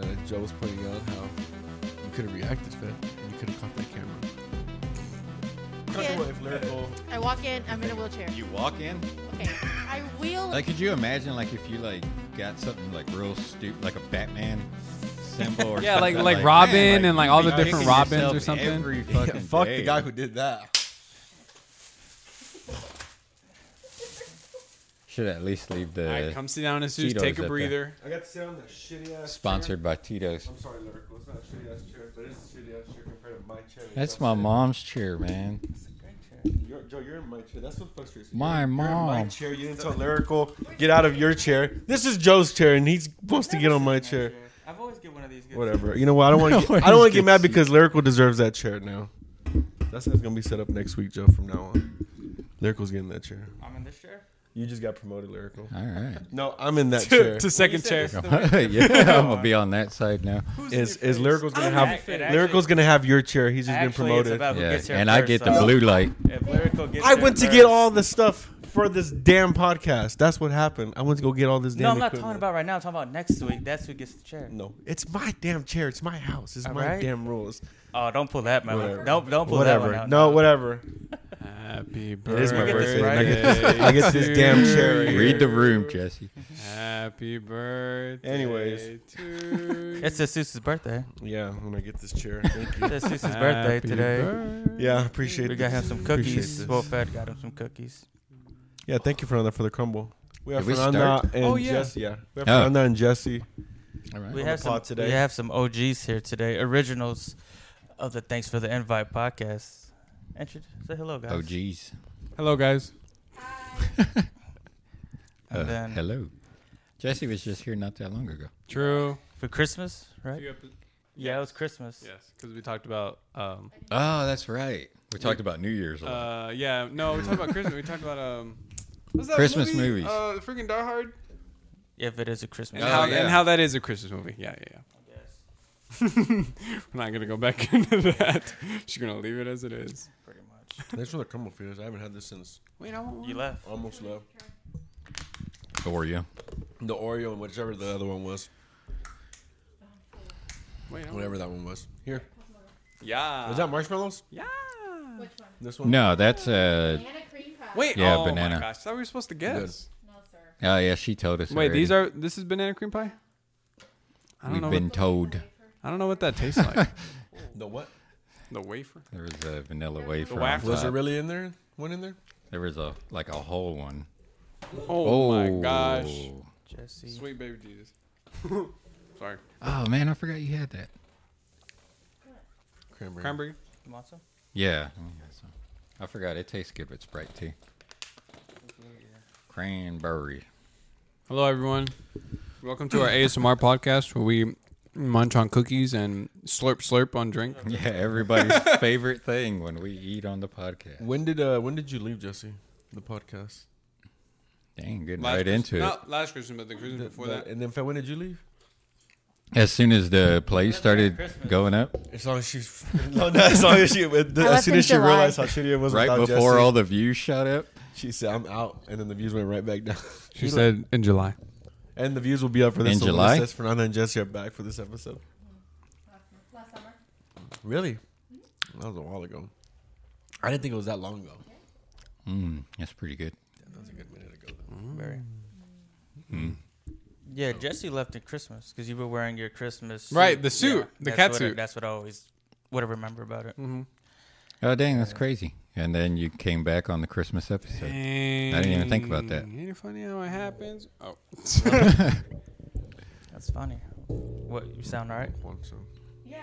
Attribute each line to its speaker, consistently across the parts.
Speaker 1: Uh, Joe was pointing out how uh, you could have reacted fit and you could have caught that camera.
Speaker 2: Kid.
Speaker 3: Cutaway, lyrical.
Speaker 2: I walk in, I'm in a wheelchair.
Speaker 4: You walk in.
Speaker 2: Okay. I wheel.
Speaker 4: Like, could you imagine, like, if you like got something like real stupid, like a Batman symbol, or
Speaker 5: Yeah, like-
Speaker 4: something,
Speaker 5: like Robin and, like,
Speaker 4: you'd
Speaker 5: all
Speaker 4: be
Speaker 5: the different
Speaker 4: kicking
Speaker 5: Robins
Speaker 4: yourself
Speaker 5: or something?
Speaker 4: Every
Speaker 1: Yeah,
Speaker 4: fucking
Speaker 1: fuck the
Speaker 4: day.
Speaker 1: guy who did that.
Speaker 4: should at least leave the.
Speaker 3: All right, come sit down, Asus.
Speaker 4: Cheetos
Speaker 3: Take
Speaker 4: up
Speaker 3: a
Speaker 4: there.
Speaker 3: breather.
Speaker 1: I got to sit on that shitty ass.
Speaker 4: Sponsored by Tito's.
Speaker 1: I'm sorry, lyrical. It's not a shitty ass chair, but it's a shitty ass chair compared to my chair.
Speaker 4: That's my mom's chair, man.
Speaker 1: You're, Joe, you're in my chair. That's what frustrates me.
Speaker 4: My
Speaker 1: You're in my
Speaker 4: mom.
Speaker 1: chair. You didn't tell lyrical. Get out of your chair. This is Joe's chair, and he's supposed to get on my chair.
Speaker 3: I've always get one of these. Good
Speaker 1: Whatever. You know what? I don't want to.
Speaker 4: Always
Speaker 1: I don't want to get
Speaker 4: gets
Speaker 1: mad
Speaker 4: you.
Speaker 1: because lyrical deserves that chair now. That's how it's gonna be set up next week, Joe. From now on, lyrical's getting that chair.
Speaker 3: I'm in this chair.
Speaker 1: You just got promoted, lyrical.
Speaker 4: All right.
Speaker 1: No, I'm in that chair.
Speaker 3: to, to second chair.
Speaker 4: yeah, I'm gonna be on that side now.
Speaker 1: Is is lyrical's gonna
Speaker 3: I'm
Speaker 1: have
Speaker 3: actually-
Speaker 1: lyrical's gonna have your chair? He's just
Speaker 3: Actually,
Speaker 1: been
Speaker 3: it's
Speaker 1: promoted.
Speaker 3: about who
Speaker 4: Yeah,
Speaker 3: gets here
Speaker 4: and I
Speaker 3: first,
Speaker 4: get the
Speaker 3: so-
Speaker 4: blue light.
Speaker 3: If lyrical gets
Speaker 1: I
Speaker 3: here
Speaker 1: went to
Speaker 3: first-
Speaker 1: get all the stuff for this damn podcast. That's what happened. I went to go get all this damn.
Speaker 3: No, I'm not
Speaker 1: equipment.
Speaker 3: talking about right now. I'm talking about next week. That's who gets the chair.
Speaker 1: No, it's my damn chair. It's my house. It's
Speaker 3: All
Speaker 1: my
Speaker 3: right.
Speaker 1: damn rules.
Speaker 3: Oh, don't pull that, man.
Speaker 1: Whatever.
Speaker 3: Don't don't pull
Speaker 1: whatever.
Speaker 3: that one out.
Speaker 1: no, whatever.
Speaker 6: Happy
Speaker 1: It is
Speaker 6: birthday.
Speaker 1: my
Speaker 3: get this
Speaker 1: birthday.
Speaker 3: right.
Speaker 1: and I get, I get this damn chair. right here.
Speaker 4: Read the room, Jesse.
Speaker 6: Happy birthday.
Speaker 1: Anyways.
Speaker 6: to
Speaker 3: It's Asus's birthday.
Speaker 1: Yeah, when I get this chair. Thank you.
Speaker 3: It's Asus's
Speaker 6: Happy
Speaker 3: birthday today.
Speaker 6: birth-
Speaker 1: yeah, I appreciate.
Speaker 3: We got
Speaker 1: this.
Speaker 3: him some
Speaker 1: Appreciate
Speaker 3: cookies.
Speaker 1: this.
Speaker 3: Well, Fed got him some cookies.
Speaker 1: Yeah, thank you Fernanda for the crumble. We have
Speaker 4: Did we
Speaker 1: Fernanda
Speaker 4: start?
Speaker 1: and
Speaker 6: Oh, yeah.
Speaker 1: Jesse. Yeah, we have
Speaker 4: Oh.
Speaker 1: Fernanda and Jesse.
Speaker 4: All right.
Speaker 3: We
Speaker 1: on the
Speaker 3: have some
Speaker 1: pod today.
Speaker 3: We have some OGs here today, originals of the Thanks for the Invite podcast. Introduce, say hello, guys.
Speaker 4: Oh, geez.
Speaker 6: Hello, guys.
Speaker 3: And
Speaker 4: Uh,
Speaker 3: then
Speaker 4: hello. Jesse was just here not that long ago.
Speaker 6: True.
Speaker 3: for Christmas, right?
Speaker 6: Yes,
Speaker 3: Yeah, it was Christmas.
Speaker 6: because we talked about. Um,
Speaker 4: Oh, that's right. We talked about New Year's a lot.
Speaker 6: uh, yeah, no, we talked about Christmas. We talked about um, what's that
Speaker 4: Christmas
Speaker 6: movie?
Speaker 4: movies.
Speaker 6: Uh, freaking Die Hard.
Speaker 3: If it is a Christmas.
Speaker 6: And,
Speaker 4: Oh,
Speaker 6: how,
Speaker 4: yeah.
Speaker 6: and how that is a Christmas movie. Yeah, yeah, yeah. We're not gonna go back into that. Just gonna leave it as it is.
Speaker 3: Pretty much.
Speaker 1: Thanks for the crumble, fears. I haven't had this since
Speaker 6: Wait, I want one.
Speaker 3: You left.
Speaker 1: almost left.
Speaker 4: Oreo.
Speaker 6: Uh,
Speaker 1: The Oreo and whichever the other one was,
Speaker 6: Wait, I want-
Speaker 1: whatever that one was. Here,
Speaker 6: Yeah.
Speaker 1: is that marshmallows?
Speaker 6: yeah.
Speaker 2: Which one?
Speaker 1: This one?
Speaker 4: No, that's uh.
Speaker 2: Banana cream pie.
Speaker 6: Wait.
Speaker 4: Yeah,
Speaker 6: oh
Speaker 4: banana.
Speaker 6: my gosh, I thought we were supposed to guess.
Speaker 2: No, sir.
Speaker 4: Oh yeah, she told us.
Speaker 6: Wait, these
Speaker 4: already.
Speaker 6: are. This is banana cream pie. I don't
Speaker 4: We've
Speaker 6: know.
Speaker 4: been
Speaker 6: what,
Speaker 4: told
Speaker 6: I don't know what that tastes like.
Speaker 1: The what?
Speaker 6: the wafer.
Speaker 4: there was a vanilla wafer. on
Speaker 6: wafer.
Speaker 1: Was there
Speaker 4: top.
Speaker 1: really in there? One in there?
Speaker 4: There was a like a whole one.
Speaker 6: Oh, my gosh.
Speaker 4: Oh.
Speaker 3: Jesse.
Speaker 6: Sweet baby Jesus. Sorry.
Speaker 4: Oh man, I forgot you had that.
Speaker 1: Cranberry.
Speaker 6: Cranberry.
Speaker 3: You want some?
Speaker 4: Yeah. let me have some. I forgot. It tastes good with Sprite too. Cranberry.
Speaker 6: Hello, everyone. Welcome to our ASMR podcast where we munch on cookies and slurp slurp on drink.
Speaker 4: Yeah, everybody's favorite thing when we eat on the podcast.
Speaker 1: When did uh when did you leave Jesse? The podcast.
Speaker 4: Dang, getting
Speaker 6: Last
Speaker 4: right
Speaker 6: Christmas-
Speaker 4: into it.
Speaker 6: Not last Christmas, but the Christmas
Speaker 1: The-
Speaker 6: before
Speaker 1: the-
Speaker 6: that.
Speaker 1: And then Fat, when did you leave?
Speaker 4: As soon as the plays started going up,
Speaker 1: As long as she, no, no, as long as she, with the-
Speaker 2: I
Speaker 1: as
Speaker 2: left
Speaker 1: soon
Speaker 2: in
Speaker 1: as she
Speaker 2: July.
Speaker 1: realized how shitty it was
Speaker 4: right
Speaker 1: without
Speaker 4: before
Speaker 1: Jesse,
Speaker 4: all the views shot up.
Speaker 1: she said, "I'm out," and then the views went right back down.
Speaker 6: She said in July.
Speaker 1: and the views will be up for this
Speaker 4: In
Speaker 1: one. It
Speaker 4: July?
Speaker 1: says Fernanda and Jesse are back for this episode.
Speaker 2: Last summer.
Speaker 1: Really? That was a while ago. I didn't think it was that long ago.
Speaker 4: Mm, that's pretty good.
Speaker 1: That was a good minute ago.
Speaker 3: Very. Yeah, Jesse left at Christmas because you were wearing your Christmas.
Speaker 6: Right, the suit, the
Speaker 3: that's
Speaker 6: cat
Speaker 3: what I-
Speaker 6: suit.
Speaker 3: that's what I always would have remember about it.
Speaker 4: Oh dang, that's crazy. And then you came back on the Christmas episode.
Speaker 6: I
Speaker 4: didn't even think about that.
Speaker 6: Ain't it funny how it happens? Oh.
Speaker 3: That's funny. What you sound all right?
Speaker 1: One, so.
Speaker 2: Yeah.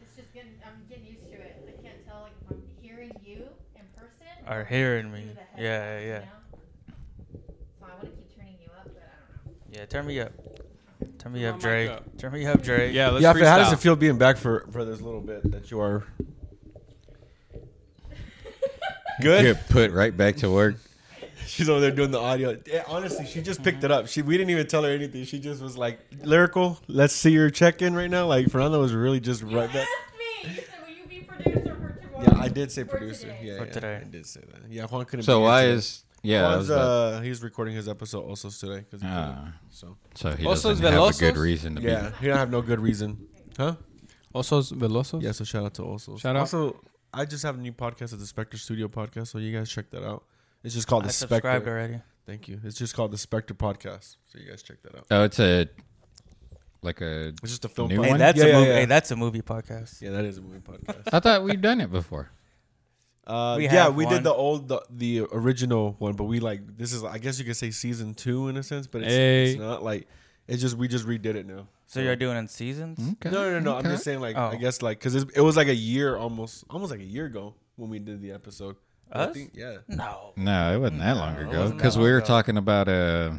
Speaker 2: It's just getting. I'm getting used to it. I can't tell like if I'm hearing you in person.
Speaker 3: Are hearing me?
Speaker 2: through the headphones,
Speaker 3: Yeah, yeah,
Speaker 2: you
Speaker 3: yeah.
Speaker 2: know? So I want to keep turning you up, but I don't know.
Speaker 3: Yeah, turn me up. Turn me up,
Speaker 6: mic
Speaker 3: Drake.
Speaker 6: up.
Speaker 3: Turn me up, Drake.
Speaker 6: Yeah, let's
Speaker 1: yeah, how does
Speaker 6: freestyle.
Speaker 1: it feel being back for, for this little bit that you are good?
Speaker 4: Get put right back to work.
Speaker 1: She's over there doing the audio. Yeah, honestly, she just picked it up. She we didn't even tell her anything. She just was like lyrical. Let's see your check in right now. Like Fernando was really just
Speaker 2: You
Speaker 1: right back.
Speaker 2: asked me. You said, "Will you be producer for tomorrow?"
Speaker 1: Yeah, I did say
Speaker 2: For
Speaker 1: producer.
Speaker 2: today.
Speaker 1: Yeah,
Speaker 3: For
Speaker 1: yeah,
Speaker 3: today.
Speaker 1: I did say that. Yeah, Juan couldn't. be
Speaker 4: So
Speaker 1: here
Speaker 4: why
Speaker 1: today.
Speaker 4: is yeah? that
Speaker 1: Juan's,
Speaker 4: was about-
Speaker 1: uh, he's recording his episode also today because
Speaker 4: Ah.
Speaker 1: so
Speaker 4: so he
Speaker 6: Osos
Speaker 4: doesn't have a
Speaker 6: Velosos?
Speaker 4: good reason to
Speaker 1: yeah, he don't have no good reason, huh?
Speaker 6: Also, Velosos.
Speaker 1: Yeah, so shout out to also.
Speaker 6: Shout out.
Speaker 1: Also, I just have a new podcast at the Spectre Studio Podcast, so you guys check that out. It's just called
Speaker 3: I
Speaker 1: the
Speaker 3: subscribed
Speaker 1: Spectre.
Speaker 3: already.
Speaker 1: Thank you. It's just called the Spectre Podcast, so you guys check that out.
Speaker 4: be. Oh, it's a like a.
Speaker 1: It's just a film.
Speaker 4: New
Speaker 1: podcast.
Speaker 4: Hey,
Speaker 3: Hey,
Speaker 4: One?
Speaker 3: that's
Speaker 1: yeah,
Speaker 3: a
Speaker 1: yeah,
Speaker 3: movie.
Speaker 1: Yeah.
Speaker 3: Hey, that's a movie podcast.
Speaker 1: Yeah, that is a movie podcast.
Speaker 4: I thought we'd done it before.
Speaker 1: Uh,
Speaker 3: We
Speaker 1: yeah,
Speaker 3: have
Speaker 1: we
Speaker 3: one.
Speaker 1: did the old, the, the original one, but we like this is, I guess you could say season two in a sense, but it's,
Speaker 6: Hey.
Speaker 1: it's not like it's just we just redid it now.
Speaker 3: So you're doing in seasons?
Speaker 4: Okay.
Speaker 1: No, no, no. I'm just saying, like, I
Speaker 3: Oh.
Speaker 1: guess, like, because it was like a year almost, almost like a year ago when we did the episode. I
Speaker 3: Us?
Speaker 1: think- yeah.
Speaker 3: No,
Speaker 4: No, it wasn't that long
Speaker 3: it
Speaker 4: ago
Speaker 3: wasn't that
Speaker 4: because we
Speaker 3: long
Speaker 4: were
Speaker 3: ago.
Speaker 4: talking about uh,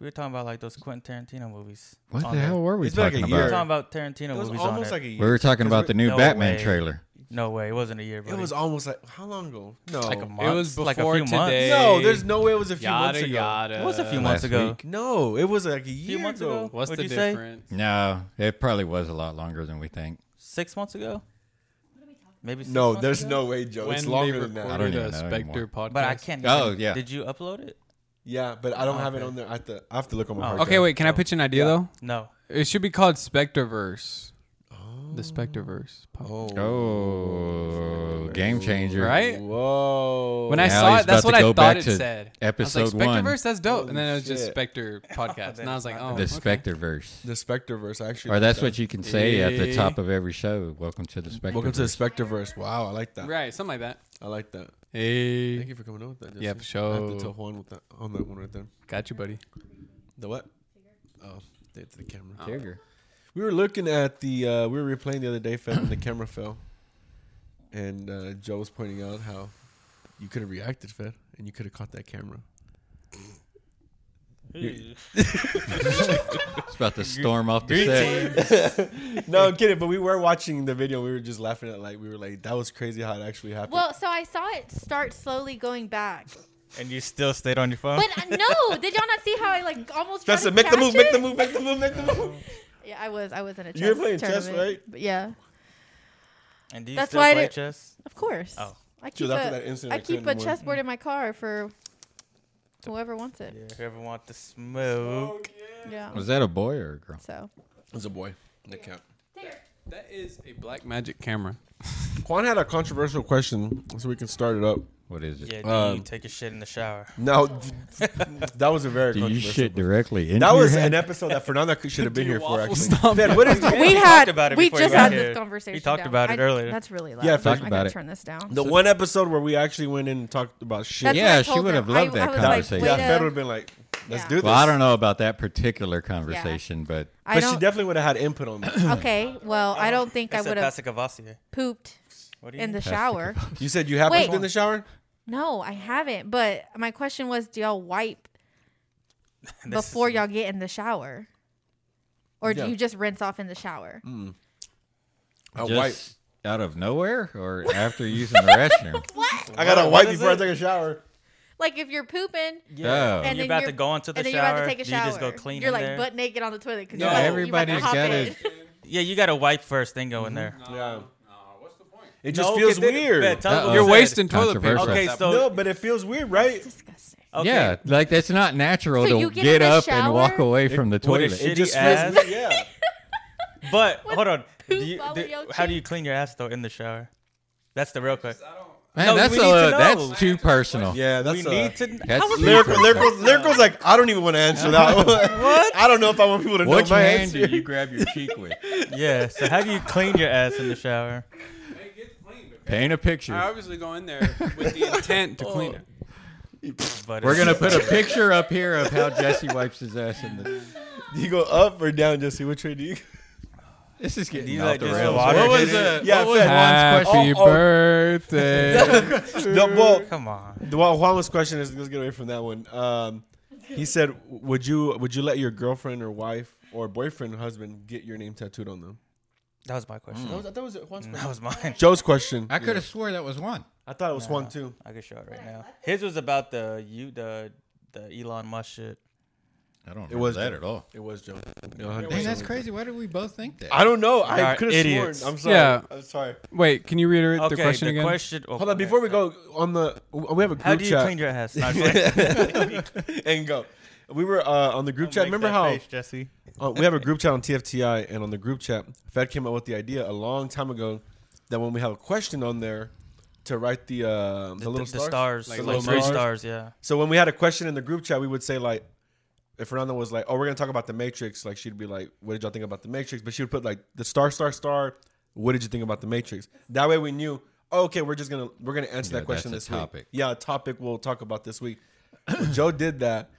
Speaker 3: we were talking about like those Quentin Tarantino movies.
Speaker 4: what the
Speaker 3: on there.
Speaker 4: hell were we
Speaker 1: It's been like
Speaker 4: talking
Speaker 1: a
Speaker 3: We were
Speaker 1: year.
Speaker 4: about?
Speaker 3: talking about Tarantino
Speaker 1: It was
Speaker 3: movies
Speaker 1: almost
Speaker 3: on
Speaker 1: like
Speaker 3: it.
Speaker 1: a year.
Speaker 4: We were talking
Speaker 1: 'cause
Speaker 4: about the new
Speaker 3: No
Speaker 4: Batman
Speaker 3: way.
Speaker 4: trailer.
Speaker 3: No way, it wasn't a year. Buddy.
Speaker 1: It was almost like how long ago? No,
Speaker 3: like a month.
Speaker 6: It was
Speaker 3: like a
Speaker 6: before
Speaker 3: few
Speaker 6: today.
Speaker 3: months.
Speaker 1: no. There's no way it was a few months
Speaker 6: Yada
Speaker 1: ago.
Speaker 6: yada.
Speaker 3: It was a few
Speaker 4: Uh, Last
Speaker 3: months ago.
Speaker 4: week.
Speaker 1: No, it was like a year
Speaker 3: Few months
Speaker 1: ago.
Speaker 3: ago.
Speaker 6: What's
Speaker 3: What'd
Speaker 6: the
Speaker 3: you say?
Speaker 6: difference?
Speaker 4: No, it probably was a lot longer than we think.
Speaker 3: Six months ago. Maybe six
Speaker 1: No,
Speaker 3: months
Speaker 1: there's
Speaker 3: ago?
Speaker 1: no way, Joe.
Speaker 6: When
Speaker 1: it's
Speaker 6: they
Speaker 1: longer than that.
Speaker 4: I don't
Speaker 6: recorded
Speaker 4: even
Speaker 6: a
Speaker 4: know
Speaker 6: Spectre
Speaker 4: anymore.
Speaker 6: podcast.
Speaker 3: But I can't.
Speaker 4: Oh,
Speaker 3: even-
Speaker 4: yeah.
Speaker 3: Did you upload it?
Speaker 1: Yeah, but I don't have it
Speaker 3: Okay.
Speaker 1: on there. I have to, I have to look on my.
Speaker 3: Oh.
Speaker 1: hard
Speaker 6: Okay,
Speaker 1: drive.
Speaker 6: wait. Can I pitch an idea though?
Speaker 3: No.
Speaker 6: It should be called Spectreverse. The Spectreverse. podcast.
Speaker 1: Oh,
Speaker 4: Oh, game changer!
Speaker 6: Right?
Speaker 1: Whoa.
Speaker 6: When I
Speaker 4: Now
Speaker 6: saw
Speaker 4: he's
Speaker 6: it, that's
Speaker 4: about
Speaker 6: what
Speaker 4: to
Speaker 6: I
Speaker 4: go
Speaker 6: thought
Speaker 4: back
Speaker 6: it
Speaker 4: to
Speaker 6: said. I was
Speaker 4: episode
Speaker 6: like,
Speaker 4: one.
Speaker 6: Spectreverse, that's dope. and then it was
Speaker 1: Holy
Speaker 6: just
Speaker 1: shit.
Speaker 6: Spectre podcast. and I was like, oh,
Speaker 4: the
Speaker 6: okay.
Speaker 4: Spectreverse,
Speaker 1: the Spectreverse actually.
Speaker 4: or that's what you can say at the
Speaker 6: Eh.
Speaker 4: top of every show. Welcome to the Spectreverse.
Speaker 1: Welcome to the Spectreverse. Wow, I like that.
Speaker 6: Right, something like that.
Speaker 1: I like that. Thank
Speaker 6: Hey,
Speaker 1: you for coming on with that.
Speaker 6: Yeah,
Speaker 1: Justin.
Speaker 6: for
Speaker 1: I have
Speaker 6: sure.
Speaker 1: to tell Juan with that on that one right there.
Speaker 6: got you, buddy.
Speaker 1: The what? Oh, they to the camera.
Speaker 4: Tigger.
Speaker 1: We were looking at the. Uh, we were replaying the other day, Fed, and the camera fell. And uh, Joe was pointing out how you could have reacted, Fed, and you could have caught that camera.
Speaker 4: It's about to storm off the set.
Speaker 1: no, I'm kidding. But we were watching the video. We were just laughing at like we were like that was crazy how it actually happened.
Speaker 2: Well, so I saw it start slowly going back,
Speaker 3: And you still stayed on your phone.
Speaker 2: but uh, no, did y'all not see how I like almost? tried
Speaker 1: Justin,
Speaker 2: to
Speaker 1: make the
Speaker 2: catch
Speaker 1: move, make the
Speaker 2: it?
Speaker 1: move, make the move, make the move.
Speaker 2: Yeah, I was. I was in a chess.
Speaker 1: You were playing chess,
Speaker 2: tournament,
Speaker 1: right?
Speaker 2: But yeah,
Speaker 3: and do you
Speaker 2: That's
Speaker 3: still
Speaker 2: why I
Speaker 3: play
Speaker 2: didn't-
Speaker 3: chess?
Speaker 2: of course.
Speaker 3: Oh.
Speaker 2: I keep
Speaker 1: Just after that
Speaker 2: a,
Speaker 1: incident,
Speaker 2: I
Speaker 1: I
Speaker 2: keep
Speaker 1: couldn't
Speaker 2: a
Speaker 1: anymore.
Speaker 2: chessboard in my car for whoever wants it.
Speaker 3: Yeah. Whoever want the
Speaker 1: Oh,
Speaker 3: smoke.
Speaker 2: Yeah.
Speaker 4: Was that a boy or a girl?
Speaker 2: So.
Speaker 1: It was a boy. Nick Camp.
Speaker 6: That is a black magic camera.
Speaker 1: Quan had a controversial question, so we can start it up.
Speaker 4: What is it?
Speaker 3: Yeah. Do you
Speaker 1: Um,
Speaker 3: take a shit in the shower?
Speaker 1: Now, that was a very
Speaker 4: Do you
Speaker 1: controversial.
Speaker 4: shit directly into
Speaker 1: that
Speaker 4: your
Speaker 1: was
Speaker 4: head?
Speaker 1: an episode that Fernando should have been
Speaker 6: Do
Speaker 1: here for.
Speaker 6: waffle
Speaker 1: Actually,
Speaker 6: stomp.
Speaker 1: Fed, what is the,
Speaker 2: We
Speaker 3: We
Speaker 2: had
Speaker 3: talked about it
Speaker 2: we
Speaker 3: before you
Speaker 2: just
Speaker 3: got
Speaker 2: had
Speaker 3: here. We
Speaker 2: this conversation.
Speaker 3: talked
Speaker 2: down.
Speaker 3: about it
Speaker 2: I-
Speaker 3: earlier.
Speaker 2: That's really loud.
Speaker 1: Yeah,
Speaker 2: I
Speaker 4: talked
Speaker 2: gotta
Speaker 4: about it.
Speaker 2: Turn this down.
Speaker 1: the one episode where we actually went in and talked about shit?
Speaker 2: That's
Speaker 4: Yeah,
Speaker 2: what I
Speaker 4: she
Speaker 2: told
Speaker 4: would have
Speaker 2: them.
Speaker 4: loved
Speaker 2: I-
Speaker 4: that
Speaker 2: I was like,
Speaker 4: conversation.
Speaker 2: wait
Speaker 1: yeah,
Speaker 4: Yeah,
Speaker 1: Fed
Speaker 2: a-
Speaker 1: would have been like, "Let's
Speaker 2: Yeah.
Speaker 1: do this."
Speaker 4: well, I don't know about that particular conversation, but
Speaker 2: I
Speaker 1: But she
Speaker 2: don't.
Speaker 1: definitely would have had input on that.
Speaker 2: okay. Well, I don't think I
Speaker 3: It's a
Speaker 2: would have
Speaker 3: pasta cavassier.
Speaker 2: pooped
Speaker 3: What do you
Speaker 2: in the
Speaker 3: mean?
Speaker 2: shower.
Speaker 1: you said you have
Speaker 2: Wait.
Speaker 1: pooped in the shower.
Speaker 2: No, I haven't. But my question was, do y'all wipe
Speaker 3: This is-
Speaker 2: before y'all get in the shower, or do
Speaker 1: Yeah.
Speaker 2: you just rinse off in the shower?
Speaker 3: Mm.
Speaker 1: I wipe.
Speaker 4: just out of nowhere or after using the restroom.
Speaker 2: What?
Speaker 1: I gotta
Speaker 3: What
Speaker 1: wipe
Speaker 3: is
Speaker 1: before I
Speaker 3: it?
Speaker 1: take a shower.
Speaker 2: Like if you're pooping.
Speaker 4: Yeah.
Speaker 3: And
Speaker 2: And
Speaker 3: you're
Speaker 2: then
Speaker 3: about
Speaker 2: you're-
Speaker 3: to go into the
Speaker 2: And then
Speaker 3: shower.
Speaker 2: you're about to take a
Speaker 3: do
Speaker 2: shower.
Speaker 3: You just go clean
Speaker 2: You're
Speaker 3: in
Speaker 2: like
Speaker 3: there?
Speaker 2: butt naked on the toilet because
Speaker 6: No,
Speaker 2: you're about,
Speaker 4: everybody's
Speaker 2: you about to
Speaker 4: got
Speaker 2: hop in.
Speaker 4: it.
Speaker 3: Yeah, you got to wipe first, then go in there.
Speaker 1: Mm-hmm.
Speaker 3: Oh,
Speaker 1: Yeah.
Speaker 6: what's the point?
Speaker 1: It just
Speaker 3: No,
Speaker 1: feels
Speaker 3: get-
Speaker 1: weird.
Speaker 3: Bet, tell them what
Speaker 4: Uh-oh.
Speaker 3: you
Speaker 6: You're
Speaker 3: said.
Speaker 6: wasting toilet paper.
Speaker 4: Controversial.
Speaker 3: Okay, so
Speaker 1: no, but it feels weird, right?
Speaker 2: Disgusting.
Speaker 3: okay.
Speaker 4: Yeah, like that's not natural
Speaker 2: So
Speaker 4: to
Speaker 2: you
Speaker 4: get,
Speaker 2: get in the
Speaker 4: up and
Speaker 2: shower?
Speaker 4: walk away from the
Speaker 3: what a
Speaker 4: toilet.
Speaker 3: shitty
Speaker 1: It just
Speaker 3: ass.
Speaker 1: feels weird. Yeah.
Speaker 3: But hold on, do
Speaker 2: poop
Speaker 3: you-
Speaker 2: all
Speaker 3: do-
Speaker 2: over your
Speaker 3: how do you clean your ass though in the shower? That's the real question.
Speaker 4: Man,
Speaker 3: No,
Speaker 4: that's
Speaker 3: we need to
Speaker 4: a,
Speaker 3: know.
Speaker 4: that's too personal.
Speaker 1: Yeah, that's
Speaker 3: We
Speaker 1: a-
Speaker 3: need to.
Speaker 4: That's
Speaker 3: how was
Speaker 4: deep.
Speaker 1: Lyrical, lyrical, lyrical's like I don't even want to answer that. One. what? I don't know if I want people to
Speaker 4: Which
Speaker 1: know my
Speaker 4: hand
Speaker 1: answer.
Speaker 4: do you grab your cheek with?
Speaker 3: Yeah. So how do you clean your ass in the shower?
Speaker 4: Paint a picture.
Speaker 6: I obviously go in there with the intent to clean it.
Speaker 3: But
Speaker 4: We're gonna
Speaker 3: it's-
Speaker 4: put a picture up here of how Jesse wipes his ass in the.
Speaker 1: Do you go up or down, Jesse? Which way do you?
Speaker 4: This is getting
Speaker 3: you
Speaker 4: off
Speaker 3: like
Speaker 4: the
Speaker 3: just
Speaker 4: rails.
Speaker 3: water
Speaker 4: What was
Speaker 3: hitting
Speaker 4: uh,
Speaker 1: Yeah,
Speaker 4: what was
Speaker 1: Fed.
Speaker 4: Juan's question?
Speaker 6: Happy
Speaker 1: Oh, oh.
Speaker 6: birthday.
Speaker 1: No, well,
Speaker 3: Come on.
Speaker 1: the Juan- Juan's question is let's get away from that one. Um, he said, "Would you would you let your girlfriend or wife or boyfriend, husband get your name tattooed on them?
Speaker 3: That was my question.
Speaker 1: That was that was Juan's
Speaker 3: That
Speaker 1: question.
Speaker 3: was mine.
Speaker 1: Joe's question.
Speaker 4: I could have swore that was one.
Speaker 1: I thought it was Juan too.
Speaker 3: I could show it right
Speaker 2: I
Speaker 3: now.
Speaker 2: left
Speaker 3: His was about the you the the Elon Musk shit.
Speaker 4: I don't remember
Speaker 1: was
Speaker 4: that
Speaker 1: Joe.
Speaker 4: at all.
Speaker 1: It was Joe.
Speaker 4: Dang, that's crazy. Why did we both think that?
Speaker 1: I don't know.
Speaker 3: We
Speaker 1: I
Speaker 3: are
Speaker 1: could have
Speaker 3: idiots.
Speaker 1: sworn. I'm sorry.
Speaker 6: Yeah.
Speaker 1: I'm sorry.
Speaker 6: Wait, can you reiterate
Speaker 3: Okay,
Speaker 6: the question again?
Speaker 3: question- oh,
Speaker 1: Hold on. Before we go on the, we have a group
Speaker 3: how do you
Speaker 1: chat
Speaker 3: clean your ass? No, I'm just like-
Speaker 1: and go. We were uh, on the group chat.
Speaker 3: Make
Speaker 1: Remember
Speaker 3: that
Speaker 1: how
Speaker 3: face, Jesse?
Speaker 1: Uh, we have a group chat on TFTI, and on the group chat, Fed came up with the idea a long time ago that when we have a question on there, to write the uh, the,
Speaker 3: The,
Speaker 1: little
Speaker 3: the
Speaker 1: stars.
Speaker 3: stars,
Speaker 1: Like
Speaker 3: like,
Speaker 1: little
Speaker 3: three
Speaker 1: stars.
Speaker 3: stars, yeah.
Speaker 1: So when we had a question in the group chat, we would say like, if Fernando was like, "Oh, we're gonna talk about the Matrix," like she'd be like, "What did y'all think about the Matrix?" But she would put like the star, star, star. What did you think about the Matrix? That way we knew. Oh, okay, we're just gonna we're gonna answer
Speaker 4: Yeah,
Speaker 1: that question
Speaker 4: that's
Speaker 1: this
Speaker 4: a
Speaker 1: week.
Speaker 4: topic.
Speaker 1: Yeah, a topic we'll talk about this week. But Joe did that,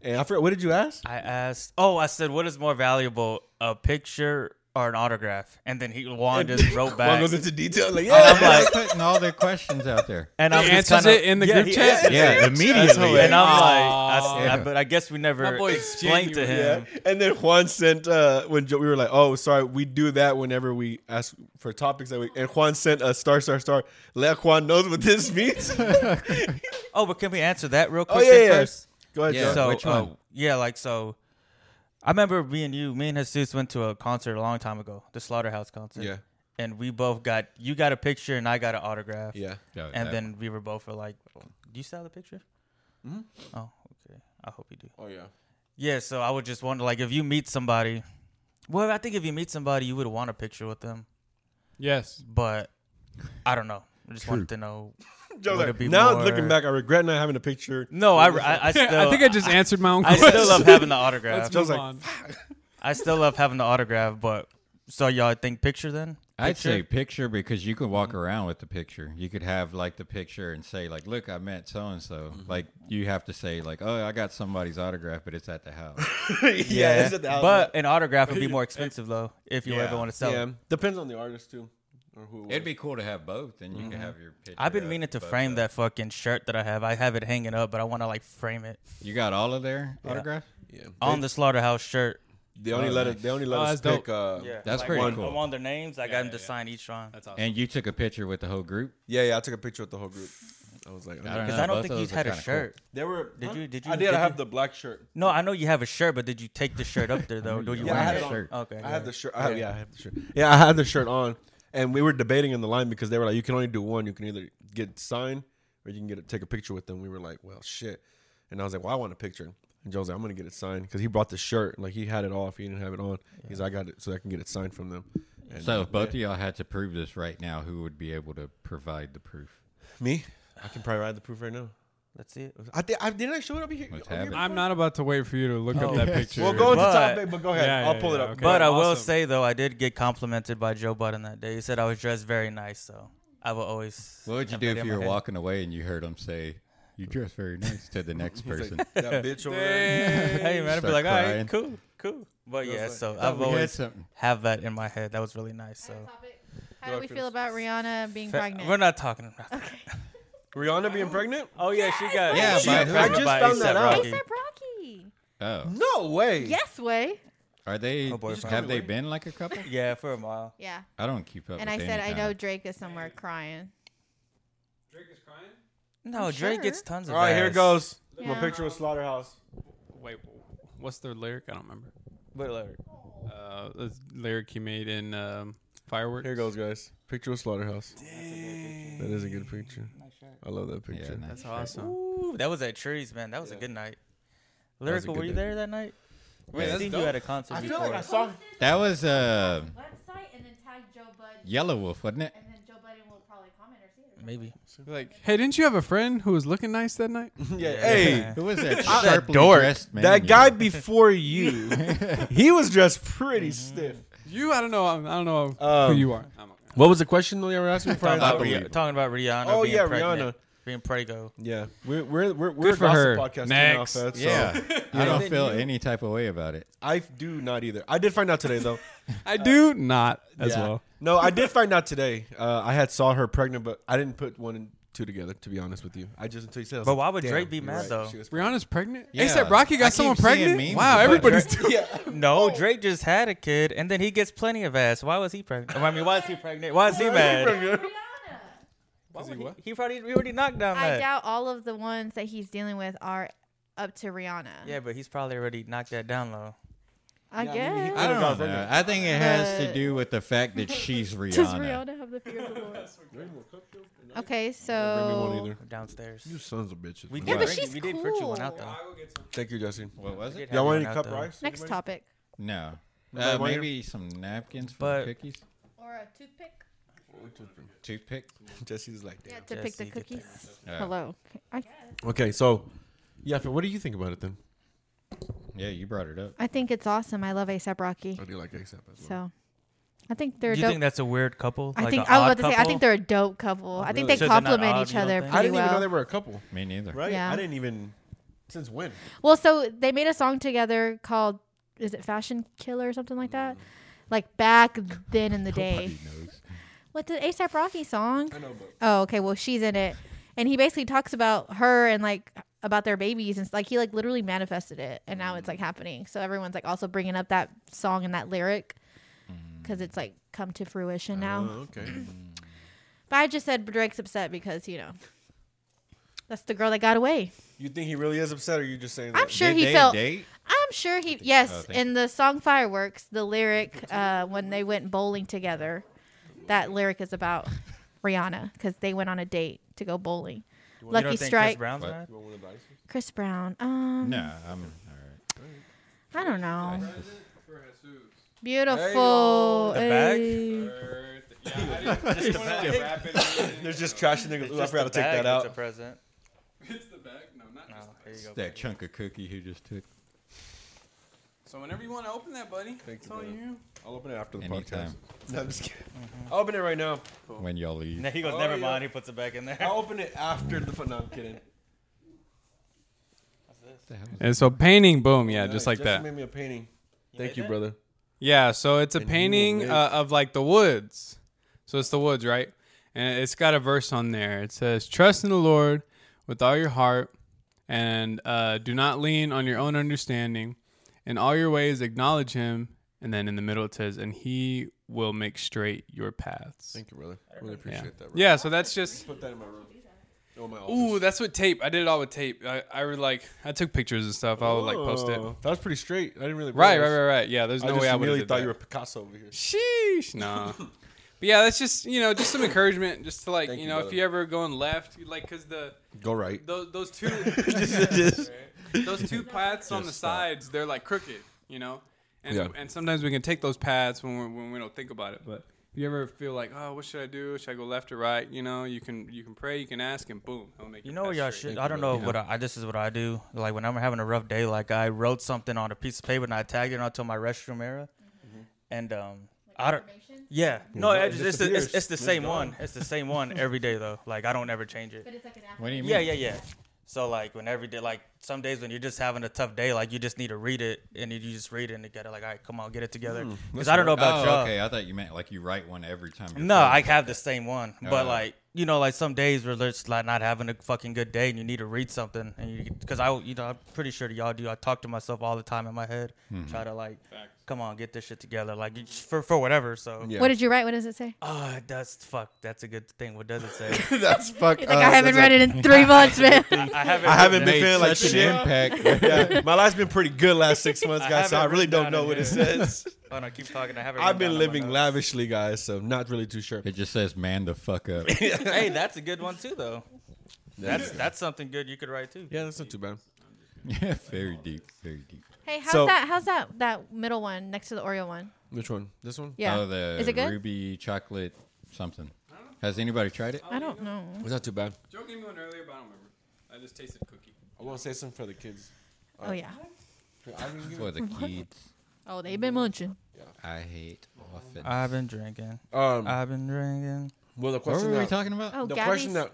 Speaker 1: and I forgot. What did you ask?
Speaker 3: I asked. Oh, I said, what is more valuable, a picture or an autograph? And then he Juan just wrote
Speaker 1: Juan
Speaker 3: back.
Speaker 1: goes into detail. Like,
Speaker 4: Oh,
Speaker 1: yeah.
Speaker 4: I'm like putting all their questions out there.
Speaker 3: and
Speaker 6: He
Speaker 3: I'm just
Speaker 6: answers
Speaker 3: kinda,
Speaker 6: it in the
Speaker 1: Yeah,
Speaker 6: group
Speaker 1: he
Speaker 6: chat.
Speaker 4: Yeah, immediately.
Speaker 3: And I'm like, I,
Speaker 6: Aw.
Speaker 3: s- I- but I guess we never
Speaker 6: My boy's
Speaker 3: explained to
Speaker 1: Yeah.
Speaker 3: him.
Speaker 1: And then Juan sent uh when Joe, we were like, "Oh, sorry, we do that whenever we ask for topics that we." And Juan sent a star, star, star. Let Juan knows what this means. oh
Speaker 3: Oh, but can we answer that real quick
Speaker 1: yeah,
Speaker 3: then
Speaker 1: yeah.
Speaker 3: first?
Speaker 1: Go ahead,
Speaker 4: Yeah.
Speaker 1: Joe.
Speaker 3: So,
Speaker 4: which
Speaker 3: uh,
Speaker 4: one?
Speaker 3: yeah, like so. I remember me and you, me and Jesus went to a concert a long time ago, the Slaughterhouse concert.
Speaker 1: Yeah.
Speaker 3: And we both got you got a picture and I got an autograph.
Speaker 1: Yeah.
Speaker 4: No,
Speaker 3: And
Speaker 4: that-
Speaker 3: then we were both were like, "Do you sell the picture?" Mm-hmm. Oh, okay. I hope you do.
Speaker 1: Oh yeah.
Speaker 3: Yeah. So I would just wonder, like, if you meet somebody, well, I think if you meet somebody, you would want a picture with them,
Speaker 6: Yes.
Speaker 3: but I don't know. I just wanted to know.
Speaker 1: Joe's
Speaker 3: Would
Speaker 1: like,
Speaker 3: it be
Speaker 1: now
Speaker 3: more-
Speaker 1: looking back, I regret not having a picture.
Speaker 3: No, I, I, I still.
Speaker 6: I think I just answered my own
Speaker 3: I
Speaker 6: question.
Speaker 3: still love having the autograph.
Speaker 6: Let's move
Speaker 1: like,
Speaker 6: on.
Speaker 3: I still love having the autograph, but so y'all think picture then?
Speaker 4: I'd
Speaker 3: Picture?
Speaker 4: say picture Mm-hmm. because you could walk around with the picture. You could have like the picture and say like, "Look, I met so and so." Like you have to say like, "Oh, I got somebody's autograph, but it's at the house."
Speaker 1: yeah, it's at the house.
Speaker 3: but an autograph would be more expensive though if you
Speaker 4: Yeah.
Speaker 3: ever want to sell
Speaker 1: yeah,
Speaker 3: it.
Speaker 1: depends on the artist too, or who. It
Speaker 4: It'd
Speaker 1: was.
Speaker 4: be cool to have both, and you could have your picture.
Speaker 3: I've been
Speaker 4: up,
Speaker 3: meaning to
Speaker 4: but,
Speaker 3: frame
Speaker 4: uh,
Speaker 3: that fucking shirt that I have. I have it hanging up, but I want to like frame it
Speaker 4: You got all of their autograph.
Speaker 1: Yeah.
Speaker 3: on the slaughterhouse shirt.
Speaker 1: They only
Speaker 4: Oh,
Speaker 1: let
Speaker 4: nice.
Speaker 1: it. They only let
Speaker 6: Oh,
Speaker 1: us
Speaker 6: that's dope.
Speaker 1: pick. Uh,
Speaker 4: That's pretty
Speaker 3: one-
Speaker 4: cool.
Speaker 3: I want their names. I got them to sign each one. Because
Speaker 4: And you took a picture with the whole group.
Speaker 1: yeah, yeah. I took a picture with the whole group. I was like,
Speaker 4: don't
Speaker 3: I
Speaker 4: both
Speaker 3: don't think
Speaker 4: of
Speaker 3: you
Speaker 4: those are
Speaker 3: had a
Speaker 4: kinda cool.
Speaker 3: shirt.
Speaker 1: they were.
Speaker 3: Did
Speaker 1: huh?
Speaker 3: you- did
Speaker 1: I
Speaker 3: you-
Speaker 1: did.
Speaker 3: did
Speaker 1: I have
Speaker 3: you-
Speaker 1: the black shirt.
Speaker 3: No, I know you have a shirt, but did you take the shirt up there though? Do you
Speaker 4: Yeah,
Speaker 3: wear
Speaker 4: I
Speaker 3: it?
Speaker 4: had it on. shirt.
Speaker 3: Okay.
Speaker 1: I had the
Speaker 3: yeah.
Speaker 1: shirt. I had, yeah, I had the shirt. Yeah, I had the shirt on, and we were debating in the line because they were like, "You can only do one. You can either get signed or you can get a, take a picture with them." We were like, "Well, shit," and I was like, "Well, I want a picture." And Joe's like, "I'm gonna get it signed because he brought the shirt. Like he had it off. He didn't have it on. He's like, I got it, so I can get it signed from them." And
Speaker 4: So if both of y'all had to prove this right now, who would be able to provide the proof?
Speaker 1: me, I can probably ride the proof right now.
Speaker 3: Let's see it.
Speaker 1: I, thi- I didn't I show it over here.
Speaker 4: Let's
Speaker 1: over
Speaker 4: have
Speaker 1: here
Speaker 4: it.
Speaker 6: I'm not about to wait for you to look up
Speaker 3: Oh,
Speaker 6: that
Speaker 3: yes.
Speaker 6: picture.
Speaker 1: before? Well, go into
Speaker 3: But-
Speaker 1: topic, but go ahead.
Speaker 6: Yeah,
Speaker 1: I'll
Speaker 6: yeah,
Speaker 1: pull it
Speaker 6: yeah,
Speaker 1: up.
Speaker 6: okay.
Speaker 3: But I will
Speaker 6: awesome.
Speaker 3: say though, I did get complimented by Joe Budden that day. He said I was dressed very nice, so I will always.
Speaker 4: What would you
Speaker 3: have
Speaker 4: do if
Speaker 3: that in
Speaker 4: you
Speaker 3: my
Speaker 4: were
Speaker 3: head.
Speaker 4: walking away and you heard them say, "You dress very nice" to the next
Speaker 1: He's
Speaker 4: person?
Speaker 1: like, that bitch over there.
Speaker 3: Hey man, I'd be
Speaker 4: Start
Speaker 3: like, all
Speaker 4: crying.
Speaker 3: right, cool, cool. But yeah, so I've
Speaker 4: we had
Speaker 3: always
Speaker 4: something.
Speaker 3: have that in my head. That was really nice. So
Speaker 2: Another topic. How do we feel about Rihanna being
Speaker 3: Fa-
Speaker 2: pregnant?
Speaker 3: we're not talking. about that.
Speaker 1: Rihanna being pregnant?
Speaker 3: Oh yeah, she got.
Speaker 4: Yeah,
Speaker 3: she
Speaker 4: by
Speaker 3: got
Speaker 4: who?
Speaker 3: pregnant
Speaker 1: I just
Speaker 3: by
Speaker 1: found that
Speaker 3: A$AP
Speaker 1: out.
Speaker 3: Rocky.
Speaker 2: ASAP Rocky.
Speaker 4: Oh,
Speaker 1: No way.
Speaker 2: Yes, way.
Speaker 4: are they?
Speaker 3: Oh, boyfriend.
Speaker 4: have they been like a couple?
Speaker 3: Yeah, for a while.
Speaker 2: Yeah.
Speaker 4: I don't keep up.
Speaker 2: And I
Speaker 4: with
Speaker 2: said,
Speaker 4: any
Speaker 2: I
Speaker 4: kind
Speaker 2: know
Speaker 4: of-
Speaker 2: Drake is somewhere crying.
Speaker 6: Drake is crying.
Speaker 3: No,
Speaker 2: I'm
Speaker 3: Drake
Speaker 2: sure.
Speaker 3: gets tons of.
Speaker 1: All right, here
Speaker 3: ass.
Speaker 1: goes. My
Speaker 2: Yeah.
Speaker 1: picture with Slaughterhouse.
Speaker 6: Wait, what's the lyric? I don't remember.
Speaker 3: But like,
Speaker 6: Uh, the lyric he made in um, Fireworks.
Speaker 1: Here goes, guys. Picture with Slaughterhouse. That is a good picture. I love that
Speaker 4: Yeah,
Speaker 1: picture.
Speaker 4: nice.
Speaker 6: That's awesome.
Speaker 3: ooh, that was at trees, man. That was a good night.
Speaker 4: was a
Speaker 3: Lyrical,
Speaker 4: good
Speaker 3: were you
Speaker 4: day.
Speaker 3: there that night?
Speaker 6: Wait,
Speaker 3: I
Speaker 6: that's
Speaker 3: seen
Speaker 6: dope.
Speaker 3: you at a concert before.
Speaker 1: saw.
Speaker 4: That was uh,
Speaker 2: Website and then tag Joe Budden.
Speaker 4: Yellow Wolf, wasn't it?
Speaker 2: And then Joe Budden will probably comment or see it.
Speaker 3: Maybe.
Speaker 6: Like, hey, didn't you have a friend who was looking nice that night?
Speaker 1: Yeah.
Speaker 3: Yeah.
Speaker 1: Hey,
Speaker 4: Who was
Speaker 1: That
Speaker 4: that sharply
Speaker 1: dork.
Speaker 4: dressed man?
Speaker 1: that
Speaker 4: you-
Speaker 1: guy before you, he was dressed pretty stiff.
Speaker 6: You, I don't know. I don't know
Speaker 1: Um,
Speaker 6: who you are.
Speaker 1: What was the question that you were asking for?
Speaker 3: Talking about,
Speaker 4: believe
Speaker 3: Rih-
Speaker 4: it.
Speaker 3: talking about Rihanna.
Speaker 1: Oh,
Speaker 3: being
Speaker 1: yeah,
Speaker 3: pregnant,
Speaker 1: Rihanna.
Speaker 3: being prego.
Speaker 1: Yeah, we're we're we're, we're a
Speaker 6: for
Speaker 1: gossip
Speaker 6: her.
Speaker 1: podcast
Speaker 6: Next.
Speaker 1: Now, Fed, so
Speaker 4: Yeah, I don't
Speaker 1: then
Speaker 4: feel
Speaker 1: you-
Speaker 4: any type of way about it.
Speaker 1: I do not either. I did find out today though.
Speaker 6: I do not as
Speaker 1: Yeah.
Speaker 6: well.
Speaker 1: No, I did find out today. Uh, I had saw her pregnant, but I didn't put one two together. To be honest with you, I just until you said. I was
Speaker 3: But
Speaker 1: like,
Speaker 3: why would
Speaker 1: "Damn,
Speaker 3: Drake be
Speaker 1: you're
Speaker 3: mad, though?
Speaker 1: She was-
Speaker 6: Rihanna's pregnant.
Speaker 4: Yeah.
Speaker 6: ASAP Rocky
Speaker 4: I
Speaker 6: got
Speaker 4: keep
Speaker 6: someone
Speaker 4: seeing
Speaker 6: pregnant.
Speaker 4: memes
Speaker 6: Wow,
Speaker 4: about
Speaker 6: everybody's
Speaker 4: Drake.
Speaker 6: doing.
Speaker 3: No,
Speaker 2: Oh.
Speaker 3: Drake just had a kid, and then he gets plenty of ass. Why was he pregnant? I mean, why is he pregnant? Why is he mad?
Speaker 2: Rihanna.
Speaker 3: Why
Speaker 6: Is he
Speaker 3: would
Speaker 6: what?
Speaker 3: he, he probably he already knocked down
Speaker 2: I
Speaker 3: that.
Speaker 2: doubt all of the ones that he's dealing with are up to Rihanna.
Speaker 3: yeah, but he's probably already knocked that down low.
Speaker 2: I
Speaker 1: I mean, he
Speaker 4: I
Speaker 2: guess.
Speaker 1: could've got
Speaker 4: don't know.
Speaker 1: pregnant.
Speaker 4: I think it has to
Speaker 2: But-
Speaker 4: do with the fact that she's
Speaker 2: Does
Speaker 4: Rihanna.
Speaker 2: Rihanna have the fear of the Lord? okay, so.
Speaker 1: Bring me one either.
Speaker 3: Downstairs.
Speaker 1: You sons of bitches.
Speaker 3: We
Speaker 1: man.
Speaker 3: did
Speaker 2: but
Speaker 3: bring-
Speaker 2: she's
Speaker 3: we did put you one
Speaker 2: cool.
Speaker 3: out though.
Speaker 1: Thank you, Jesse.
Speaker 4: What was
Speaker 3: We did
Speaker 4: it?
Speaker 3: have
Speaker 1: Y'all want any
Speaker 3: one out,
Speaker 1: cup
Speaker 3: though.
Speaker 1: rice?
Speaker 2: Next
Speaker 1: Anybody?
Speaker 2: topic.
Speaker 4: No.
Speaker 1: Nobody
Speaker 4: Uh,
Speaker 1: want your-
Speaker 4: maybe some napkins for
Speaker 3: But-
Speaker 4: the cookies?
Speaker 2: Or a toothpick?
Speaker 4: Toothpick?
Speaker 1: Jesse's like
Speaker 2: Yeah,
Speaker 1: that.
Speaker 2: to pick
Speaker 3: Jesse,
Speaker 2: the
Speaker 3: get that.
Speaker 2: cookies.
Speaker 4: Yeah.
Speaker 2: Hello. I,
Speaker 1: Okay, so yeah, what do you think about it then?
Speaker 4: Yeah, you brought it up.
Speaker 2: I think it's awesome. I love ASAP Rocky.
Speaker 1: I do like ASAP as well.
Speaker 2: So. I think they're
Speaker 3: Do
Speaker 2: a
Speaker 3: you
Speaker 2: dope.
Speaker 3: think that's a weird couple?
Speaker 2: I
Speaker 3: Like
Speaker 2: think
Speaker 3: an
Speaker 2: I was
Speaker 3: odd
Speaker 2: about to say I
Speaker 3: couple?
Speaker 2: think they're a dope couple. I think
Speaker 1: really?
Speaker 2: they
Speaker 3: So they're not
Speaker 2: complement
Speaker 3: odd,
Speaker 2: each
Speaker 3: you don't
Speaker 2: other
Speaker 3: think?
Speaker 2: pretty
Speaker 3: I
Speaker 1: I didn't
Speaker 2: well.
Speaker 1: even know they were a couple,
Speaker 4: Me neither.
Speaker 1: right?
Speaker 2: Yeah.
Speaker 1: I didn't even since when.
Speaker 2: Well, so they made a song together called is it Fashion Killer or something like that? Like back then in the day.
Speaker 4: Nobody knows.
Speaker 2: What's the ASAP Rocky song?
Speaker 1: I know, but
Speaker 2: Oh, okay. Well, she's in it, and he basically talks about her and like about their babies and s- like he like literally manifested it, and now it's like happening. So everyone's like also bringing up that song and that lyric because it's like come to fruition now.
Speaker 1: Oh, okay.
Speaker 2: But I just said Drake's upset because you know that's the girl that got away.
Speaker 1: you think he really is upset, or you just saying?
Speaker 2: I'm
Speaker 1: that?
Speaker 2: sure
Speaker 4: Did
Speaker 2: he
Speaker 4: they
Speaker 2: felt.
Speaker 4: date?
Speaker 2: I'm sure he. Yes,
Speaker 4: Oh, thank you.
Speaker 2: in the song Fireworks, the lyric uh, when they went bowling together, that lyric is about Rihanna because they went on a date to go bowling.
Speaker 3: You don't
Speaker 2: Lucky
Speaker 3: think Chris
Speaker 2: Strike.
Speaker 3: Brown's
Speaker 4: What?
Speaker 3: mad?
Speaker 1: You want one of the ices?
Speaker 2: Chris Brown. Um,
Speaker 4: No, I'm all
Speaker 2: I don't know.
Speaker 4: right.
Speaker 2: Beautiful.
Speaker 3: The bag?
Speaker 2: Ay.
Speaker 1: There's just trash and niggas. Ooh, I forgot to take that
Speaker 3: It's a
Speaker 1: out.
Speaker 3: present.
Speaker 6: It's the back. No, not
Speaker 3: Oh, there you go.
Speaker 4: That chunk of cookie he just took.
Speaker 6: So whenever you want to open that, buddy, it's
Speaker 1: you,
Speaker 6: all
Speaker 1: brother.
Speaker 6: you.
Speaker 1: I'll open it after the podcast.
Speaker 4: Anytime.
Speaker 1: No, I'm just kidding. I'll open it right now.
Speaker 4: When y'all leave.
Speaker 3: And he goes,
Speaker 1: Oh,
Speaker 3: never
Speaker 1: yeah. Oh,
Speaker 3: mind. He puts it back in there.
Speaker 1: I'll open it after the. No, I'm kidding.
Speaker 6: And so painting, boom, yeah,
Speaker 1: No,
Speaker 6: just like
Speaker 1: Jesse
Speaker 6: that.
Speaker 1: Made me a painting. Thank
Speaker 3: made
Speaker 1: you,
Speaker 3: that?
Speaker 1: brother.
Speaker 6: Yeah, so it's a
Speaker 1: And you
Speaker 6: painting
Speaker 1: make-
Speaker 6: uh, of like the woods. So it's the woods, right? And it's got a verse on there. It says, "Trust in the Lord with all your heart, and uh, do not lean on your own understanding. In all your ways, acknowledge Him." And then in the middle, it says, "And He will make straight your paths."
Speaker 1: Thank you, brother. Really
Speaker 6: yeah.
Speaker 1: appreciate that. Bro.
Speaker 6: yeah, so that's just.
Speaker 1: Put that in my room. Oh my.
Speaker 6: Ooh, that's with tape. I did it all with tape. I, I would like, I took pictures and stuff.
Speaker 1: Oh,
Speaker 6: I would like post it.
Speaker 1: That was pretty straight. I didn't really.
Speaker 6: Right, right,
Speaker 1: realize.
Speaker 6: right, right. Yeah, there's no
Speaker 1: I just
Speaker 6: way I would
Speaker 1: immediately
Speaker 6: have
Speaker 1: thought you were Picasso over here.
Speaker 6: Sheesh, no. but yeah, that's just you know just some encouragement, just to like
Speaker 1: Thank
Speaker 6: you
Speaker 1: you,
Speaker 6: know if
Speaker 1: brother.
Speaker 6: you ever going left, you like because the
Speaker 1: Go right.
Speaker 6: those, those two those two paths on the sides they're like crooked, you know, and
Speaker 1: Yeah.
Speaker 6: and sometimes we can take those paths when we when we don't think about it, but. If you ever feel like, oh, what should I do? Should I go left or right? You know, you can you can pray, you can ask, and boom, he'll make
Speaker 3: You
Speaker 6: your
Speaker 3: know what
Speaker 6: path
Speaker 3: y'all
Speaker 6: straight.
Speaker 3: should? I don't know
Speaker 6: Yeah.
Speaker 3: what I, I- This is what I do. Like when I'm having a rough day, like I wrote something on a piece of paper and I tagged it onto my restroom era,
Speaker 1: Mm-hmm.
Speaker 3: and um, I don't.
Speaker 2: affirmations?
Speaker 3: Yeah, no,
Speaker 1: no, it
Speaker 3: it's, it's, the, it's,
Speaker 1: disappears.
Speaker 3: it's the
Speaker 1: It's
Speaker 3: same
Speaker 1: gone.
Speaker 3: one. It's the same one every day though. Like I don't ever change it.
Speaker 2: But it's like an
Speaker 4: What do you mean?
Speaker 3: Yeah, yeah, yeah. So like when every day, like some days when you're just having a tough day, like you just need to read it and you just read it and get it. Like, all right, come on, get it together.
Speaker 1: Hmm,
Speaker 3: Because I don't know about
Speaker 4: oh,
Speaker 3: y'all.
Speaker 4: okay. I thought you meant like you write one every time. you're
Speaker 3: No, I
Speaker 4: finished.
Speaker 3: have the same one, but
Speaker 4: Oh.
Speaker 3: like you know, like some days where it's like not having a fucking good day, and you need to read something, and you because I, you know, I'm pretty sure y'all do. I talk to myself all the time in my head,
Speaker 1: Hmm.
Speaker 3: try to like, come on, get this shit together, like it's for for whatever. So
Speaker 1: Yeah.
Speaker 2: What did you write? What does it say?
Speaker 4: Uh,
Speaker 3: Ah, that's fuck. That's a good thing. What does it say?
Speaker 4: That's fuck.
Speaker 2: He's like, I haven't read it in three months, man.
Speaker 3: I, I haven't.
Speaker 1: I haven't
Speaker 3: written
Speaker 1: been feeling like
Speaker 4: such
Speaker 1: shit.
Speaker 4: an impact.
Speaker 1: yeah, my life's been pretty good last six months,
Speaker 3: I
Speaker 1: guys. So I
Speaker 3: haven't
Speaker 1: really
Speaker 3: written
Speaker 1: don't
Speaker 3: down
Speaker 1: know
Speaker 3: in
Speaker 1: what it
Speaker 3: here.
Speaker 1: says.
Speaker 3: it. Hold on, keep talking. I haven't.
Speaker 1: I've
Speaker 3: written
Speaker 1: been
Speaker 3: down on my
Speaker 1: living
Speaker 3: notes.
Speaker 1: lavishly, guys, so not really too sure.
Speaker 4: it just says man the fuck up.
Speaker 3: Hey, that's a good one too, though. That's that's something good you could write too.
Speaker 1: Yeah, that's not too bad.
Speaker 4: yeah, very deep, very deep.
Speaker 2: hey, how's
Speaker 1: So-
Speaker 2: that? How's that? That middle one next to the Oreo one.
Speaker 1: Which one? This one?
Speaker 2: Yeah.
Speaker 4: Oh, the
Speaker 2: is it good?
Speaker 4: ruby chocolate something. Has anybody tried it?
Speaker 2: I don't know.
Speaker 1: It's not too bad.
Speaker 6: Joe gave me one earlier, but I don't remember. I just tasted cookie.
Speaker 1: I want to say something for the kids.
Speaker 2: Oh yeah.
Speaker 1: I didn't give
Speaker 4: For the kids,
Speaker 2: Oh, they've been munching.
Speaker 4: I hate muffins.
Speaker 3: I've been drinking.
Speaker 1: it- um,
Speaker 3: I've been drinking.
Speaker 1: well, the
Speaker 4: what
Speaker 1: question
Speaker 4: were we
Speaker 1: that,
Speaker 4: talking about?
Speaker 2: Oh,
Speaker 1: The
Speaker 2: Gabby's.
Speaker 1: question that-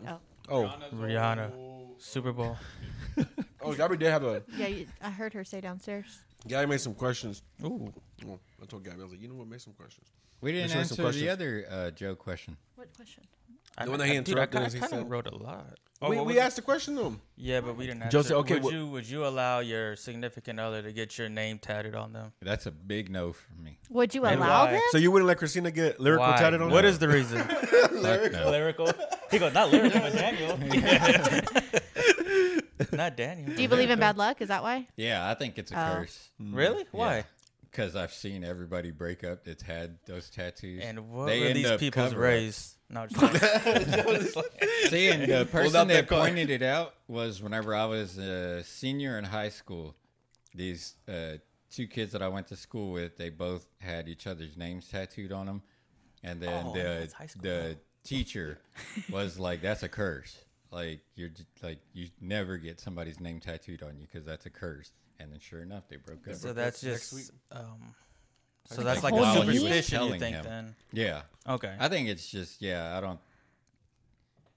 Speaker 2: oh,
Speaker 1: Oh,
Speaker 3: Rihanna, Super Bowl.
Speaker 1: oh, Gabby did have a.
Speaker 2: yeah. You, I heard her say downstairs.
Speaker 1: Gabby made some questions.
Speaker 3: Ooh.
Speaker 1: Well, I told Gabby, I was like, you know what, make some questions.
Speaker 4: We didn't
Speaker 1: Let's hear some
Speaker 4: answer the
Speaker 1: questions.
Speaker 4: other uh, Joe question.
Speaker 2: What question?
Speaker 3: I,
Speaker 1: The one that he
Speaker 3: dude, I
Speaker 1: interrupted
Speaker 3: kinda-
Speaker 1: us, he
Speaker 3: I kinda
Speaker 1: said. Oh,
Speaker 3: wrote a lot.
Speaker 1: we
Speaker 3: what
Speaker 1: we
Speaker 3: was it?
Speaker 1: asked the question to him.
Speaker 3: Yeah, but we didn't. Answer.
Speaker 1: Joseph, okay,
Speaker 3: would
Speaker 1: wha-
Speaker 3: you would you allow your significant other to get your name tatted on them?
Speaker 4: That's a big no for me.
Speaker 2: Would you
Speaker 3: And
Speaker 2: allow
Speaker 3: why?
Speaker 2: them?
Speaker 1: So you wouldn't let Christina get lyrical
Speaker 3: Why?
Speaker 1: tatted on?
Speaker 3: What
Speaker 1: her?
Speaker 3: is the reason?
Speaker 4: Fuck no.
Speaker 3: lyrical. He goes, not lyrical, but Daniel. not Daniel.
Speaker 2: Do you believe in bad luck? Is that why?
Speaker 4: Yeah, I think it's a
Speaker 2: Oh.
Speaker 4: curse
Speaker 3: Really? Why?
Speaker 4: because I've seen everybody break up that's had those tattoos.
Speaker 3: And what
Speaker 4: They
Speaker 3: were
Speaker 4: end
Speaker 3: these
Speaker 4: up
Speaker 3: people's
Speaker 4: cover-ups.
Speaker 3: race? No, just
Speaker 4: See, and the person
Speaker 1: out
Speaker 4: that
Speaker 1: that card.
Speaker 4: pointed it out was whenever I was a senior in high school. These uh, two kids that I went to school with, they both had each other's names tattooed on them, and then
Speaker 3: Oh,
Speaker 4: the
Speaker 3: that's high school
Speaker 4: the teacher was like, "That's a curse. Like you're just, like you never get somebody's name tattooed on you because that's a curse." And then, sure enough, they broke up.
Speaker 3: so that's just um. So that's
Speaker 4: think
Speaker 3: like
Speaker 4: Paul
Speaker 3: a
Speaker 4: was
Speaker 3: superstition, you
Speaker 4: telling
Speaker 3: think?
Speaker 4: him.
Speaker 3: Then
Speaker 4: yeah,
Speaker 3: okay.
Speaker 4: I think it's just yeah. I don't,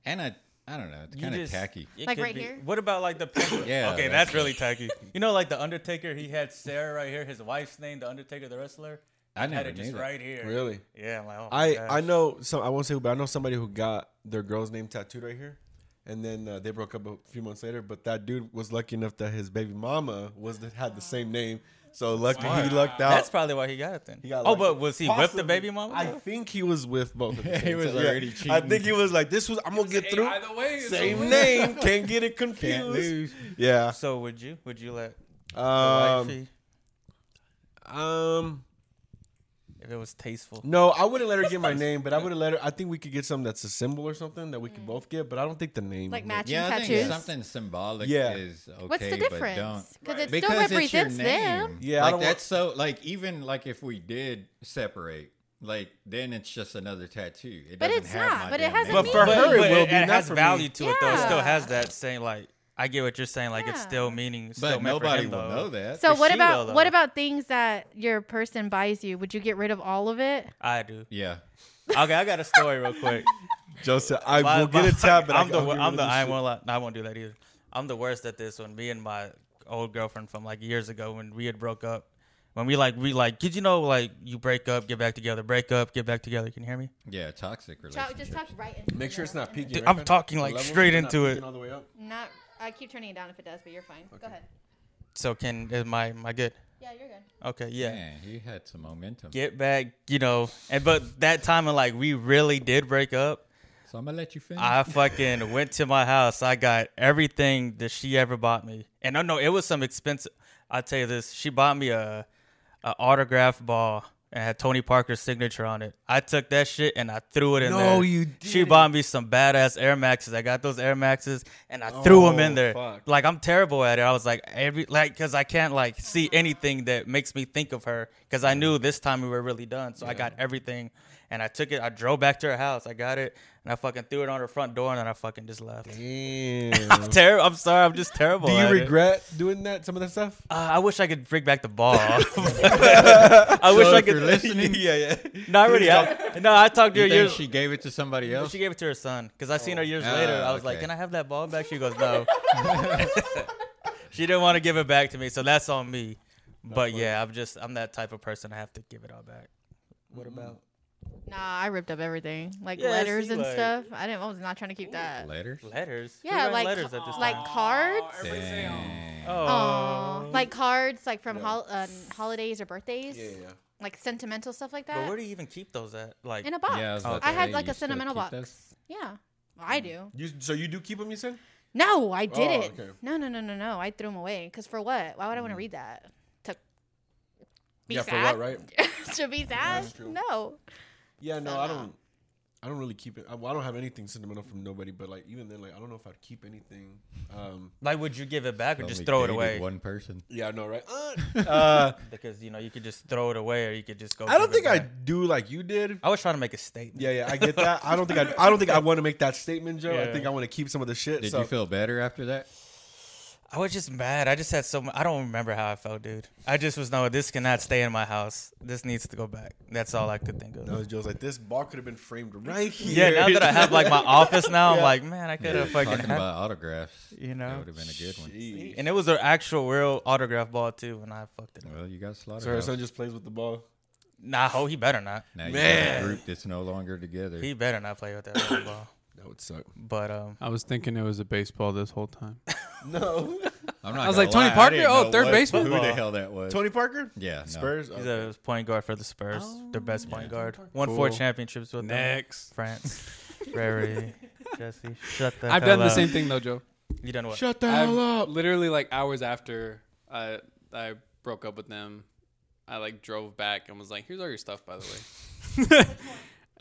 Speaker 4: and I I don't know. It's
Speaker 3: You
Speaker 4: kind of
Speaker 3: just-
Speaker 4: tacky.
Speaker 3: it
Speaker 2: Like
Speaker 3: could
Speaker 2: right here?
Speaker 3: What about like the picture?
Speaker 4: Yeah,
Speaker 3: Okay,
Speaker 4: that's
Speaker 3: that's really tacky. You know, like the Undertaker, he had Sarah right here, his wife's name, the Undertaker, the wrestler.
Speaker 4: I
Speaker 3: Had
Speaker 4: never
Speaker 3: it
Speaker 4: knew
Speaker 3: just
Speaker 4: that.
Speaker 3: right here.
Speaker 1: really?
Speaker 3: Yeah. I'm like, oh my
Speaker 1: I
Speaker 3: gosh.
Speaker 1: I know some. I won't say who, but I know somebody who got their girl's name tattooed right here, and then uh, they broke up a few months later. But that dude was lucky enough that his baby mama was the, had the same name. So lucky he lucked out.
Speaker 3: That's probably why he got it then.
Speaker 1: uh, He got
Speaker 3: oh,
Speaker 1: lucky.
Speaker 3: but was he with the
Speaker 1: Possibly.
Speaker 3: baby mama?
Speaker 1: I
Speaker 3: though?
Speaker 1: think he was with both. Of them.
Speaker 4: He was already cheating.
Speaker 1: I think he was like, "This was I'm gonna get through."
Speaker 6: either way, it's a
Speaker 1: same
Speaker 6: win.
Speaker 1: name, can't get it confused.
Speaker 4: lose.
Speaker 1: Yeah.
Speaker 3: So would you? Would you let the
Speaker 1: Um,
Speaker 3: wifey
Speaker 1: um.
Speaker 3: if it was tasteful?
Speaker 1: No, I wouldn't let her get my name, but I would have let her. I think we could get something that's a symbol or something that we could both get, but I don't think the name.
Speaker 2: Like
Speaker 1: would-
Speaker 2: matching
Speaker 4: Yeah, I
Speaker 2: tattoos?
Speaker 4: think something symbolic
Speaker 1: Yeah.
Speaker 4: is okay,
Speaker 2: What's the
Speaker 4: but don't.
Speaker 2: difference? Because it still
Speaker 4: Because it's your
Speaker 2: represents
Speaker 4: name.
Speaker 2: them.
Speaker 1: Yeah, I
Speaker 4: like
Speaker 1: don't want-
Speaker 4: that's so. Like even like if we did separate, like then it's just another tattoo. It
Speaker 2: But
Speaker 4: doesn't
Speaker 2: it's
Speaker 4: have
Speaker 2: not,
Speaker 4: my
Speaker 2: but it
Speaker 4: damn
Speaker 2: hasn't
Speaker 4: name.
Speaker 1: But for
Speaker 2: mean-
Speaker 1: her, it
Speaker 3: but
Speaker 1: will
Speaker 3: it,
Speaker 1: be.
Speaker 3: it
Speaker 1: not
Speaker 3: has
Speaker 1: for me.
Speaker 3: value to it though. It still
Speaker 2: Yeah.
Speaker 3: has that same like I get what you're saying. Like it's
Speaker 2: Yeah.
Speaker 3: still meaning. Still
Speaker 4: But
Speaker 3: meant
Speaker 4: nobody
Speaker 3: for him,
Speaker 4: will
Speaker 3: though.
Speaker 4: know that.
Speaker 2: So
Speaker 3: But
Speaker 2: what
Speaker 3: she
Speaker 2: about
Speaker 3: will,
Speaker 2: what
Speaker 3: though.
Speaker 2: about things that your person buys you? Would you get rid of all of it?
Speaker 3: I do.
Speaker 4: yeah,
Speaker 3: Okay, I got a story real quick.
Speaker 1: Joseph, I
Speaker 3: My-
Speaker 1: will get
Speaker 3: my-
Speaker 1: a tab, but
Speaker 3: I'm
Speaker 1: I,
Speaker 3: the
Speaker 1: I'll
Speaker 3: wor-
Speaker 1: get
Speaker 3: I'm
Speaker 1: rid
Speaker 3: the
Speaker 1: of
Speaker 3: I
Speaker 1: this
Speaker 3: won't lie- no, I won't do that either. I'm the worst at this one. Me and my old girlfriend from like years ago when we had broke up. When we like we like did you know like you break up, get back together, break up, get back together. Can you hear me?
Speaker 4: yeah, toxic relationship.
Speaker 2: Talk, just talk right into
Speaker 1: shit. Make sure it's not peeking.
Speaker 3: Dude,
Speaker 1: right,
Speaker 3: I'm
Speaker 1: fam?
Speaker 3: talking, like,
Speaker 1: The level,
Speaker 3: straight
Speaker 1: you're not
Speaker 3: into it.
Speaker 1: peeking all the way up.
Speaker 2: Not. I keep turning it down if it does, but you're fine. Go ahead.
Speaker 3: So can is my my good?
Speaker 2: Yeah, you're good.
Speaker 3: Okay, yeah.
Speaker 4: Man, he had some momentum.
Speaker 3: Get back, you know. And but that time of like we really did break up.
Speaker 4: So I'm gonna let you finish.
Speaker 3: I fucking went to my house. I got everything that she ever bought me, and I know it was some expensive. I tell you this, she bought me a, a autograph ball and had Tony Parker's signature on it. I took that shit and I threw it in there.
Speaker 1: No, you
Speaker 3: She bought me some badass Air Maxes. I got those Air Maxes and I threw them in
Speaker 1: Oh,
Speaker 3: there.
Speaker 1: fuck.
Speaker 3: Like I'm terrible at it. I was like every like because I can't like see anything that makes me think of her because I knew this time we were really done. So I got everything and I took it. I drove back to her house. I got it and I fucking threw it on her front door and then I fucking just left.
Speaker 1: Damn.
Speaker 3: I'm terrible. I'm sorry. I'm just terrible.
Speaker 1: Do you
Speaker 3: at it.
Speaker 1: regret doing that? Some of that stuff.
Speaker 3: Uh, I wish I could bring back the ball. I wish I
Speaker 4: if
Speaker 3: could.
Speaker 4: you're listening-
Speaker 3: yeah, yeah. No, I already. I, no, I talked to her
Speaker 4: you think
Speaker 3: years.
Speaker 4: she gave it to somebody else?
Speaker 3: She gave it to her son because I
Speaker 1: Oh,
Speaker 3: seen her years later.
Speaker 4: Ah,
Speaker 3: I was like,
Speaker 4: okay.
Speaker 3: "Can I have that ball back?" She goes, "No." she didn't want to give it back to me, so that's on me. But yeah, I'm just I'm that type of person. I have to give it all back. What about?
Speaker 2: Nah, I ripped up everything, like
Speaker 3: Yeah,
Speaker 2: letters
Speaker 3: see,
Speaker 2: and
Speaker 3: like-
Speaker 2: stuff. I didn't. I was not trying to keep that.
Speaker 4: Letters.
Speaker 3: Letters. Who
Speaker 2: Yeah,
Speaker 3: write
Speaker 2: like
Speaker 3: letters at this
Speaker 2: like
Speaker 3: time?
Speaker 2: cards.
Speaker 4: Dang.
Speaker 1: Oh.
Speaker 2: Aw. Like cards, like from hol- um, holidays or birthdays. Like sentimental stuff like
Speaker 3: But
Speaker 2: that.
Speaker 3: where do you even keep those at? Like
Speaker 2: In a box.
Speaker 4: Yeah, I
Speaker 1: Oh,
Speaker 4: was about
Speaker 2: I
Speaker 4: to
Speaker 2: had
Speaker 4: say,
Speaker 2: like
Speaker 4: you
Speaker 2: a
Speaker 4: still
Speaker 2: sentimental
Speaker 4: keep
Speaker 2: box.
Speaker 4: those?
Speaker 2: Yeah, I do.
Speaker 1: You, so you do keep them, you said?
Speaker 2: No, I did
Speaker 1: Mm. Oh,
Speaker 2: it.
Speaker 1: okay. Mm.
Speaker 2: No, no, no, no, no. I threw them away. Cause for what? Why would I want to read that? To be
Speaker 1: yeah, for
Speaker 2: sad.
Speaker 1: what, right?
Speaker 2: to be sad?
Speaker 1: true.
Speaker 2: No.
Speaker 1: Yeah, no,
Speaker 2: So,
Speaker 1: I
Speaker 2: no.
Speaker 1: don't. I don't really keep it. I, well, I don't have anything sentimental from nobody, but like even then, like I don't know if I'd keep anything. Um,
Speaker 3: like would you give it back or
Speaker 4: Only
Speaker 3: just throw it
Speaker 4: dated
Speaker 3: away?
Speaker 4: One person.
Speaker 1: yeah, I know, right? Uh, uh,
Speaker 3: Because you know you could just throw it away or you could just go.
Speaker 1: I don't
Speaker 3: give it
Speaker 1: think I
Speaker 3: back.
Speaker 1: do like you did.
Speaker 3: I was trying to make a statement.
Speaker 1: Yeah, yeah, I get that. I don't think I. I don't think I want to make that statement, Joe. I
Speaker 3: Yeah.
Speaker 1: think I want to keep some of the shit.
Speaker 4: Did
Speaker 1: so.
Speaker 4: you feel better after that?
Speaker 3: I was just mad. I just had so much. I don't remember how I felt, dude. I just was no. This cannot stay in my house. This needs to go back. That's all I could think of.
Speaker 1: No, Joe's like this ball could have been framed right
Speaker 3: yeah,
Speaker 1: here.
Speaker 3: now that I have like my office now, I'm
Speaker 1: Yeah.
Speaker 3: like, man, I could have fucking.
Speaker 4: Talking
Speaker 3: Had-
Speaker 4: about autographs,
Speaker 3: You know?
Speaker 4: that would have been a good one.
Speaker 1: Jeez.
Speaker 3: and it was an actual real autograph ball too, and I fucked it up.
Speaker 4: Well, you got slaughtered.
Speaker 1: So her son just plays with the ball.
Speaker 3: Nah, ho, he better not.
Speaker 4: now you
Speaker 1: Man.
Speaker 4: got a group that's no longer together.
Speaker 3: He better not play with that rubber ball.
Speaker 1: That would suck.
Speaker 3: But um,
Speaker 6: I was thinking it was a baseball this whole time.
Speaker 1: No.
Speaker 4: I'm not
Speaker 6: I was
Speaker 4: gonna
Speaker 6: like, Tony
Speaker 4: lie, I
Speaker 6: Parker?
Speaker 4: didn't
Speaker 6: Oh,
Speaker 4: know
Speaker 6: third
Speaker 4: what-
Speaker 6: baseman?
Speaker 4: Who the hell that was?
Speaker 1: Tony Parker?
Speaker 4: Yeah, no.
Speaker 1: Spurs? Uh,
Speaker 3: he's
Speaker 1: Okay.
Speaker 3: a point guard for the Spurs, their best point guard. Won
Speaker 6: Cool.
Speaker 3: four championships with them.
Speaker 6: Next.
Speaker 3: France, Rary, Jesse. Shut the
Speaker 6: I've
Speaker 3: hell
Speaker 6: done the
Speaker 3: up.
Speaker 6: same thing though, Joe.
Speaker 3: You done what?
Speaker 1: Shut the
Speaker 6: I've
Speaker 1: hell up.
Speaker 6: Literally like hours after I I broke up with them, I like drove back and was like, "Here's all your stuff, by the way."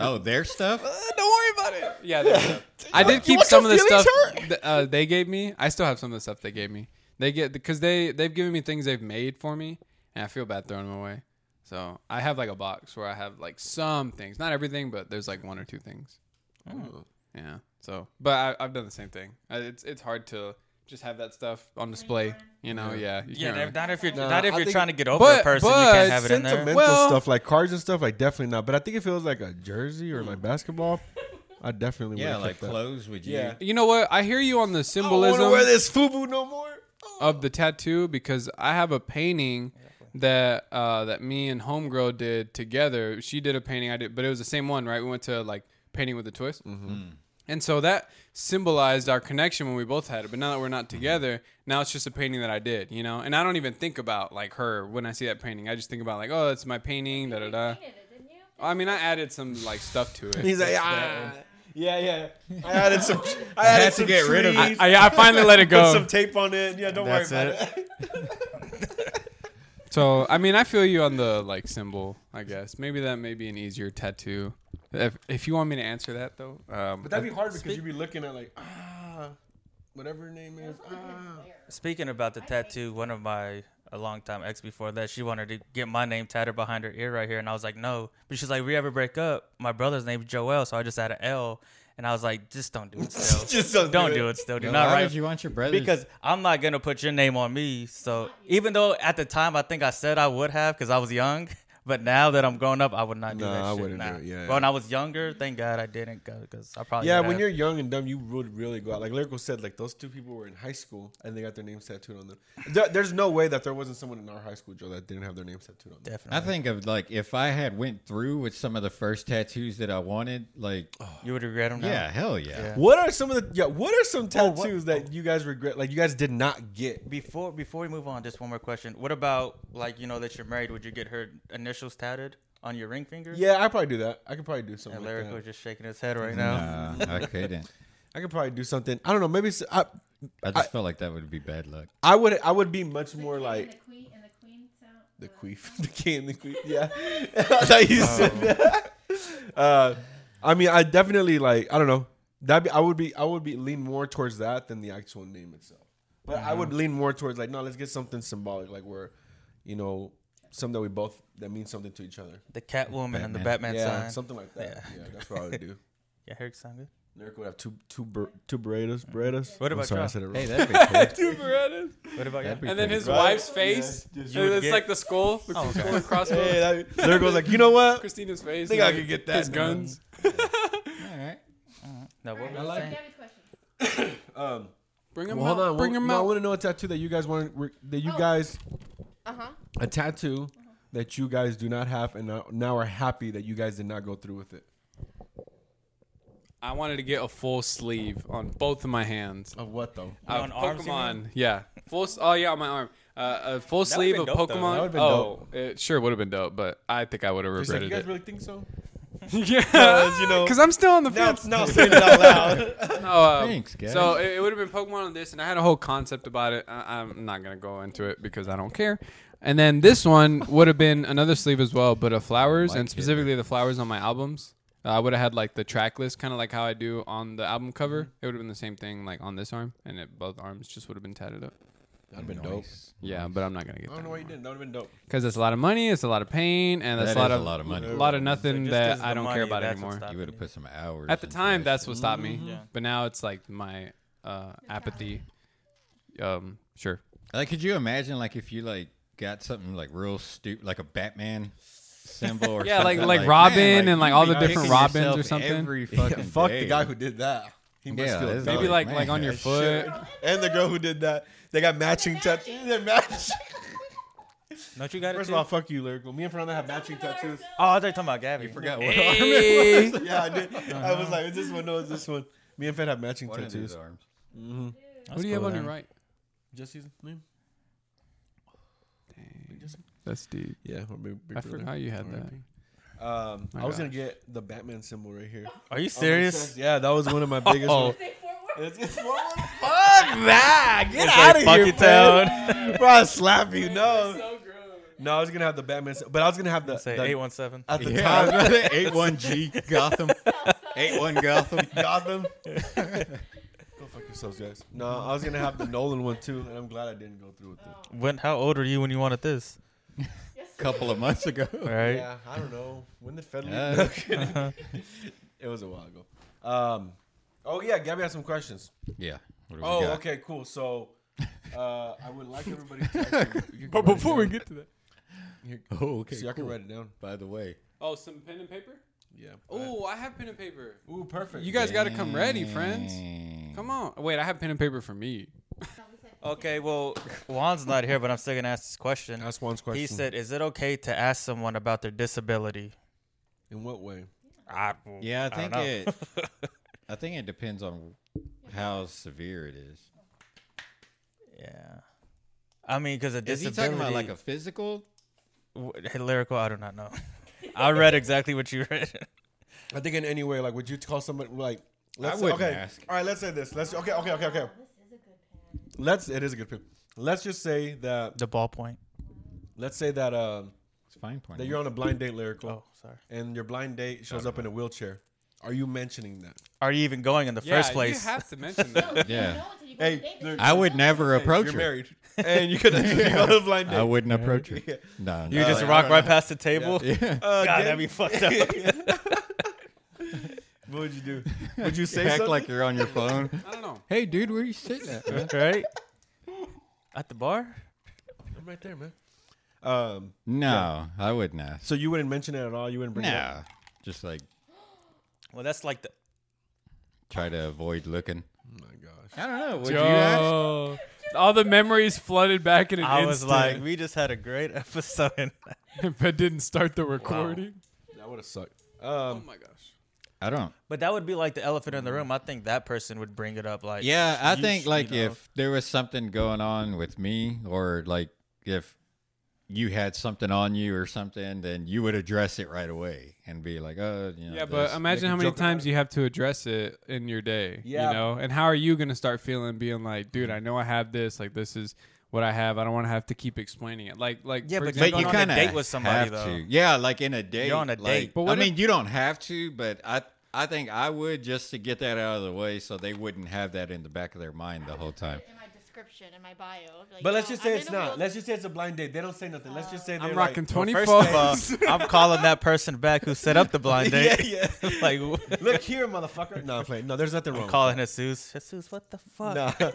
Speaker 4: Oh, their stuff?
Speaker 6: Don't worry about it. Yeah, there we go. I did keep some of the stuff th- uh, they gave me. I still have some of the stuff they gave me. They get because they they've given me things they've made for me, and I feel bad throwing them away. So I have like a box where I have like some things, not everything, but there's like one or two things. Oh. Yeah. So, but I, I've done the same thing. I, it's it's hard to just have that stuff on display. You know? Yeah. you
Speaker 3: Yeah,
Speaker 6: can't really-
Speaker 3: not- not if you're not if
Speaker 1: I
Speaker 3: you're
Speaker 1: think-
Speaker 3: trying to get over
Speaker 6: but-
Speaker 3: a person, you
Speaker 6: but
Speaker 3: can't have it in there.
Speaker 1: Sentimental
Speaker 6: Well-
Speaker 1: stuff like cards and stuff, like definitely not. But I think if it was like a jersey or like basketball, I definitely
Speaker 4: Yeah,
Speaker 1: would
Speaker 4: like
Speaker 1: that.
Speaker 4: clothes would you?
Speaker 1: Yeah.
Speaker 6: You know what? I hear you on the symbolism.
Speaker 1: this FUBU no more.
Speaker 6: of the tattoo because I have a painting that uh, that me and Homegirl did together. She did a painting, I did, but it was the same one, right? We went to like painting with a twist,
Speaker 1: Hmm.
Speaker 6: and so that symbolized our connection when we both had it. But now that we're not
Speaker 1: Mm-hmm.
Speaker 6: together, now it's just a painting that I did, you know. And I don't even think about like her when I see that painting. I just think about like, oh, that's my painting, da da da. I mean, I added some like stuff to it.
Speaker 1: He's like, ah. Yeah, yeah. I added some. I
Speaker 4: had
Speaker 1: added
Speaker 4: to
Speaker 1: some
Speaker 4: get rid of it.
Speaker 1: trees,
Speaker 6: I, I finally let it
Speaker 1: Put
Speaker 6: go.
Speaker 1: some tape on it. Yeah, don't
Speaker 3: That's
Speaker 1: worry about it.
Speaker 6: So I mean, I feel you on the like symbol. I guess maybe that may be an easier tattoo. If if you want me to answer that though, um,
Speaker 1: But that'd be hard because you'd be looking at like ah, whatever her name is. Ah.
Speaker 3: Speaking about the tattoo, one of my a long time ex before that, she wanted to get my name tatted behind her ear right here, and I was like, no. But she's like, we ever break up? My brother's name's Joel, so I just had an L, and I was like, just don't do it. Still.
Speaker 1: Just don't do
Speaker 3: do
Speaker 1: it.
Speaker 3: it. Still, do
Speaker 4: Why
Speaker 3: not
Speaker 4: would
Speaker 3: write
Speaker 4: you want your brother?
Speaker 3: because I'm not gonna put your name on me. So even though at the time I think I said I would have because I was young, but now that I'm grown up, I would not do
Speaker 1: Nah,
Speaker 3: that.
Speaker 1: I
Speaker 3: shit.
Speaker 1: wouldn't do
Speaker 3: Nah.
Speaker 1: it. Yeah,
Speaker 3: When
Speaker 1: yeah.
Speaker 3: I was younger, thank God I didn't because I probably
Speaker 1: Yeah,
Speaker 3: would
Speaker 1: when
Speaker 3: have.
Speaker 1: you're young and dumb, you would really go out. Like Lyrical said, like those two people were in high school and they got their names tattooed on them. There- there's no way that there wasn't someone in our high school, Joe, that didn't have their names tattooed on them.
Speaker 3: definitely
Speaker 4: I think of like if I had went through with some of the first tattoos that I wanted, like
Speaker 3: you would regret them.
Speaker 4: yeah, hell yeah.
Speaker 3: Yeah.
Speaker 1: What are some of the yeah? What are some
Speaker 3: Oh, what-
Speaker 1: tattoos that you guys regret? Like you guys did not get.
Speaker 3: Before before we move on, just one more question. What about like you know that you're married? Would you get her initials tatted on your ring finger?
Speaker 1: Yeah, I probably do that. I could probably do something.
Speaker 3: And
Speaker 1: like
Speaker 3: Lyric
Speaker 1: that.
Speaker 3: was just shaking his head right now.
Speaker 4: Nah, I couldn't.
Speaker 1: I could probably do something. I don't know. Maybe s I
Speaker 4: I just felt like that would be bad luck.
Speaker 1: I would I would be much more like
Speaker 5: the queen and the queen sound.
Speaker 1: the queef, the king, the queef. Yeah, I thought you said that. Um, Uh, I mean, I definitely like. I don't know. That I would be I would be lean more towards that than the actual name itself. But I would lean more towards like no, let's get something symbolic, like where, you know, something that we both that means something to each other.
Speaker 3: The Catwoman and the
Speaker 4: Batman.
Speaker 3: Batman
Speaker 1: yeah,
Speaker 3: sign.
Speaker 1: something like that. Yeah, that's what I would do.
Speaker 3: yeah, Eric sound good.
Speaker 1: Lyric would have two two ber- two berettas. Berettas.
Speaker 3: What
Speaker 1: I'm
Speaker 3: about
Speaker 1: sorry, I
Speaker 3: y'all?
Speaker 1: said it wrong.
Speaker 4: Hey, that'd be cool.
Speaker 6: two Berettas.
Speaker 3: What about you?
Speaker 4: That'd be
Speaker 6: And then
Speaker 4: pretty
Speaker 6: his
Speaker 4: cool.
Speaker 6: wife's face.
Speaker 1: just-
Speaker 6: and it's
Speaker 3: get-
Speaker 6: like the skull, the
Speaker 3: Oh, okay.
Speaker 6: skull and crossbones.
Speaker 1: Hey, that- Lyric was like, you know what?
Speaker 6: Christina's face.
Speaker 1: think
Speaker 6: and,
Speaker 1: I
Speaker 6: like,
Speaker 1: could get that
Speaker 6: His
Speaker 1: in a
Speaker 6: guns.
Speaker 4: All right.
Speaker 3: No, what were
Speaker 5: All
Speaker 3: you
Speaker 5: right,
Speaker 3: saying?
Speaker 5: Debbie's question.
Speaker 6: Bring him
Speaker 1: Well,
Speaker 6: out.
Speaker 1: hold on.
Speaker 6: Bring
Speaker 1: well,
Speaker 6: him
Speaker 1: no, I
Speaker 6: out.
Speaker 1: want to know a tattoo that you guys want re- that you
Speaker 5: Oh.
Speaker 1: guys
Speaker 5: Uh huh.
Speaker 1: a tattoo that you guys do not have and now, now are happy that you guys did not go through with it.
Speaker 6: I wanted to get a full sleeve on both of my hands.
Speaker 1: Of what though?
Speaker 6: Uh,
Speaker 3: On arms, you
Speaker 6: Pokemon, yeah, full. s- Oh yeah, on my arm, uh, a full sleeve of
Speaker 3: would've been dope, though.
Speaker 6: Pokemon.
Speaker 1: That would've been
Speaker 6: oh, it sure would have been dope, but I think I would have
Speaker 1: You, said,
Speaker 6: regretted
Speaker 1: you guys
Speaker 6: it.
Speaker 1: really think so?
Speaker 6: yeah,
Speaker 1: you know-
Speaker 6: because I'm still on the fence.
Speaker 1: now saying it out loud.
Speaker 6: No, uh,
Speaker 4: Thanks, guys.
Speaker 6: So it, it would have been Pokemon on this, and I had a whole concept about it. I, I'm not gonna go into it because I don't care. And then this one would have been another sleeve as well, but of flowers, and specifically the flowers on my albums. Uh, I would have had like the track list, kind of like how I do on the album cover.
Speaker 4: Mm-hmm.
Speaker 6: It would have been the same thing, like on this arm, and it, both arms just would have been tatted up.
Speaker 1: That'd been dope.
Speaker 6: Yeah, but I'm not gonna get.
Speaker 1: I don't know why you didn't. That'd been dope.
Speaker 6: because it's a lot of money, it's a lot of pain, and that's
Speaker 4: That
Speaker 6: a lot
Speaker 4: is
Speaker 6: of
Speaker 4: a lot of money.
Speaker 6: a lot of nothing
Speaker 3: just
Speaker 6: that
Speaker 3: 'cause of
Speaker 6: I
Speaker 3: the
Speaker 6: don't
Speaker 3: money,
Speaker 6: care about
Speaker 3: that's what
Speaker 6: anymore.
Speaker 3: stopped
Speaker 4: You
Speaker 3: me.
Speaker 4: would have put some hours
Speaker 6: At the
Speaker 4: into
Speaker 6: time,
Speaker 4: that
Speaker 6: that's
Speaker 4: shit.
Speaker 6: what stopped me.
Speaker 3: Yeah.
Speaker 6: But now it's like my uh, apathy. Um, sure.
Speaker 4: Like, could you imagine, like, if you like got something like real stupid, like a Batman symbol, or
Speaker 6: Yeah, like-
Speaker 4: something,
Speaker 6: like Robin and, like,
Speaker 4: you'd
Speaker 6: all
Speaker 4: be
Speaker 6: the different
Speaker 4: kicking
Speaker 6: Robins or
Speaker 4: yourself
Speaker 6: something.
Speaker 4: Every
Speaker 1: Yeah,
Speaker 4: fucking
Speaker 1: fuck
Speaker 4: day.
Speaker 1: the guy who did that. He must
Speaker 4: Yeah,
Speaker 1: feel
Speaker 4: that's
Speaker 1: dumb.
Speaker 6: Maybe
Speaker 4: Oh,
Speaker 6: like
Speaker 4: man,
Speaker 6: like on your
Speaker 4: that
Speaker 6: foot.
Speaker 1: and the girl who did that. They got matching tattoos. They're matching.
Speaker 3: Don't you got it?
Speaker 1: First
Speaker 3: too?
Speaker 1: of all, fuck you, lyrical. Me and Fernanda have matching tattoos.
Speaker 3: oh, I thought you were talking about Gabby.
Speaker 4: Forgot what
Speaker 6: Hey.
Speaker 1: Uh-huh. Yeah, I did. I was like, is this one? No, is this one? Me and Fed have matching
Speaker 4: One of these
Speaker 1: tattoos.
Speaker 4: arms.
Speaker 6: What do you have on your right?
Speaker 1: Jesse's name?
Speaker 6: That's deep.
Speaker 1: Yeah, or big, big
Speaker 6: I
Speaker 1: brother.
Speaker 6: forgot you had that.
Speaker 1: Um,
Speaker 6: My
Speaker 1: I was gonna
Speaker 6: gosh.
Speaker 1: get the Batman symbol right here.
Speaker 3: Are you
Speaker 1: Oh, Says-
Speaker 3: serious?
Speaker 1: Yeah, that was one of my biggest.
Speaker 3: Oh.
Speaker 1: ones. It's, it's one of my-
Speaker 3: that. Get
Speaker 1: outta here, Fed. bro, I slap you. No, no, I was gonna have the Batman, sy- but I was gonna have the,
Speaker 3: Say
Speaker 1: the-
Speaker 3: eight one seven.
Speaker 1: at the time
Speaker 4: Eight one G Gotham. Eight one Gotham.
Speaker 1: Gotham. go fuck yourselves, guys. No, I was gonna have the Nolan one too, and I'm glad I didn't go through with it.
Speaker 3: When? How old are you when you wanted this?
Speaker 4: Couple of months ago.
Speaker 3: Right.
Speaker 1: Yeah, I don't know when did Fed leave.
Speaker 4: Yeah.
Speaker 1: No,
Speaker 3: Uh-huh.
Speaker 1: kidding. it was a while ago. Um, oh yeah, Gabby has some questions.
Speaker 4: Yeah. What do we
Speaker 1: Oh,
Speaker 4: got?
Speaker 1: okay, cool. So, uh, I would like everybody to. actually- you can
Speaker 6: But
Speaker 1: write it
Speaker 6: before we
Speaker 1: down.
Speaker 6: get to that,
Speaker 4: Oh, okay.
Speaker 1: see, I can
Speaker 4: cool.
Speaker 1: write it down.
Speaker 4: By the way,
Speaker 6: oh, some pen and paper.
Speaker 1: Yeah.
Speaker 6: Oh, I have pen and paper.
Speaker 1: Ooh, perfect.
Speaker 6: You guys got to come ready, friends. Come on. Wait, I have pen and paper for me.
Speaker 3: Okay. Well, Juan's not here, but I'm still gonna ask this question.
Speaker 1: That's Juan's question.
Speaker 3: He said, "Is it okay to ask someone about their disability?"
Speaker 1: "In what way?"
Speaker 3: I,
Speaker 4: Yeah, I
Speaker 3: don't
Speaker 4: think
Speaker 3: know.
Speaker 4: it. I think it depends on how severe it is.
Speaker 3: Yeah. I mean, because a
Speaker 4: Is
Speaker 3: disability.
Speaker 4: he talking about like a physical?
Speaker 3: w- hey, lyrical? I do not know. I read exactly what you read.
Speaker 1: I think in any way, like, would you call somebody like? Let's
Speaker 4: wouldn't
Speaker 1: okay.
Speaker 4: ask.
Speaker 1: All right, let's say this. Let's okay, okay, okay, okay. Let's. It is a good pin. Let's just say that.
Speaker 3: the ballpoint.
Speaker 1: Let's say that. Um,
Speaker 4: It's fine point.
Speaker 1: that you're on a blind date, lyrical,
Speaker 3: Oh, sorry.
Speaker 1: and your blind date shows up in a wheelchair. Are you mentioning that?
Speaker 3: Are you even going in the first place?
Speaker 6: you have to mention that.
Speaker 4: yeah.
Speaker 1: Hey,
Speaker 4: I would never approach
Speaker 1: you're
Speaker 4: her.
Speaker 1: married, and you could go to a blind date.
Speaker 4: I wouldn't approach her. No,
Speaker 3: You
Speaker 4: no.
Speaker 3: just
Speaker 1: like, I
Speaker 3: rock
Speaker 1: don't
Speaker 3: right
Speaker 1: know.
Speaker 3: past the table.
Speaker 4: Uh, Yeah.
Speaker 1: Uh,
Speaker 3: God,
Speaker 1: then-
Speaker 3: that'd be fucked up.
Speaker 1: what would you do? Would you say
Speaker 4: act
Speaker 1: something?
Speaker 4: like you're on your phone.
Speaker 6: I don't know.
Speaker 4: hey, dude, where are you sitting at? man?
Speaker 3: right? At the bar?
Speaker 1: I'm right there, man. Um,
Speaker 4: No, I wouldn't ask.
Speaker 1: so you wouldn't mention it at all. You wouldn't bring it up.
Speaker 4: Nah, just like
Speaker 3: Well, that's like the.
Speaker 4: try to avoid looking.
Speaker 1: Oh my gosh.
Speaker 4: I don't know. Would you ask?
Speaker 6: Yo. All the memories flooded back in an
Speaker 3: I was
Speaker 6: instant.
Speaker 3: like, we just had a great episode. and
Speaker 6: but didn't start the recording.
Speaker 1: That would have sucked. Um,
Speaker 6: my gosh.
Speaker 4: I don't.
Speaker 3: But that would be like the elephant in the room. I think that person would bring it up. Like,
Speaker 4: Yeah, I
Speaker 3: you
Speaker 4: think
Speaker 3: sh- you
Speaker 4: like
Speaker 3: know.
Speaker 4: if there was something going on with me, or like if you had something on you or something, then you would address it right away and be like, "Oh, you know."
Speaker 6: Yeah, but
Speaker 4: this-
Speaker 6: imagine
Speaker 1: make a
Speaker 6: how many
Speaker 1: joke about
Speaker 6: times you have to address it in your day.
Speaker 1: Yeah.
Speaker 6: You know, and how are you gonna start feeling being like, dude, I know I have this, like this is what I have. I don't wanna have to keep explaining it. Like like
Speaker 3: Yeah,
Speaker 6: for
Speaker 3: but-
Speaker 4: but
Speaker 6: example,
Speaker 4: you
Speaker 3: Going on a
Speaker 4: kind of
Speaker 3: date with somebody,
Speaker 4: have
Speaker 3: though.
Speaker 4: to. Yeah, like in a date.
Speaker 3: on a
Speaker 4: like-
Speaker 3: date.
Speaker 6: But what
Speaker 4: I
Speaker 6: if-
Speaker 4: mean, you don't have to, but I I think I would just to get that out of the way, so they wouldn't have that in the back of their mind the whole time.
Speaker 5: In my description, in my bio. Like,
Speaker 1: But let's
Speaker 5: yo,
Speaker 1: just say
Speaker 5: I'm
Speaker 1: it's
Speaker 5: in a
Speaker 1: not.
Speaker 5: wheel-
Speaker 1: Let's just say it's a blind date. They don't say nothing. Let's just say they're
Speaker 6: I'm rocking
Speaker 1: like,
Speaker 6: twenty
Speaker 3: First
Speaker 6: four
Speaker 3: of all, I'm calling that person back who set up the blind
Speaker 1: Yeah,
Speaker 3: date.
Speaker 1: yeah.
Speaker 3: like,
Speaker 1: Look here, motherfucker. No, I'm playing. No, there's nothing wrong.
Speaker 3: I'm calling Jesus. Jesus, what the fuck?
Speaker 1: No,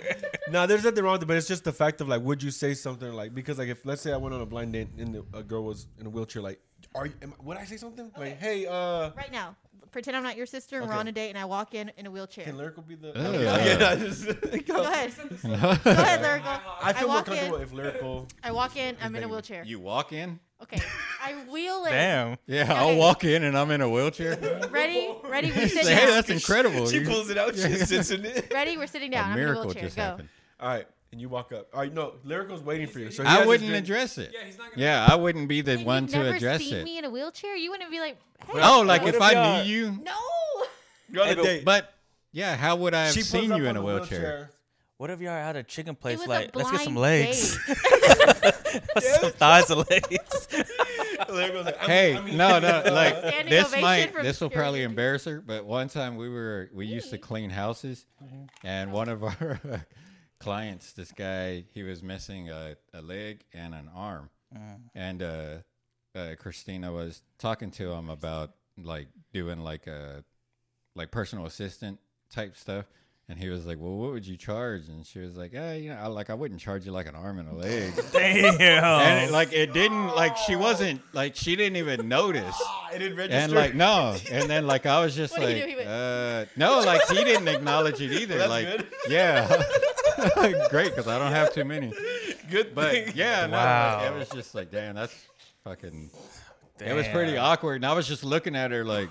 Speaker 1: no, there's nothing wrong with it. But it's just the fact of like, would you say something like because like if let's say I went on a blind date and the, a girl was in a wheelchair, like, are you, am, I- would I say something like, hey, uh,
Speaker 2: Right now, pretend I'm not your sister and we're
Speaker 1: Okay.
Speaker 2: on a date and I walk in in a wheelchair.
Speaker 1: can lyrical be the?
Speaker 4: Ugh.
Speaker 1: Oh, yeah, I just
Speaker 2: Go ahead. Go ahead, Lyrical.
Speaker 1: I feel more
Speaker 2: walk
Speaker 1: comfortable
Speaker 2: in.
Speaker 1: if lyrical.
Speaker 2: I walk in. I'm in a
Speaker 1: negative.
Speaker 2: wheelchair.
Speaker 4: You walk in.
Speaker 2: Okay. I wheel it.
Speaker 3: Damn.
Speaker 4: Yeah, I'll walk in and I'm in a wheelchair.
Speaker 2: Ready? Ready? We sit
Speaker 4: Say, hey,
Speaker 2: down.
Speaker 4: that's incredible. You-
Speaker 1: it out. She sits in it.
Speaker 2: Ready? We're sitting
Speaker 4: a
Speaker 2: down. I'm in a
Speaker 4: miracle
Speaker 2: wheelchair.
Speaker 4: just
Speaker 2: Go.
Speaker 4: happened.
Speaker 1: All right, and you walk up. All right, no, lyrical's waiting for you. So he has
Speaker 4: I
Speaker 1: his
Speaker 4: wouldn't
Speaker 1: drink.
Speaker 4: address it. Yeah,
Speaker 6: he's not gonna-
Speaker 4: yeah I wouldn't be the
Speaker 2: You've
Speaker 4: one to
Speaker 2: never
Speaker 4: address
Speaker 2: seen
Speaker 4: it.
Speaker 2: me in a wheelchair. You wouldn't be like, hey.
Speaker 4: Oh, like
Speaker 1: What
Speaker 4: if
Speaker 1: if
Speaker 4: I
Speaker 1: y'all-
Speaker 4: knew you,
Speaker 2: no.
Speaker 1: You're on a
Speaker 3: Hey, but-
Speaker 1: date.
Speaker 4: but yeah, how would I have
Speaker 1: She pulls
Speaker 4: seen
Speaker 1: up
Speaker 4: you
Speaker 1: on
Speaker 4: in a
Speaker 1: the
Speaker 4: wheelchair?
Speaker 3: What if y'all are at a chicken
Speaker 2: It
Speaker 3: place?
Speaker 2: was
Speaker 3: Like,
Speaker 2: a
Speaker 3: let's get some
Speaker 2: blind
Speaker 3: legs.
Speaker 2: date.
Speaker 3: some thighs and legs.
Speaker 1: Lyrical's like, I'm-
Speaker 4: Hey,
Speaker 1: I mean-
Speaker 4: no, no, like
Speaker 2: Standing
Speaker 4: this
Speaker 2: ovation
Speaker 4: might
Speaker 2: from
Speaker 4: this will
Speaker 2: security.
Speaker 4: probably embarrass her. But one time we were we used to clean houses, and one of our clients, this guy, he was missing a, a leg and an arm, and uh, uh, Christina was talking to him about like doing like a like personal assistant type stuff. And he was like, "Well, what would you charge?" And she was like, "Yeah, you know, I, like I wouldn't charge you like an arm and a leg." and
Speaker 1: Oh.
Speaker 4: it,
Speaker 3: Damn.
Speaker 4: like it didn't like she wasn't like she didn't even notice
Speaker 1: I didn't register.
Speaker 4: and like no and then like i was just
Speaker 2: What did
Speaker 4: like
Speaker 2: he do? He went-
Speaker 4: uh no like he didn't acknowledge it either
Speaker 1: Well,
Speaker 4: like
Speaker 1: that's
Speaker 4: yeah great because i don't have too many
Speaker 1: good,
Speaker 4: but yeah no like,
Speaker 3: Wow.
Speaker 4: it was just like damn that's fucking it
Speaker 3: Damn.
Speaker 4: was pretty awkward and i was just looking at her like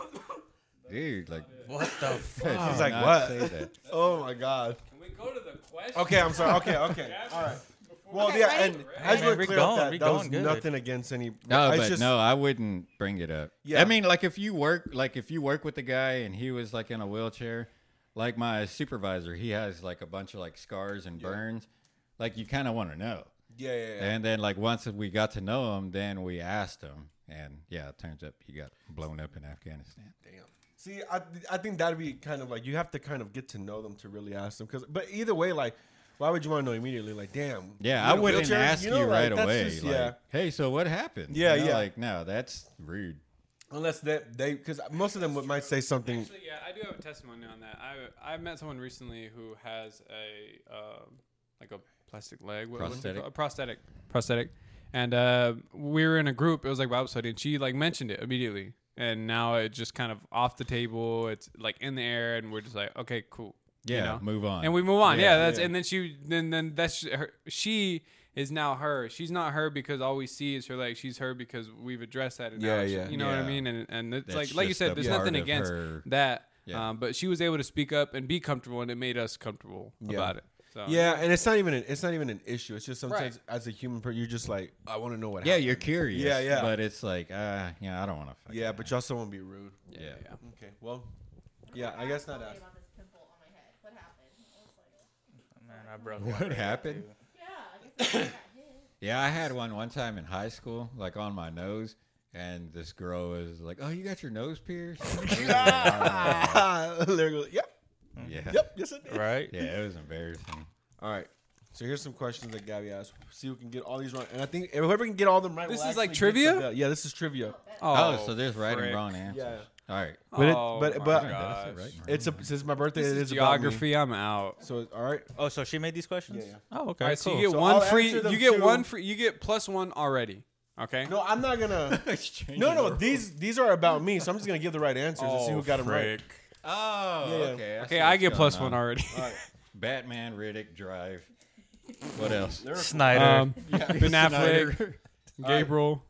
Speaker 4: dude, like,
Speaker 3: What the fuck?
Speaker 1: He's like,
Speaker 4: not
Speaker 1: what?
Speaker 4: say that.
Speaker 1: Oh my god.
Speaker 6: Can we go to the question?
Speaker 1: Okay, I'm sorry. Okay, okay. All right. Well,
Speaker 2: Okay,
Speaker 1: yeah,
Speaker 2: ready?
Speaker 1: and I just
Speaker 3: Man,
Speaker 1: want to
Speaker 3: we're
Speaker 1: clear up
Speaker 3: going,
Speaker 1: that
Speaker 3: we're
Speaker 1: that was
Speaker 3: going good.
Speaker 1: nothing against any.
Speaker 4: No,
Speaker 1: it's
Speaker 4: but
Speaker 1: just-
Speaker 4: no, I wouldn't bring it up.
Speaker 1: Yeah.
Speaker 4: I mean, like if you work, like if you work with the guy and he was like in a wheelchair, like my supervisor, he has like a bunch of like scars and burns. Like you kind of want to know.
Speaker 1: Yeah, yeah, yeah.
Speaker 4: And then like once we got to know him, then we asked him, and yeah, it turns up he got blown up in Afghanistan.
Speaker 1: Damn. See, I, I think that'd be kind of like you have to kind of get to know them to really ask them. Cause, but either way, like, why would you want to know immediately? Like, damn.
Speaker 4: Yeah,
Speaker 1: you're
Speaker 4: I
Speaker 1: in a
Speaker 4: wouldn't
Speaker 1: wheelchair?
Speaker 4: ask you,
Speaker 1: know, like,
Speaker 4: right
Speaker 1: that's
Speaker 4: away.
Speaker 1: just-
Speaker 4: like,
Speaker 1: yeah.
Speaker 4: hey, so what happened?
Speaker 1: Yeah,
Speaker 4: You know,
Speaker 1: yeah.
Speaker 4: Like, no, that's rude.
Speaker 1: Unless that they, because most of them would, might say something.
Speaker 6: Actually, yeah, I do have a testimony on that. I I met someone recently who has a um, like a plastic leg, what- what is it
Speaker 4: Prosthetic.
Speaker 6: called? a prosthetic, prosthetic, and uh, we were in a group. It was like Bible study, and she like mentioned it immediately, and now it's just kind of off the table. It's like in the air, and we're just like, okay, cool. you
Speaker 4: Yeah,
Speaker 6: know?
Speaker 4: move on.
Speaker 6: And we move on. Yeah,
Speaker 4: Yeah,
Speaker 6: that's
Speaker 1: yeah.
Speaker 6: and then she then then that's her, she is now her. She's not her because all we see is her leg. She's her because we've addressed that. And now
Speaker 1: Yeah,
Speaker 6: she-
Speaker 1: yeah.
Speaker 6: You know what I
Speaker 4: Yeah.
Speaker 6: mean? And and it's
Speaker 4: That's
Speaker 6: like like you
Speaker 4: just a
Speaker 6: said, there's nothing
Speaker 4: part of
Speaker 6: against
Speaker 4: her-
Speaker 6: that.
Speaker 4: Yeah.
Speaker 6: Um, but she was able to speak up and be comfortable, and it made us comfortable about it. So
Speaker 1: Yeah, and it's not even an, it's not even an issue. It's just sometimes as a human person, you're just like, I want to know what.
Speaker 4: Yeah,
Speaker 1: happened.
Speaker 4: you're curious.
Speaker 1: Yeah, yeah.
Speaker 4: But it's like, uh, yeah, I don't want to.
Speaker 1: Yeah, but you also want to be rude.
Speaker 4: yeah. yeah.
Speaker 1: Okay, well, yeah, I guess not. Ask.
Speaker 5: about this pimple on my head. What happened? I was like,
Speaker 3: Man, I broke one.
Speaker 4: What happened?
Speaker 5: yeah, I guess I got hit.
Speaker 4: Yeah, I had one one time in high school, like on my nose, and this girl was like, "Oh, you got your nose pierced?" yeah,
Speaker 1: there goes. Yep. Yep. Yes, it did.
Speaker 3: Right?
Speaker 4: yeah, it was embarrassing.
Speaker 1: All right. So here's some questions that Gabby asked. See who can get all these wrong. And I think whoever can get all them right.
Speaker 6: This
Speaker 1: will
Speaker 6: is like
Speaker 1: actually get
Speaker 6: trivia?
Speaker 1: the belt. Yeah, this is trivia.
Speaker 4: Oh, so there's right
Speaker 6: frick.
Speaker 4: and wrong answers.
Speaker 1: Yeah.
Speaker 4: All right.
Speaker 1: But it,
Speaker 6: Oh
Speaker 1: but
Speaker 6: my
Speaker 1: but
Speaker 6: gosh.
Speaker 4: That's it, right and wrong.
Speaker 1: it's a since my birthday
Speaker 6: This
Speaker 1: it
Speaker 6: is
Speaker 1: is about me.
Speaker 6: geography. I'm out.
Speaker 1: So it's all right.
Speaker 3: Oh, so she made these questions?
Speaker 1: Yeah, yeah.
Speaker 3: Oh, okay.
Speaker 6: All right, so you
Speaker 3: cool.
Speaker 6: get
Speaker 1: So
Speaker 6: one
Speaker 1: I'll
Speaker 6: free.
Speaker 1: answer them
Speaker 6: You get
Speaker 1: too.
Speaker 6: one free. You get plus one already. Okay.
Speaker 1: No, I'm not gonna.
Speaker 4: Exchange
Speaker 1: no, no,
Speaker 4: of-
Speaker 1: these these are about me. So I'm just gonna give the right answers and see who got them right.
Speaker 6: frick.
Speaker 4: Oh,
Speaker 1: Yeah, yeah.
Speaker 4: okay. see
Speaker 6: Okay, I
Speaker 4: what's
Speaker 6: get
Speaker 4: going
Speaker 6: plus
Speaker 4: on.
Speaker 6: one already.
Speaker 4: Batman, Riddick, Drive. What else?
Speaker 3: Snyder.
Speaker 6: Um, Ben
Speaker 4: Snyder.
Speaker 6: Affleck, Gabriel,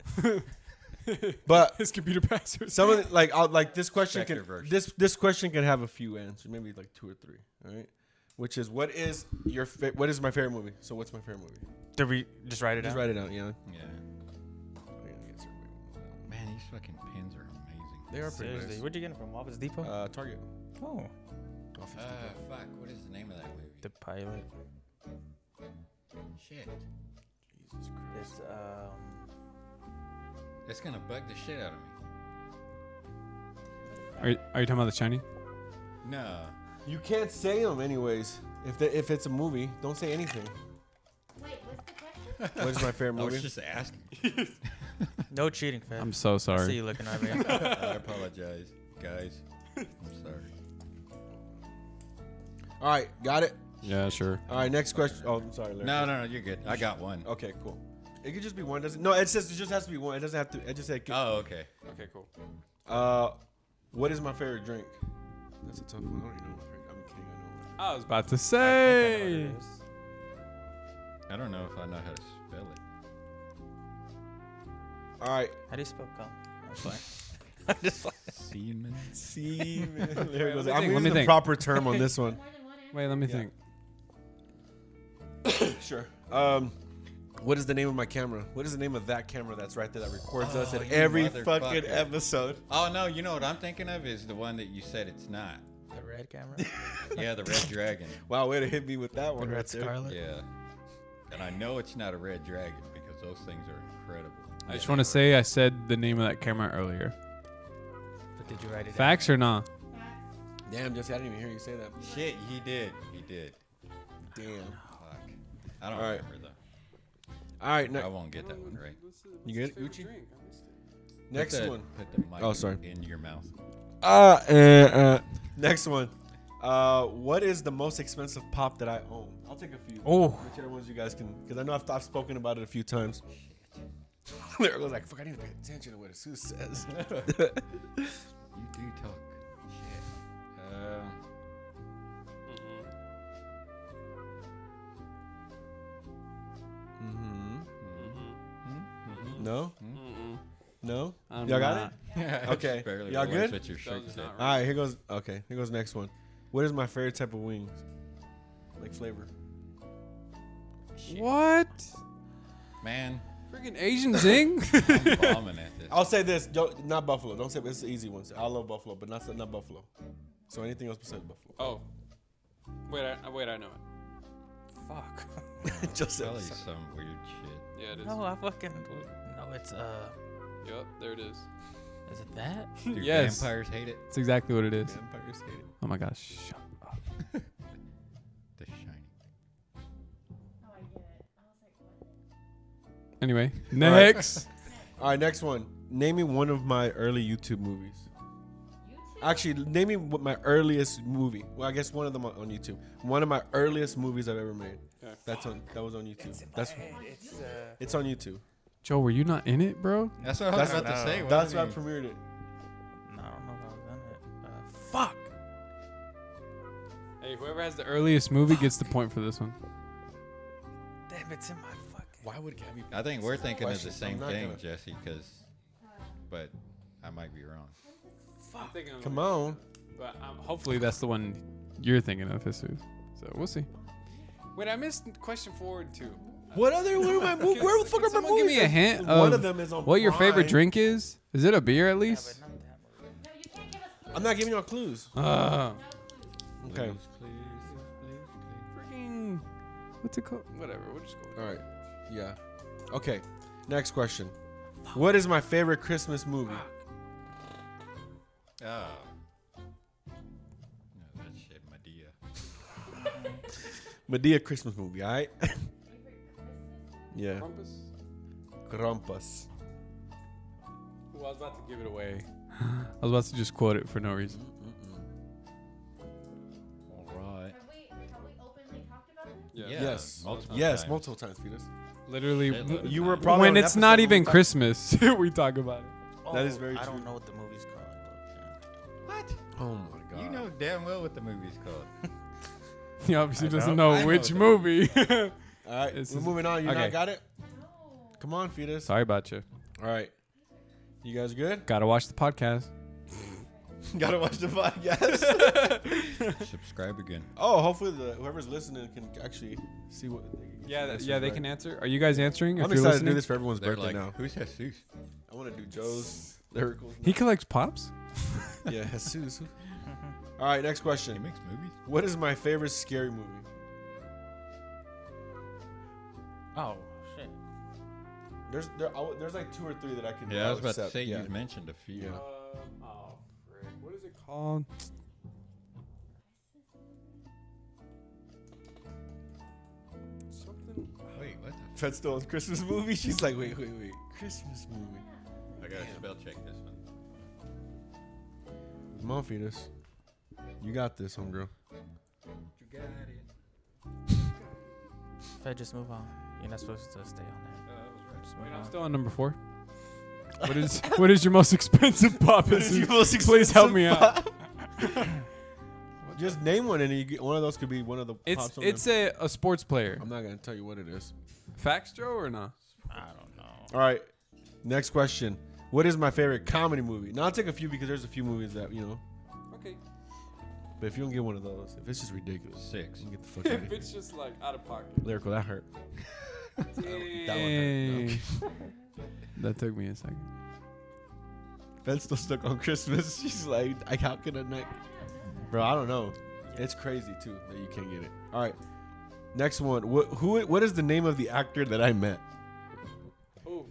Speaker 1: But
Speaker 6: his computer password.
Speaker 1: some of the, like I'll, like this question
Speaker 4: Spectre
Speaker 1: can
Speaker 4: version.
Speaker 1: this this question can have a few answers, maybe like two or three. All right. Which is what is your fa- what is my favorite movie? So what's my favorite movie?
Speaker 3: Did we just write it
Speaker 1: Just
Speaker 3: down?
Speaker 1: write it out. Yeah.
Speaker 4: Yeah.
Speaker 1: I'm gonna get some-
Speaker 4: Man, these fucking pins are amazing.
Speaker 1: They are pretty
Speaker 3: Seriously.
Speaker 1: nice.
Speaker 3: Where'd you get it from? Office Depot?
Speaker 1: Uh, Target.
Speaker 3: oh.
Speaker 1: Office
Speaker 4: Uh, fuck. What is the name of that movie?
Speaker 3: The pilot.
Speaker 4: shit.
Speaker 1: Jesus Christ.
Speaker 3: It's, um,
Speaker 4: That's gonna bug the shit out of me.
Speaker 6: Are, you- are you talking about the shiny?
Speaker 4: No.
Speaker 1: You can't say them anyways. If they, if it's a movie, don't say anything.
Speaker 5: Wait, what's the question?
Speaker 1: What is my favorite
Speaker 4: I was
Speaker 1: movie?
Speaker 4: just asking.
Speaker 3: no cheating, fam.
Speaker 6: I'm so
Speaker 3: I see
Speaker 6: sorry.
Speaker 3: you looking at me.
Speaker 4: I apologize, guys. I'm sorry.
Speaker 1: All right, got it.
Speaker 6: Yeah, sure.
Speaker 1: All right, next question. Oh, I'm sorry, Larry.
Speaker 4: No, no, no. You're good. I got one.
Speaker 1: Okay, cool. It could just be one. Doesn't no. It says it just has to be one. It doesn't have to. It just said.
Speaker 4: Oh, okay.
Speaker 6: Okay, cool.
Speaker 1: Uh, what is my favorite drink? That's a tough one. I don't even know. What drink. I'm kidding. I know. What.
Speaker 6: I was about to
Speaker 3: I know what
Speaker 6: say.
Speaker 3: it is.
Speaker 4: I don't know if I know how to spell it.
Speaker 1: drink. All right.
Speaker 3: How do you spell cum?
Speaker 4: Seaman.
Speaker 1: Semen. there it goes. I'm
Speaker 6: let me think, let me
Speaker 1: using the
Speaker 6: think.
Speaker 1: proper term on this one.
Speaker 5: More than one answer?
Speaker 6: Wait, let me
Speaker 1: Yeah.
Speaker 6: think.
Speaker 1: sure. Um. What is the name of my camera? What is the name of that camera that's right there that records us
Speaker 4: Oh,
Speaker 1: in
Speaker 4: you
Speaker 1: every fucking
Speaker 4: motherfucker.
Speaker 1: episode?
Speaker 4: Oh no, you know what I'm thinking of is the one that you said it's not.
Speaker 3: The red camera?
Speaker 4: Yeah, the red dragon.
Speaker 1: Wow, way to hit me with that one
Speaker 3: The
Speaker 1: right
Speaker 3: red
Speaker 1: there.
Speaker 3: scarlet?
Speaker 4: Yeah. And I know it's not a red dragon because those things are incredible.
Speaker 6: I just want to say I said the name of that camera earlier.
Speaker 3: But did you write it down?
Speaker 6: Facts or not?
Speaker 1: Damn, Jesse, I didn't even hear you say that.
Speaker 4: Shit, he did. He did.
Speaker 1: Damn.
Speaker 4: Fuck. I don't
Speaker 1: All right.
Speaker 4: remember though.
Speaker 1: All right,
Speaker 4: I
Speaker 1: ne-
Speaker 4: won't get that one right.
Speaker 1: you good? Uchi? Next
Speaker 4: Put the-
Speaker 1: one.
Speaker 4: Put the mic
Speaker 1: Oh, sorry.
Speaker 4: in your mouth.
Speaker 1: Uh, uh, uh. Next one. Uh, what is the most expensive pop that I own? I'll take a few.
Speaker 3: Oh.
Speaker 1: Whichever ones you guys can, because I know I've, I've spoken about it a few times. there it goes. Like, fuck, I need to pay attention to what Sue says.
Speaker 4: You do talk. Shit. Um.
Speaker 1: no? No?
Speaker 6: I'm
Speaker 1: Y'all got Hmm?
Speaker 6: not.
Speaker 1: it? Okay.
Speaker 4: Barely
Speaker 1: Y'all
Speaker 4: realized
Speaker 1: good?
Speaker 4: what you're shaking.
Speaker 1: All right, here goes. Okay, here goes next one. What is my favorite type of wings? Like flavor.
Speaker 6: What?
Speaker 4: Man,
Speaker 6: Freaking Asian Zing?
Speaker 4: I'm bombing at this.
Speaker 1: I'll say this: don't, not buffalo. Don't say it's the easy ones. I love buffalo, but not not buffalo. So anything else besides buffalo?
Speaker 7: Oh, wait, I, wait, I know it.
Speaker 3: Fuck.
Speaker 1: Just
Speaker 4: Probably some weird shit.
Speaker 7: Yeah, it is.
Speaker 3: No, I fucking no. It's uh,
Speaker 7: Yep, there it is.
Speaker 3: is it that?
Speaker 4: Dude,
Speaker 6: Yes.
Speaker 4: vampires hate it.
Speaker 6: That's exactly what it is.
Speaker 1: Vampires hate it.
Speaker 6: Oh my gosh. Shut up.
Speaker 4: The shining.
Speaker 5: Oh, I get it. I was like, what?
Speaker 6: Anyway, next.
Speaker 1: All right, next one. Name me one of my early YouTube movies.
Speaker 5: YouTube?
Speaker 1: Actually, name me what my earliest movie. Well, I guess one of them on, on YouTube. One of my earliest movies I've ever made. That's on. That was on YouTube. That's.
Speaker 3: It's uh.
Speaker 1: It's on YouTube.
Speaker 6: Joe, were you not in it, bro?
Speaker 4: That's what I was
Speaker 1: That's-
Speaker 4: about to say. What
Speaker 1: That's
Speaker 4: do
Speaker 1: why I
Speaker 4: you mean?
Speaker 1: premiered it.
Speaker 3: No, I don't know if I was in it. Uh, fuck.
Speaker 6: Hey, whoever has the earliest movie gets the point for this one.
Speaker 3: Damn, it's in my fucking.
Speaker 1: Why would Gabby?
Speaker 4: I think we're thinking of
Speaker 1: Question.
Speaker 4: the
Speaker 1: I'm
Speaker 4: same
Speaker 1: not
Speaker 4: thing,
Speaker 1: gonna-
Speaker 4: Jesse, 'cause Jesse, because, but I might be wrong.
Speaker 7: I'm thinking of
Speaker 1: Come
Speaker 7: like-
Speaker 1: on.
Speaker 7: But I'm hopefully.
Speaker 6: Hopefully, that's the one you're thinking of, Jesus. So we'll see.
Speaker 7: Wait, I missed question four and two.
Speaker 1: What other? Where, my,
Speaker 7: Can-
Speaker 1: where the fuck are my
Speaker 6: Someone
Speaker 1: movies?
Speaker 6: give me a hint
Speaker 1: One
Speaker 6: of
Speaker 1: of them is on
Speaker 6: what your favorite
Speaker 1: Prime.
Speaker 6: drink is. Is it a beer at least?
Speaker 3: But not that movie.
Speaker 5: No, you can't give us clues.
Speaker 1: I'm not giving y'all clues.
Speaker 6: Uh,
Speaker 1: Okay.
Speaker 4: Please, please, please, please.
Speaker 6: freaking. What's it called? Whatever. We'll just go.
Speaker 1: All right. Yeah. Okay. Next question. What is my favorite Christmas movie?
Speaker 4: Oh. No, that shit, Medea.
Speaker 1: Medea Christmas movie. All right. yeah.
Speaker 7: Rumpus.
Speaker 1: Krampus.
Speaker 7: Well, I was about to give it away.
Speaker 6: I was about to just quote it for no reason.
Speaker 4: All right.
Speaker 5: Have we, have we openly talked about this?
Speaker 7: Yeah.
Speaker 1: Yes.
Speaker 4: Multiple
Speaker 1: yes,
Speaker 4: times.
Speaker 1: multiple times, Peter.
Speaker 6: Literally,
Speaker 4: Shit load of
Speaker 1: You were
Speaker 4: times.
Speaker 1: probably
Speaker 6: when
Speaker 1: on an
Speaker 6: it's not
Speaker 1: episode
Speaker 6: even
Speaker 1: when we
Speaker 6: Christmas, we talk about it.
Speaker 1: That is very
Speaker 3: Oh, I
Speaker 1: true.
Speaker 3: don't know what the movie's called. But,
Speaker 4: What?
Speaker 1: talked- Oh my god.
Speaker 4: You know damn well what the movie's called.
Speaker 6: He obviously
Speaker 4: I
Speaker 6: doesn't
Speaker 4: don't-
Speaker 6: know
Speaker 4: I know
Speaker 6: which
Speaker 4: the-
Speaker 6: movie.
Speaker 1: All right.
Speaker 6: This
Speaker 1: we're
Speaker 6: is-
Speaker 1: moving on. You
Speaker 6: okay.
Speaker 1: not got it.
Speaker 5: No.
Speaker 1: Come on, Fetus.
Speaker 6: Sorry about you.
Speaker 1: All right. You guys good?
Speaker 6: Gotta watch the podcast.
Speaker 1: Gotta watch the podcast.
Speaker 4: Subscribe again.
Speaker 1: oh, hopefully the whoever's listening can actually see what.
Speaker 6: Yeah,
Speaker 1: That's
Speaker 6: yeah,
Speaker 1: just
Speaker 6: they
Speaker 1: right.
Speaker 6: can answer. Are you guys answering?
Speaker 1: I'm
Speaker 6: if you're
Speaker 1: excited to do
Speaker 6: listening?
Speaker 1: this for everyone's
Speaker 4: They're
Speaker 1: birthday
Speaker 4: like,
Speaker 1: now.
Speaker 4: who's Jesus?
Speaker 1: I want to do Joe's lyricals.
Speaker 6: He collects pops.
Speaker 1: yeah, Jesus. All right, next
Speaker 4: He
Speaker 1: question.
Speaker 4: makes movies.
Speaker 1: What is my favorite scary movie?
Speaker 3: oh shit.
Speaker 1: There's there, I, there's like two or three that I can.
Speaker 4: Yeah, I
Speaker 1: I'll
Speaker 4: was about
Speaker 1: accept.
Speaker 4: to say
Speaker 1: yeah.
Speaker 4: you mentioned a few.
Speaker 1: Yeah.
Speaker 7: Um, oh, frick. What is it called?
Speaker 6: Called
Speaker 7: Something.
Speaker 4: Wait, what the?
Speaker 1: Fed's still on Christmas movie. She's like, wait, wait, wait, Christmas movie.
Speaker 4: F- I gotta spell check this one.
Speaker 1: Come on, fetus. You got this, homegirl.
Speaker 4: You got it.
Speaker 3: If I just move on, you're not supposed to stay
Speaker 4: Uh,
Speaker 3: on
Speaker 4: I was right.
Speaker 3: that. Just move
Speaker 6: Wait,
Speaker 3: on.
Speaker 6: I'm still on number four. What is what is your most expensive pop? Please help me out.
Speaker 1: Just name one, and you get, one of those could be one of the.
Speaker 6: It's
Speaker 1: pops on
Speaker 6: it's
Speaker 1: there.
Speaker 6: a, a sports player.
Speaker 1: I'm not gonna tell you what it is.
Speaker 6: Facts, Joe, or not?
Speaker 3: I don't know.
Speaker 1: All right, next question. What is my favorite comedy movie? Now I'll take a few because there's a few movies that you know.
Speaker 7: Okay.
Speaker 1: But if you don't get one of those, if it's just ridiculous,
Speaker 4: Six.
Speaker 1: you can get the fuck out of
Speaker 7: if
Speaker 1: here.
Speaker 7: it's just like out of pocket.
Speaker 1: Lyrical, that hurt.
Speaker 6: Dang. that took me a second.
Speaker 1: Ben's still stuck on Christmas. She's like, I, how can I not? Bro, I don't know. It's crazy too that you can't get it. All right, next one. What who? What is the name of the actor that I met?
Speaker 7: Oh,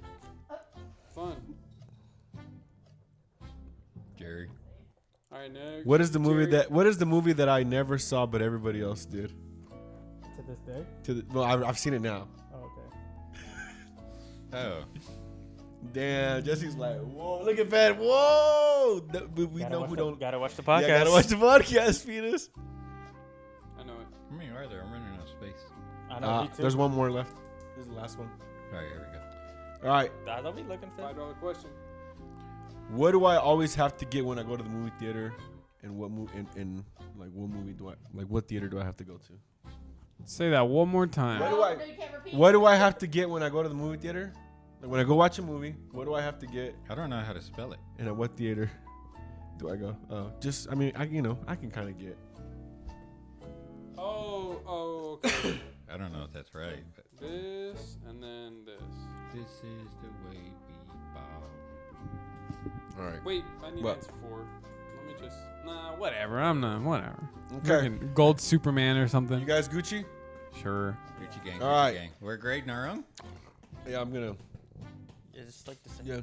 Speaker 7: fun.
Speaker 4: Jerry.
Speaker 7: All right, next.
Speaker 1: What is the movie
Speaker 7: Jerry.
Speaker 1: that? What is the movie that I never saw but everybody else did?
Speaker 8: To this day?
Speaker 1: To the, well, I, I've seen it now.
Speaker 8: Oh, okay.
Speaker 4: Oh,
Speaker 1: Damn, Jesse's like, whoa, look at Ben. Whoa, Th- we, we
Speaker 3: Gotta
Speaker 1: know
Speaker 3: watch
Speaker 1: who
Speaker 3: the-
Speaker 1: don't.
Speaker 3: Gotta watch the
Speaker 1: Yeah,
Speaker 3: podcast.
Speaker 1: gotta watch the podcast, Venus.
Speaker 7: I know it.
Speaker 4: how many are there? I'm running out of space.
Speaker 8: I know
Speaker 1: Uh,
Speaker 8: you too.
Speaker 1: there's one more left. This is the last one.
Speaker 4: All right, here we go.
Speaker 1: All right,
Speaker 3: I don't be looking for.
Speaker 7: Five dollar question.
Speaker 1: What do I always have to get when I go to the movie theater? And what movie? And, and like what movie do I like? What theater do I have to go to?
Speaker 6: Say that one more time.
Speaker 1: What do
Speaker 5: No, you
Speaker 1: I?
Speaker 5: can't repeat.
Speaker 1: What do I have to get when I go to the movie theater? Like when I go watch a movie, what do I have to get
Speaker 4: I don't know how to spell it.
Speaker 1: and at what theater do I go? Uh, just I mean, I you know I can kind of get.
Speaker 7: Oh, oh, okay.
Speaker 4: I don't know if that's right. But
Speaker 7: this and then this.
Speaker 4: this is the way we bow.
Speaker 1: All right.
Speaker 7: Wait, I need
Speaker 1: What?
Speaker 7: answer four. Let me just. Nah, whatever.
Speaker 6: Whatever. I'm not. Whatever.
Speaker 1: Okay.
Speaker 6: Freaking Gold Superman or something.
Speaker 1: You guys Gucci?
Speaker 6: sure.
Speaker 4: Gucci gang.
Speaker 1: All
Speaker 4: Gucci
Speaker 1: right.
Speaker 4: gang. We're grading our own.
Speaker 1: Yeah, I'm gonna.
Speaker 3: It's like the same.
Speaker 1: Yeah.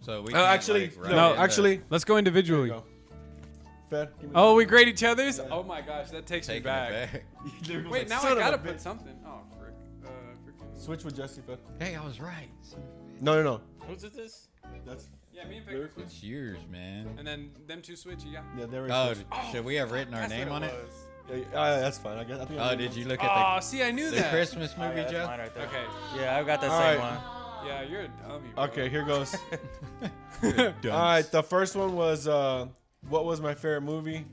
Speaker 4: So we.
Speaker 1: Oh,
Speaker 4: can't,
Speaker 1: actually,
Speaker 4: like, write
Speaker 1: no.
Speaker 4: in the-
Speaker 1: Actually,
Speaker 6: Let's go individually.
Speaker 1: go. Fed. Give me
Speaker 6: Oh, we grade each other's.
Speaker 7: Oh my gosh, that takes
Speaker 4: taking
Speaker 7: me back.
Speaker 4: it back.
Speaker 1: Literally
Speaker 7: Wait,
Speaker 1: like,
Speaker 7: now
Speaker 1: son
Speaker 7: I
Speaker 1: of a
Speaker 7: gotta
Speaker 1: bitch.
Speaker 7: put something. Oh, frick. Uh, freaking.
Speaker 1: Switch with Jesse Fed.
Speaker 4: Hey, I was right.
Speaker 1: No, no,
Speaker 3: Who's it this?
Speaker 1: no. That's
Speaker 7: Yeah, me and
Speaker 1: Lyric
Speaker 7: Victor switch.
Speaker 4: It's yours, man.
Speaker 7: And then them two switch, yeah.
Speaker 1: yeah. There we
Speaker 4: Oh,
Speaker 1: go.
Speaker 4: should we have written our
Speaker 7: That's what
Speaker 4: name on it?
Speaker 7: was.
Speaker 1: Yeah, yeah, uh, that's fine. I guess. I think I
Speaker 4: Oh,
Speaker 1: know
Speaker 4: did
Speaker 1: that.
Speaker 4: you look
Speaker 7: Oh,
Speaker 4: at
Speaker 7: see, I knew
Speaker 4: the, the
Speaker 7: that.
Speaker 4: Christmas
Speaker 3: Oh,
Speaker 4: movie,
Speaker 3: yeah, that's
Speaker 4: Joe?
Speaker 3: mine right there.
Speaker 7: Okay.
Speaker 3: Yeah, I've got that
Speaker 1: All
Speaker 3: same
Speaker 1: right.
Speaker 3: one.
Speaker 7: Yeah, you're a dummy. Bro.
Speaker 1: Okay, here goes.
Speaker 4: Dunce.
Speaker 1: All right, the first one was uh, what was my favorite movie?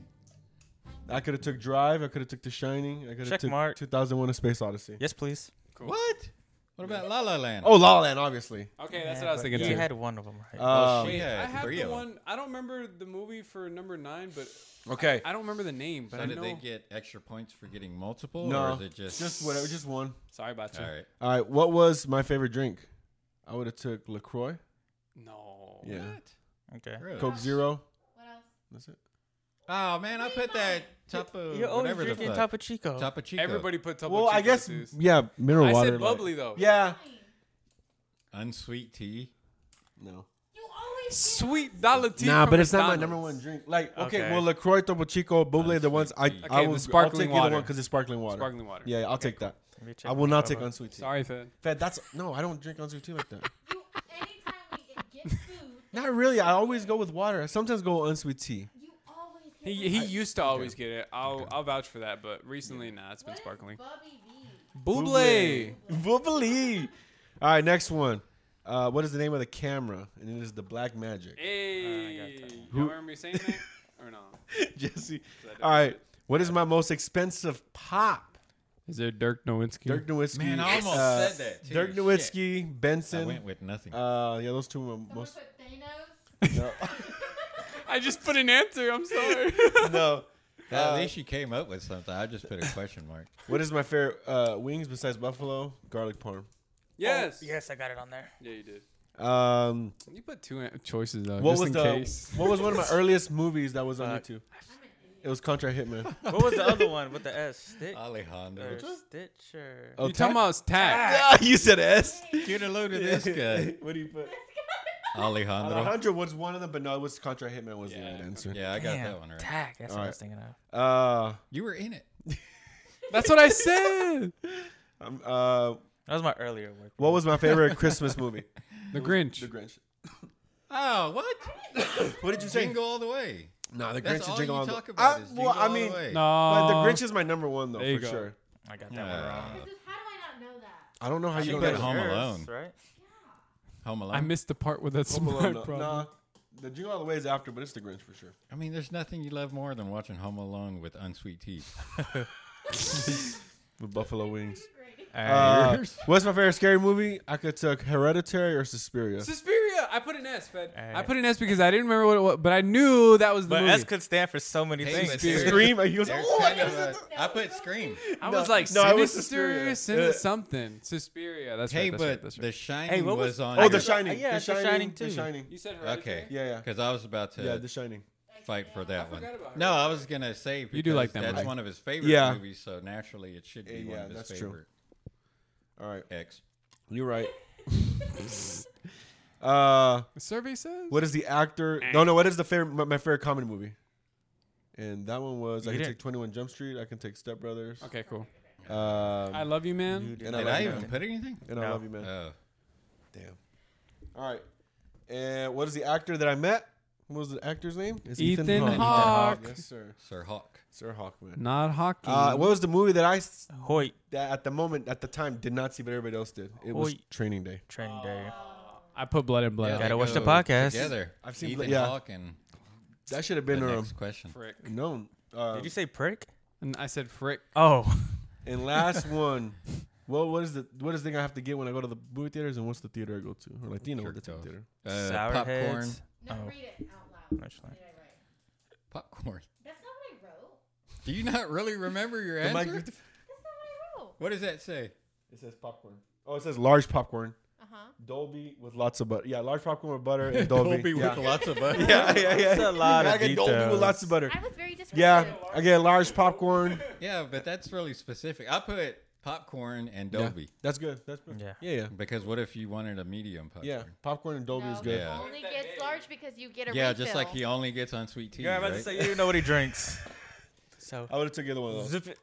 Speaker 1: I could have took Drive. I could have took The Shining. I could have
Speaker 3: Check
Speaker 1: took
Speaker 3: mark.
Speaker 1: 2001: A Space Odyssey.
Speaker 3: Yes, please.
Speaker 4: What? What about La La Land?
Speaker 1: Oh, La La Land, obviously.
Speaker 7: Okay, that's what I was thinking.
Speaker 6: Yeah.
Speaker 3: You
Speaker 6: too.
Speaker 3: had one of them right.
Speaker 1: Um,
Speaker 4: she
Speaker 7: I
Speaker 4: had
Speaker 7: have
Speaker 4: three
Speaker 7: the
Speaker 4: of them.
Speaker 7: one. I don't remember the movie for number nine, but
Speaker 1: Um, okay.
Speaker 7: I don't remember the name. But
Speaker 4: So
Speaker 7: I
Speaker 4: did
Speaker 7: know.
Speaker 4: they get extra points for getting multiple, or
Speaker 1: no,
Speaker 4: is it just
Speaker 1: just whatever, just one.
Speaker 7: Sorry about you.
Speaker 4: All right.
Speaker 1: All right, what was my favorite drink? I would have took Lacroix,
Speaker 7: No.
Speaker 1: Yeah.
Speaker 3: Okay.
Speaker 4: Really?
Speaker 1: Coke Zero.
Speaker 5: What else?
Speaker 1: That's it.
Speaker 4: Oh man, I put that Topo
Speaker 3: You're always
Speaker 4: whatever the
Speaker 3: drinking
Speaker 4: fuck.
Speaker 3: Topo Chico.
Speaker 4: Topo Chico.
Speaker 7: Everybody put Topo
Speaker 1: Well, I
Speaker 7: Chico
Speaker 1: guess
Speaker 7: twos.
Speaker 1: yeah, mineral
Speaker 7: I
Speaker 1: water.
Speaker 7: said
Speaker 1: like-
Speaker 7: bubbly though.
Speaker 1: yeah.
Speaker 4: unsweet tea.
Speaker 1: No.
Speaker 5: You always
Speaker 7: Sweet dollar tea.
Speaker 1: Nah,
Speaker 7: from
Speaker 1: but it's not my
Speaker 7: McDonald's.
Speaker 1: number one drink. Like okay,
Speaker 3: Okay.
Speaker 1: well Lacroix, Topo Chico, Buble, the ones I
Speaker 4: Unsweet tea.
Speaker 1: I
Speaker 7: Okay, the
Speaker 1: will I'll
Speaker 7: sparkling
Speaker 1: take either
Speaker 7: water.
Speaker 1: one because it's sparkling water.
Speaker 7: Sparkling water.
Speaker 1: Yeah, I'll take that.
Speaker 3: Let me check
Speaker 1: I will
Speaker 3: my
Speaker 1: not
Speaker 3: Bubba.
Speaker 1: take unsweet tea.
Speaker 7: Sorry, Fed.
Speaker 1: Fed, that's no, I don't drink unsweet tea like that.
Speaker 5: you anytime we get, get food,
Speaker 1: Not really. I always go with water. I sometimes go unsweet tea.
Speaker 5: you always get
Speaker 7: He, he used to always get it. I'll I'll vouch for that, but recently, nah, it's been sparkling.
Speaker 5: Bubby B.
Speaker 7: Buble.
Speaker 1: Bubbly. All right, next one. Uh, what is the name of the camera? And it is the Black Magic.
Speaker 7: Hey.
Speaker 3: got that
Speaker 7: you remember me saying that or no?
Speaker 1: Jesse. All right. What is my most expensive pop?
Speaker 6: Is there Dirk Nowitzki?
Speaker 1: Dirk Nowitzki.
Speaker 4: Man, I almost
Speaker 1: uh,
Speaker 4: said that. Too.
Speaker 1: Dirk
Speaker 4: Shit.
Speaker 1: Nowitzki,
Speaker 4: I
Speaker 1: Benson.
Speaker 4: went with nothing.
Speaker 1: uh, yeah, those two were
Speaker 5: Someone
Speaker 1: most.
Speaker 5: put Thanos.
Speaker 1: No.
Speaker 7: I just put an answer. I'm sorry.
Speaker 1: no.
Speaker 4: At
Speaker 1: uh,
Speaker 4: least you came up with something. I just put a question mark.
Speaker 1: What is my favorite uh, wings besides buffalo? Garlic parm.
Speaker 7: yes.
Speaker 3: Oh, Yes, I got it on there.
Speaker 7: Yeah, you did.
Speaker 1: Um,
Speaker 7: You put two. an-
Speaker 6: Choices though.
Speaker 1: what
Speaker 6: just
Speaker 1: was
Speaker 6: in
Speaker 1: the
Speaker 6: case.
Speaker 1: What was one of my earliest movies that was on
Speaker 3: Uh,
Speaker 1: YouTube? It was Contra Hitman. Oh,
Speaker 3: What was the other one with the S? Stitch or
Speaker 4: Alejandro.
Speaker 3: Stitcher.
Speaker 1: Oh,
Speaker 6: you talking about is tack?
Speaker 7: Ah.
Speaker 1: you said S.
Speaker 4: Get a load of this guy.
Speaker 1: what do you put?
Speaker 4: Alejandro.
Speaker 1: Alejandro was one of them, but no, it was Contra Hitman was the
Speaker 7: Yeah.
Speaker 1: right answer.
Speaker 4: Yeah, I got that one right.
Speaker 3: Tack. That's what I
Speaker 1: Alright.
Speaker 3: was thinking of.
Speaker 1: Uh,
Speaker 4: You were in it.
Speaker 6: That's what I said.
Speaker 1: um, uh,
Speaker 3: That was my earlier work.
Speaker 1: what was my favorite Christmas movie?
Speaker 6: The Grinch.
Speaker 1: The Grinch.
Speaker 4: Oh, what?
Speaker 1: What did you say?
Speaker 4: Jingle all the way.
Speaker 1: No, The
Speaker 4: That's
Speaker 1: Grinch
Speaker 4: all
Speaker 1: is Jingle
Speaker 4: you
Speaker 1: All the-
Speaker 4: talk about
Speaker 1: I,
Speaker 4: is
Speaker 1: well,
Speaker 4: Jingle
Speaker 1: I
Speaker 4: All the
Speaker 1: mean,
Speaker 4: Way.
Speaker 6: no.
Speaker 1: but The Grinch is my number one though
Speaker 6: There you
Speaker 1: for
Speaker 6: go.
Speaker 1: sure.
Speaker 3: I got that one wrong.
Speaker 4: Uh,
Speaker 5: This is how do I not know that?
Speaker 1: I don't know how you
Speaker 4: She
Speaker 1: don't
Speaker 4: put
Speaker 1: get
Speaker 4: Home
Speaker 3: Yours,
Speaker 4: Alone.
Speaker 3: right?
Speaker 4: Home Alone.
Speaker 6: I missed the part where that's
Speaker 1: Home
Speaker 6: my
Speaker 1: Alone.
Speaker 6: problem.
Speaker 1: Nah, the Jingle All the Way is after, but it's The Grinch for sure.
Speaker 4: I mean, there's nothing you love more than watching Home Alone with unsweet tea.
Speaker 1: With buffalo wings.
Speaker 4: Uh,
Speaker 1: Uh, what's my favorite scary movie? I could took Hereditary or Suspiria.
Speaker 7: Suspiria. I put an S, Fed.
Speaker 6: I put an S because I didn't remember what it was, but I knew that was the
Speaker 3: But
Speaker 6: movie.
Speaker 3: S could stand for so many
Speaker 4: Hey,
Speaker 3: things.
Speaker 4: but
Speaker 6: Spirit.
Speaker 4: there's-
Speaker 1: Scream. He goes,
Speaker 4: there's
Speaker 1: "Oh, I
Speaker 4: kind of
Speaker 1: gotta
Speaker 4: a- I put Scream.
Speaker 6: I
Speaker 1: No,
Speaker 6: was like
Speaker 1: no, it was Suspiria.
Speaker 6: sinister, sin-
Speaker 1: Uh,
Speaker 6: something. Suspiria. That's
Speaker 4: Hey,
Speaker 6: right. That's right,
Speaker 4: but
Speaker 6: that's
Speaker 4: The
Speaker 6: right.
Speaker 4: Shining
Speaker 3: Hey, what
Speaker 4: was,
Speaker 3: was-
Speaker 4: on.
Speaker 1: Oh,
Speaker 4: your-
Speaker 1: The Shining.
Speaker 3: yeah,
Speaker 1: the
Speaker 3: it's The
Speaker 1: Shining.
Speaker 3: Shining
Speaker 1: The
Speaker 3: too.
Speaker 1: Shining.
Speaker 7: You said hereditary.
Speaker 4: Okay.
Speaker 1: Yeah, yeah.
Speaker 4: Because I was about to
Speaker 1: Yeah, The Shining.
Speaker 4: fight for that one.
Speaker 7: forgot about
Speaker 4: No, I was gonna say
Speaker 6: You do like
Speaker 4: because
Speaker 6: that
Speaker 4: That's
Speaker 6: movie.
Speaker 4: one of his favorite
Speaker 1: Yeah.
Speaker 4: movies, so naturally it should be
Speaker 1: Yeah,
Speaker 4: one of his
Speaker 1: that's true.
Speaker 4: favorite.
Speaker 1: All right.
Speaker 4: X.
Speaker 1: You're right. uh,
Speaker 6: The survey says.
Speaker 1: what is the actor? No, no. What is the favorite? My, my favorite comedy movie. And that one was I
Speaker 3: You
Speaker 1: can
Speaker 3: didn't-
Speaker 1: take Twenty One Jump Street. I can take Step Brothers.
Speaker 6: Okay, cool.
Speaker 1: Um,
Speaker 6: I love you, man.
Speaker 1: and
Speaker 4: Did
Speaker 1: love
Speaker 4: I
Speaker 1: you,
Speaker 4: even
Speaker 1: man.
Speaker 4: put anything?
Speaker 1: And I
Speaker 3: No.
Speaker 1: love you, man.
Speaker 4: Oh,
Speaker 1: Damn. All right. And what is the actor that I met? What was the actor's name? It's
Speaker 6: Ethan
Speaker 1: Hawke.
Speaker 6: Hawke.
Speaker 1: Yes, sir.
Speaker 4: Sir Hawk.
Speaker 1: Sir Hawkman.
Speaker 6: Not hockey.
Speaker 1: Uh, what was the movie that I s-
Speaker 3: Hoyt
Speaker 1: that at the moment at the time did not see, but everybody else did? It was
Speaker 3: Hoyt.
Speaker 1: Training Day.
Speaker 3: training day.
Speaker 6: I put blood and blood.
Speaker 4: they
Speaker 3: gotta watch the
Speaker 4: go
Speaker 3: podcast.
Speaker 4: together.
Speaker 1: I've seen
Speaker 4: Ethan
Speaker 1: Bla- yeah.
Speaker 4: Hawke and
Speaker 1: That should have
Speaker 4: the
Speaker 1: been um,
Speaker 4: next question.
Speaker 7: Frick.
Speaker 1: known. Uh,
Speaker 3: Did you say prick?
Speaker 6: And I said frick.
Speaker 3: Oh,
Speaker 1: and last one Well, what is the what is the thing I have to get when I go to the movie theaters, and what's the theater I go to? Or Latino with the
Speaker 4: Jerk off.
Speaker 1: theater.
Speaker 4: Uh,
Speaker 3: Sour
Speaker 4: popcorn.
Speaker 3: heads.
Speaker 5: No,
Speaker 3: Oh.
Speaker 5: read it out loud.
Speaker 3: That's fine.
Speaker 5: Did I write?
Speaker 4: Popcorn.
Speaker 5: That's not what I wrote.
Speaker 4: Do you not really remember your
Speaker 1: Am I-
Speaker 4: answer?
Speaker 5: That's not what I wrote.
Speaker 4: What does that say?
Speaker 1: It says popcorn. Oh, it says large popcorn.
Speaker 5: Uh huh.
Speaker 1: Dolby with lots of butter. Yeah, large popcorn with butter and Dolby. yeah.
Speaker 4: lots of butter.
Speaker 1: yeah, yeah, yeah.
Speaker 3: That's a lot
Speaker 1: I
Speaker 3: of
Speaker 1: get Dolby with
Speaker 3: details.
Speaker 1: lots of butter.
Speaker 5: I was very disappointed.
Speaker 1: Yeah, I get large popcorn.
Speaker 4: Yeah, but that's really specific. I put popcorn and Dolby
Speaker 1: That's good. That's good.
Speaker 3: Yeah.
Speaker 1: yeah, yeah,
Speaker 4: because what if you wanted a medium popcorn?
Speaker 1: yeah. Popcorn and Dolby
Speaker 5: No,
Speaker 1: is good.
Speaker 4: Yeah.
Speaker 5: He only gets large because you get a
Speaker 4: Yeah,
Speaker 5: refill.
Speaker 4: just like he only gets on sweet tea.
Speaker 3: You're about to
Speaker 4: right?
Speaker 3: say you didn't know what he drinks. So
Speaker 1: I would have took the other one. Though.
Speaker 3: zip it.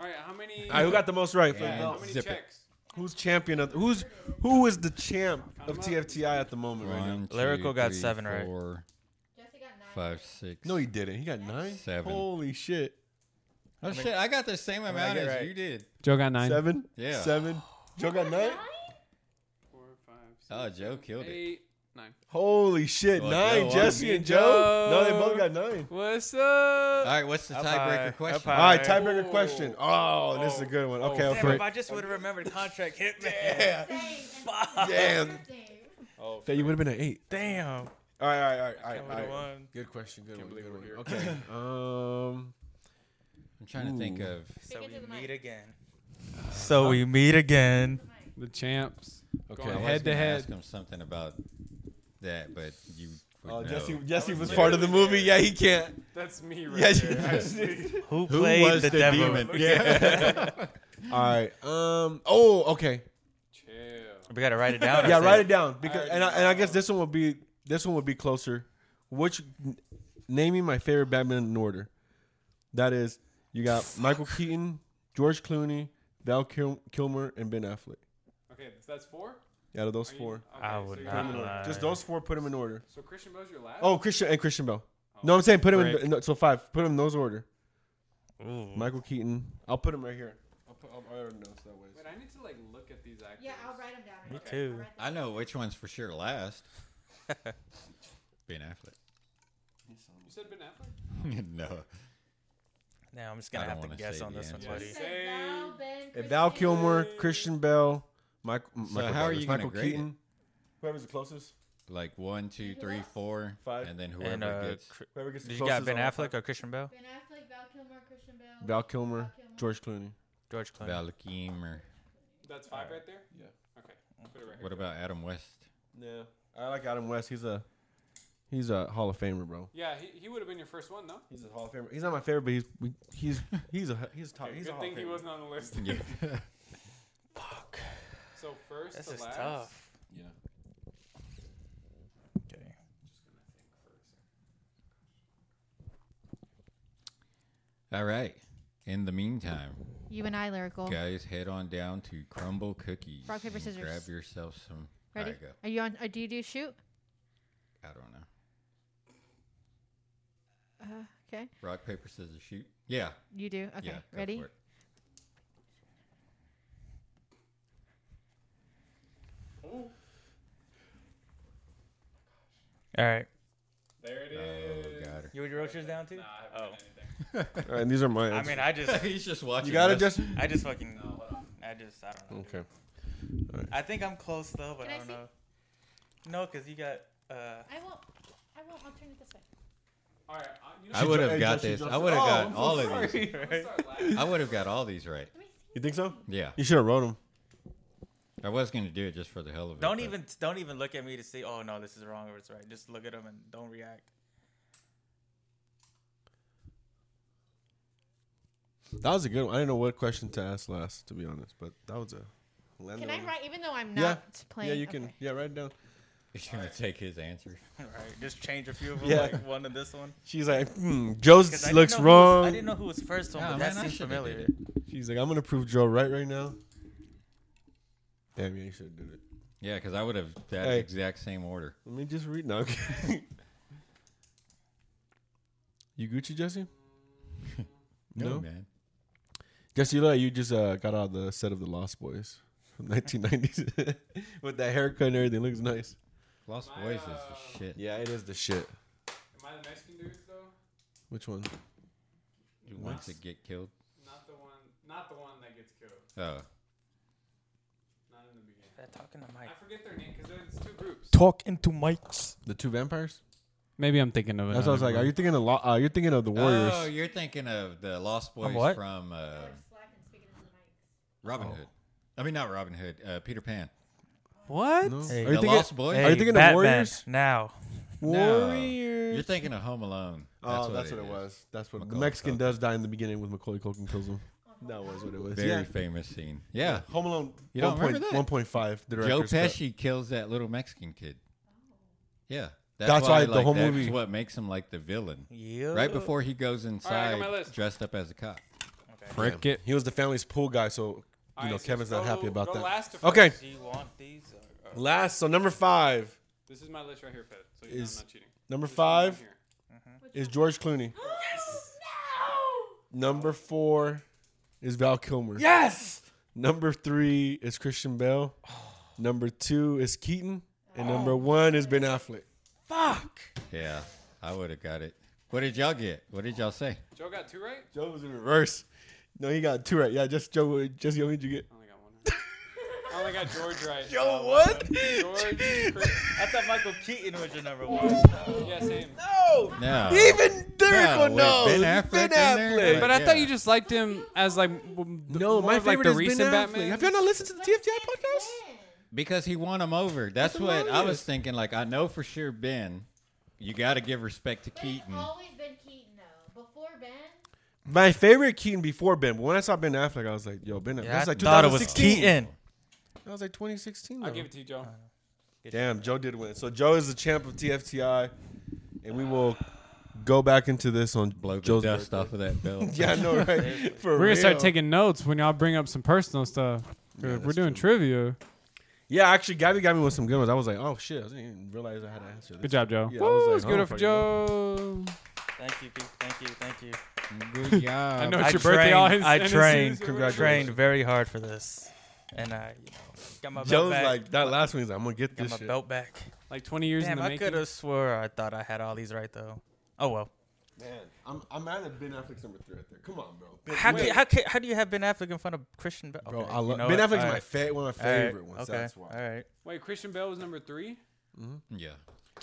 Speaker 7: All right, how many?
Speaker 1: All right, who got the most right? for the
Speaker 4: Yeah.
Speaker 7: how
Speaker 1: belt?
Speaker 7: many
Speaker 4: Zip it.
Speaker 7: checks?
Speaker 1: Who's champion of who's who is the champ of
Speaker 7: I'm up.
Speaker 1: TFTI at the moment right now?
Speaker 4: One, two,
Speaker 3: Lyrical got
Speaker 4: three,
Speaker 3: seven right.
Speaker 4: four,
Speaker 5: Jesse got nine.
Speaker 4: five, six.
Speaker 1: No, he didn't. He got nine.
Speaker 4: Seven.
Speaker 1: Holy shit.
Speaker 4: Oh shit! I got the same amount
Speaker 1: get
Speaker 4: as
Speaker 1: right.
Speaker 4: you did.
Speaker 6: Joe got nine.
Speaker 1: Seven.
Speaker 4: Yeah.
Speaker 1: Seven. Joe got nine.
Speaker 7: Four, five, six,
Speaker 4: Oh, Joe killed it.
Speaker 7: eight, nine.
Speaker 1: Holy shit.
Speaker 4: Well,
Speaker 1: nine.
Speaker 4: Joe,
Speaker 1: Jesse
Speaker 4: I'm-
Speaker 1: and Joe. No, they both got nine.
Speaker 7: What's
Speaker 4: All
Speaker 7: up?
Speaker 4: right, what's the
Speaker 3: Up high,
Speaker 4: tiebreaker
Speaker 3: up
Speaker 4: question?
Speaker 3: high.
Speaker 1: All right, tiebreaker
Speaker 7: Oh.
Speaker 1: question. Oh, this is a good one. Okay, okay.
Speaker 3: if I just would have remembered contract hit me. Yeah.
Speaker 1: Damn.
Speaker 5: Same.
Speaker 1: That you would have been an eight.
Speaker 3: Damn.
Speaker 1: All right, all right, all right,
Speaker 3: Would've
Speaker 1: all right. All right.
Speaker 3: won.
Speaker 1: Good question. Good one.
Speaker 7: believe
Speaker 1: Good one.
Speaker 7: we're
Speaker 1: Okay. Um.
Speaker 4: I'm trying to think
Speaker 1: Ooh.
Speaker 4: of.
Speaker 3: So
Speaker 5: into the
Speaker 3: we
Speaker 5: mic.
Speaker 3: meet again. So we meet again.
Speaker 6: The champs.
Speaker 4: I
Speaker 1: Okay.
Speaker 4: was
Speaker 6: Head to
Speaker 4: gonna
Speaker 6: head.
Speaker 4: Ask him something about that, but you. Would
Speaker 1: Oh,
Speaker 4: know.
Speaker 1: Jesse. Jesse was part of the movie. Yeah, he can't.
Speaker 7: That's me right
Speaker 1: Yeah,
Speaker 7: there.
Speaker 1: you-
Speaker 7: I just need-
Speaker 3: Who
Speaker 4: Who
Speaker 3: played
Speaker 4: was
Speaker 3: the,
Speaker 4: the,
Speaker 3: devil?
Speaker 4: demon? Yeah.
Speaker 1: All right. Um. Oh. Okay.
Speaker 7: Chill.
Speaker 3: We gotta write it down. or
Speaker 1: Yeah.
Speaker 3: say
Speaker 1: Write it down because
Speaker 7: already
Speaker 1: and I, and I
Speaker 7: know.
Speaker 1: guess this one would be this one would be closer. Which naming my favorite Batman in order? That is you got Michael Keaton, George Clooney, Val Kil- Kilmer, and Ben Affleck.
Speaker 7: Okay, that's four.
Speaker 1: Out of those
Speaker 7: Are you-
Speaker 1: four,
Speaker 7: okay,
Speaker 3: I would
Speaker 7: so you're-
Speaker 3: not
Speaker 1: Put 'em in order. just those four. Put them in order.
Speaker 7: So Christian Bell's your last.
Speaker 1: Oh, Christian and Christian Bell. No, I'm saying put him in. No, so five. Put him in those order.
Speaker 3: Ooh.
Speaker 1: Michael Keaton. I'll put him right here. I'll put. I'll, I already know it's that way.
Speaker 7: Wait, I need to like look at these actors.
Speaker 5: Yeah, I'll write them down.
Speaker 3: Me
Speaker 5: I'll
Speaker 3: too.
Speaker 5: write them
Speaker 4: I know which one's for sure last. Ben Affleck.
Speaker 7: You said Ben Affleck.
Speaker 4: no.
Speaker 3: Now I'm just
Speaker 4: I
Speaker 3: gonna
Speaker 4: don't
Speaker 3: have to
Speaker 4: wanna
Speaker 3: guess
Speaker 4: say
Speaker 3: on
Speaker 4: the
Speaker 3: this one,
Speaker 4: answer.
Speaker 3: buddy.
Speaker 5: down. Say Val, Ben,
Speaker 1: And Val
Speaker 5: Christian.
Speaker 1: Kilmer, Christian Bell, Michael.
Speaker 4: So
Speaker 1: Michael
Speaker 4: how are
Speaker 1: Douglas,
Speaker 4: you gonna
Speaker 1: Michael
Speaker 4: grade it?
Speaker 1: Keaton. Whoever's the closest.
Speaker 4: Like one, two, three, four,
Speaker 1: Five.
Speaker 4: and then whoever
Speaker 3: And uh,
Speaker 4: gets.
Speaker 3: Cr-
Speaker 1: Whoever gets the
Speaker 3: did you
Speaker 1: closest
Speaker 3: got Ben
Speaker 1: on-
Speaker 3: Affleck or Christian Bell?
Speaker 5: Ben Affleck, Val Kilmer, Christian Bell.
Speaker 1: Val Kilmer,
Speaker 5: Val Kilmer.
Speaker 1: George Clooney.
Speaker 3: George Clooney.
Speaker 4: Valakim or
Speaker 7: That's five right there.
Speaker 1: Yeah.
Speaker 7: Okay. Put it right here.
Speaker 4: what about Adam West?
Speaker 1: Yeah, I like Adam West. He's a he's a Hall of Famer, bro.
Speaker 7: Yeah, he, he would have been your first one, though.
Speaker 1: He's a Hall of Famer. He's not my favorite, but he's he's he's a he's top.
Speaker 7: Okay,
Speaker 1: he's a
Speaker 7: good
Speaker 1: Hall
Speaker 7: thing
Speaker 1: of
Speaker 7: he
Speaker 1: Famer.
Speaker 7: wasn't on the list.
Speaker 4: Yeah.
Speaker 3: Fuck.
Speaker 7: So first
Speaker 3: This
Speaker 7: to
Speaker 3: is
Speaker 7: last.
Speaker 3: tough.
Speaker 1: Yeah.
Speaker 3: Okay.
Speaker 4: All right. In the meantime,
Speaker 2: You and I, lyrical.
Speaker 4: guys, head on down to Crumble Cookies.
Speaker 2: Rock, paper,
Speaker 4: and
Speaker 2: scissors.
Speaker 4: Grab yourself some.
Speaker 2: Ready?
Speaker 4: All right, go.
Speaker 2: Are you on? Or do you do shoot?
Speaker 4: I don't know.
Speaker 2: Okay,
Speaker 4: Rock, paper, scissors, shoot. Yeah.
Speaker 2: you do. Okay,
Speaker 4: yeah. go
Speaker 2: ready?
Speaker 4: for it.
Speaker 3: All right.
Speaker 7: There it is.
Speaker 4: Oh, got her.
Speaker 3: You would wrote yours down too?
Speaker 7: Nah, I haven't done anything.
Speaker 1: All right, and these are mine.
Speaker 3: I mean, I just,
Speaker 4: He's just watching.
Speaker 1: you got it,
Speaker 4: us.
Speaker 1: just
Speaker 3: I just fucking, I just, I don't know.
Speaker 1: okay.
Speaker 3: I think I'm close though, but
Speaker 5: Can
Speaker 3: I
Speaker 5: I
Speaker 3: don't
Speaker 5: see?
Speaker 3: know. No, cause you got. uh
Speaker 5: I won't. I won't. I'll turn it this way.
Speaker 7: All right. Uh, you know,
Speaker 4: I would have
Speaker 1: Hey,
Speaker 4: got
Speaker 1: Jesse
Speaker 4: this. I
Speaker 1: Johnson.
Speaker 4: would have
Speaker 1: Oh,
Speaker 4: got
Speaker 1: I'm so
Speaker 4: all of these.
Speaker 7: I'm gonna start last.
Speaker 4: I would have got all these right.
Speaker 5: Let me see.
Speaker 1: You think so?
Speaker 4: Yeah.
Speaker 1: You should have wrote him.
Speaker 4: I was going to do it just for the hell of it.
Speaker 3: Don't
Speaker 4: but-
Speaker 3: even, don't even look at me to see. Oh no, this is wrong or it's right. Just look at them and don't react.
Speaker 1: That was a good one. I didn't know what question to ask last, to be honest, but that was a.
Speaker 5: Can I write even though I'm
Speaker 1: Yeah.
Speaker 5: not playing?
Speaker 1: Yeah, you can.
Speaker 5: Okay.
Speaker 1: Yeah, write it down.
Speaker 4: He's going to take his answer.
Speaker 3: right. Just change a few of them,
Speaker 1: Yeah.
Speaker 3: like one to this one.
Speaker 1: She's like, hmm,
Speaker 3: 'Cause
Speaker 1: Joe's
Speaker 3: I didn't
Speaker 1: looks
Speaker 3: know who was-
Speaker 1: wrong.
Speaker 3: I didn't know who was first on,
Speaker 4: Nah,
Speaker 3: but
Speaker 4: man,
Speaker 3: that
Speaker 4: I
Speaker 3: seems
Speaker 4: shoulda did
Speaker 3: familiar.
Speaker 4: it.
Speaker 1: She's like, I'm gonna prove Joe right right now. Damn, yeah, you should have did it.
Speaker 4: Yeah, because I would have that
Speaker 1: Hey.
Speaker 4: exact same order.
Speaker 1: Let me just read now. okay. you Gucci, Jesse? No?
Speaker 4: man.
Speaker 1: Jesse, you look like you just uh, got out of the set of the Lost Boys from 1990s with that haircut and everything. Looks nice.
Speaker 4: Lost
Speaker 7: My,
Speaker 4: Boys is
Speaker 7: uh,
Speaker 4: the shit.
Speaker 1: Yeah, it is the shit.
Speaker 7: Am I the Mexican dude though?
Speaker 1: Which one?
Speaker 4: You want to get killed?
Speaker 7: Not the one. Not the one that gets killed.
Speaker 4: Oh.
Speaker 3: talking to
Speaker 7: I
Speaker 3: Mike.
Speaker 7: forget their name because there's two groups.
Speaker 3: Talking to Mike's.
Speaker 1: The two vampires.
Speaker 6: Maybe I'm thinking of it.
Speaker 1: That's what I was like. Are you thinking of? Lo- uh, you're thinking of the Warriors?
Speaker 4: Oh, you're thinking of the Lost Boys
Speaker 3: what?
Speaker 4: from uh,
Speaker 1: Oh.
Speaker 4: Robin Hood. I mean, not Robin Hood. Uh, Peter Pan.
Speaker 1: Are
Speaker 6: What?
Speaker 3: Hey,
Speaker 1: you
Speaker 4: the
Speaker 1: thinking-
Speaker 4: Lost Boys.
Speaker 1: Are you thinking of
Speaker 3: Batman,
Speaker 1: Warriors?
Speaker 3: Now.
Speaker 4: No.
Speaker 1: Warriors.
Speaker 4: You're thinking of Home Alone.
Speaker 1: Oh, that's what it,
Speaker 4: is.
Speaker 1: was. That's what
Speaker 4: Macaulay
Speaker 1: the Mexican
Speaker 4: Culkin.
Speaker 1: does die in the beginning with Macaulay Culkin kills him. that was what it was.
Speaker 4: Very
Speaker 1: yeah.
Speaker 4: famous scene. Yeah.
Speaker 1: Home Alone.
Speaker 4: You don't
Speaker 1: 1.
Speaker 4: remember that?
Speaker 1: One point five. The
Speaker 4: Joe
Speaker 1: director's cut.
Speaker 4: Pesci kills that little Mexican kid. Yeah.
Speaker 1: That's why
Speaker 4: I
Speaker 1: the
Speaker 4: like-
Speaker 1: whole
Speaker 4: that's
Speaker 1: movie-
Speaker 4: what makes him like the villain.
Speaker 3: Yeah.
Speaker 4: Right before he goes inside
Speaker 7: my list.
Speaker 4: dressed up as a cop.
Speaker 6: Frick it.
Speaker 1: He was the family's pool guy, so you
Speaker 7: Alright,
Speaker 1: know
Speaker 7: so
Speaker 1: Kevin's not
Speaker 7: go-
Speaker 1: happy about
Speaker 7: go
Speaker 1: that.
Speaker 7: last to
Speaker 1: okay,
Speaker 7: first.
Speaker 3: Do you want these? Or, or-
Speaker 1: last. So number five
Speaker 7: This is my list right here, Fed. So you know
Speaker 1: Is-
Speaker 7: I'm not cheating.
Speaker 1: number
Speaker 7: This is what I'm
Speaker 1: five?
Speaker 7: here.
Speaker 1: is George Clooney. Number four is Val Kilmer.
Speaker 3: yes.
Speaker 1: Number three is Christian Bale. Number two is Keaton, and number one is Ben Affleck.
Speaker 3: Fuck.
Speaker 4: Yeah. I would have got it. What did y'all get? What did y'all say?
Speaker 7: Joe got two right.
Speaker 1: Joe was in reverse. No, he got two right. Yeah, just Joe. Just Joe, who'd you get?
Speaker 7: I only got one. right. I only got George right.
Speaker 3: Yo,
Speaker 7: Uh,
Speaker 3: what?
Speaker 7: George. Chris-
Speaker 3: I thought Michael Keaton was your number one.
Speaker 7: yeah, same.
Speaker 3: No.
Speaker 4: No.
Speaker 3: Even
Speaker 4: Yeah,
Speaker 3: Derek
Speaker 4: with
Speaker 3: will know.
Speaker 4: Ben Affleck in there?
Speaker 6: But I thought you just liked him as like w- the-
Speaker 1: No,
Speaker 6: more
Speaker 1: my
Speaker 6: of, like
Speaker 1: favorite
Speaker 6: the
Speaker 1: is
Speaker 6: recent
Speaker 1: Ben Affleck.
Speaker 6: Batman.
Speaker 1: Have y'all not listened to the TFTI podcast?
Speaker 4: Because he won him over. That's
Speaker 1: That's
Speaker 4: what I was
Speaker 1: hilarious.
Speaker 4: thinking. Like, I know for sure, Ben, you got to give respect to Keaton.
Speaker 7: oh.
Speaker 5: always been Keaton though. Before Ben,
Speaker 1: My favorite Keaton before Ben. But when I saw Ben Affleck, I was like, "Yo, Ben." Affleck.
Speaker 3: Yeah,
Speaker 1: that's
Speaker 3: I
Speaker 1: like
Speaker 3: thought it was
Speaker 1: 2016.
Speaker 3: Keaton.
Speaker 1: That was like 2016.
Speaker 7: I'll
Speaker 1: though.
Speaker 7: give it to you, Joe.
Speaker 1: Damn, Joe did win. So Joe is the champ of TFTI, and we will go back into this on
Speaker 4: Blow the
Speaker 1: Joe's
Speaker 4: dust
Speaker 1: birthday.
Speaker 4: off of that belt.
Speaker 1: Yeah, I know, right? For
Speaker 6: We're gonna start
Speaker 1: real.
Speaker 6: taking notes when y'all bring up some personal stuff. if we're doing trivia.
Speaker 1: Yeah, actually, Gabby got me with some good ones. I was like, "Oh shit!" I didn't even realize I had to answer this.
Speaker 6: Good job, Joe.
Speaker 1: Yeah, I
Speaker 6: Woo,
Speaker 1: was like,
Speaker 6: let's give
Speaker 1: oh,
Speaker 6: it up for
Speaker 1: fucking
Speaker 6: Joe.
Speaker 3: Thank you, people. Thank you. Thank you.
Speaker 4: Good job.
Speaker 6: I know
Speaker 3: I
Speaker 6: it's your birthday.
Speaker 3: trained,
Speaker 6: All his
Speaker 3: I
Speaker 6: NSCs.
Speaker 3: trained,
Speaker 1: Congratulations.
Speaker 3: trained very hard for this, and I you know, got my belt
Speaker 1: Joe's
Speaker 3: back.
Speaker 1: like that last one. He's like, "I'm gonna get
Speaker 3: got
Speaker 1: this
Speaker 3: my
Speaker 1: shit."
Speaker 3: belt back.
Speaker 6: Like 20 years
Speaker 3: Damn,
Speaker 6: in the
Speaker 3: I could
Speaker 6: making.
Speaker 3: have swore I thought I had all these right though. Oh well.
Speaker 1: Man, I'm I'm mad at Ben Affleck's number three right there. Come on, bro. Ben,
Speaker 3: How,
Speaker 1: wait.
Speaker 3: can, how, can, how do you have Ben Affleck in front of Christian Bale?
Speaker 1: bro,
Speaker 3: Okay,
Speaker 1: I
Speaker 3: you
Speaker 1: love
Speaker 3: know
Speaker 1: Ben
Speaker 3: what?
Speaker 1: Affleck's
Speaker 3: All
Speaker 1: my
Speaker 3: right.
Speaker 1: fa- one of my
Speaker 3: All right,
Speaker 1: favorite ones.
Speaker 3: Okay.
Speaker 1: That's why.
Speaker 3: All right.
Speaker 7: Wait, Christian Bell was number three.
Speaker 4: Yeah.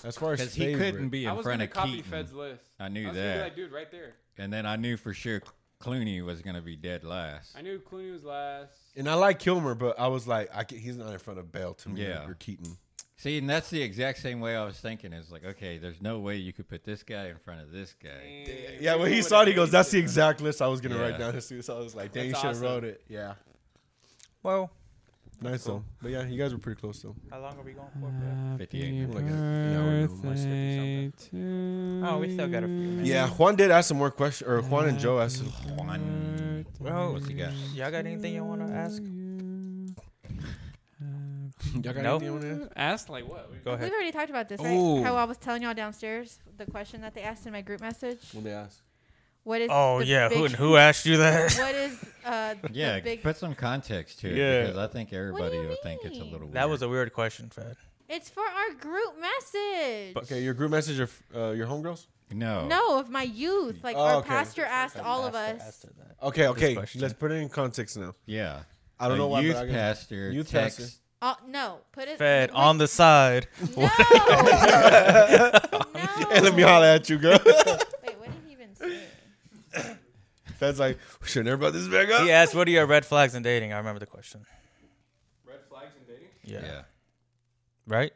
Speaker 1: As far as
Speaker 4: Because he
Speaker 1: favorite.
Speaker 4: couldn't be
Speaker 7: I
Speaker 4: in
Speaker 7: was
Speaker 4: front
Speaker 7: gonna
Speaker 4: of
Speaker 7: copy
Speaker 4: Keaton.
Speaker 7: Fed's list.
Speaker 4: I knew
Speaker 7: I was gonna be
Speaker 4: that.
Speaker 7: like, dude, right there.
Speaker 4: And then I knew for sure Clooney was going to be dead last.
Speaker 7: I knew Clooney was last.
Speaker 1: And I like Kilmer, but I was like, I can, he's not in front of Bale to me.
Speaker 4: Yeah.
Speaker 1: Yeah, or Keaton.
Speaker 4: See, and that's the exact same way I was thinking. Is like, okay, there's no way you could put this guy in front of this guy.
Speaker 7: And
Speaker 1: Yeah,
Speaker 7: people
Speaker 1: when he
Speaker 7: would've
Speaker 1: saw it, he goes,
Speaker 7: hated
Speaker 1: "That's
Speaker 7: it.
Speaker 1: the exact list I was gonna
Speaker 4: Yeah.
Speaker 1: write down." As soon as I was like, "Dang, you
Speaker 7: That's
Speaker 1: should have
Speaker 7: awesome.
Speaker 1: wrote it." Yeah,
Speaker 3: Well,
Speaker 1: nice though. But yeah, you guys were pretty close though.
Speaker 3: how long are we going for? bro?
Speaker 4: 58.
Speaker 1: Like a- an hour ago, my
Speaker 6: Birthday to
Speaker 3: Oh, we still got a few minutes.
Speaker 1: Yeah, Juan did ask some more questions, or Juan and Joe asked. Some,
Speaker 4: One.
Speaker 3: Well,
Speaker 4: What's he got?
Speaker 3: y'all got anything you want to ask?
Speaker 6: you.
Speaker 1: Y'all got
Speaker 3: No.
Speaker 1: anything on there?
Speaker 6: Ask like
Speaker 7: Like what?
Speaker 3: Go ahead.
Speaker 2: We've already talked about this, right?
Speaker 1: Ooh.
Speaker 2: How I was telling y'all downstairs the question that they asked in my group message.
Speaker 1: When they asked.
Speaker 2: What is?
Speaker 3: Oh
Speaker 2: the
Speaker 3: yeah,
Speaker 2: big,
Speaker 3: who and who asked you that?
Speaker 2: What is uh,
Speaker 4: Yeah,
Speaker 2: the big?
Speaker 4: put some context to it
Speaker 3: Yeah.
Speaker 4: because I think everybody
Speaker 2: you
Speaker 4: will think it's a
Speaker 2: mean?
Speaker 4: little weird.
Speaker 3: That was a weird question, Fred.
Speaker 2: It's for our group message.
Speaker 1: Okay, your group message of uh, your homegirls.
Speaker 4: no.
Speaker 2: no, of my youth. Like
Speaker 1: Oh,
Speaker 2: our
Speaker 1: okay.
Speaker 2: pastor asked all of us.
Speaker 3: Asked her that.
Speaker 1: Okay, okay.
Speaker 3: question.
Speaker 1: Let's put it in context now.
Speaker 4: Yeah.
Speaker 1: I don't
Speaker 4: a
Speaker 1: know why. but
Speaker 4: Youth
Speaker 1: I got-
Speaker 4: pastor.
Speaker 1: Youth
Speaker 4: text,
Speaker 1: pastor.
Speaker 2: Oh, no, put it.
Speaker 3: Fed on the side.
Speaker 2: No. no.
Speaker 1: Hey, let me holler at you, girl.
Speaker 2: Wait, what did he even say?
Speaker 1: That's like, we should never brought this back up.
Speaker 3: He asked, "What are your red flags in dating?" I remember the question.
Speaker 7: Red flags and dating.
Speaker 3: Yeah.
Speaker 4: Yeah.
Speaker 3: Right.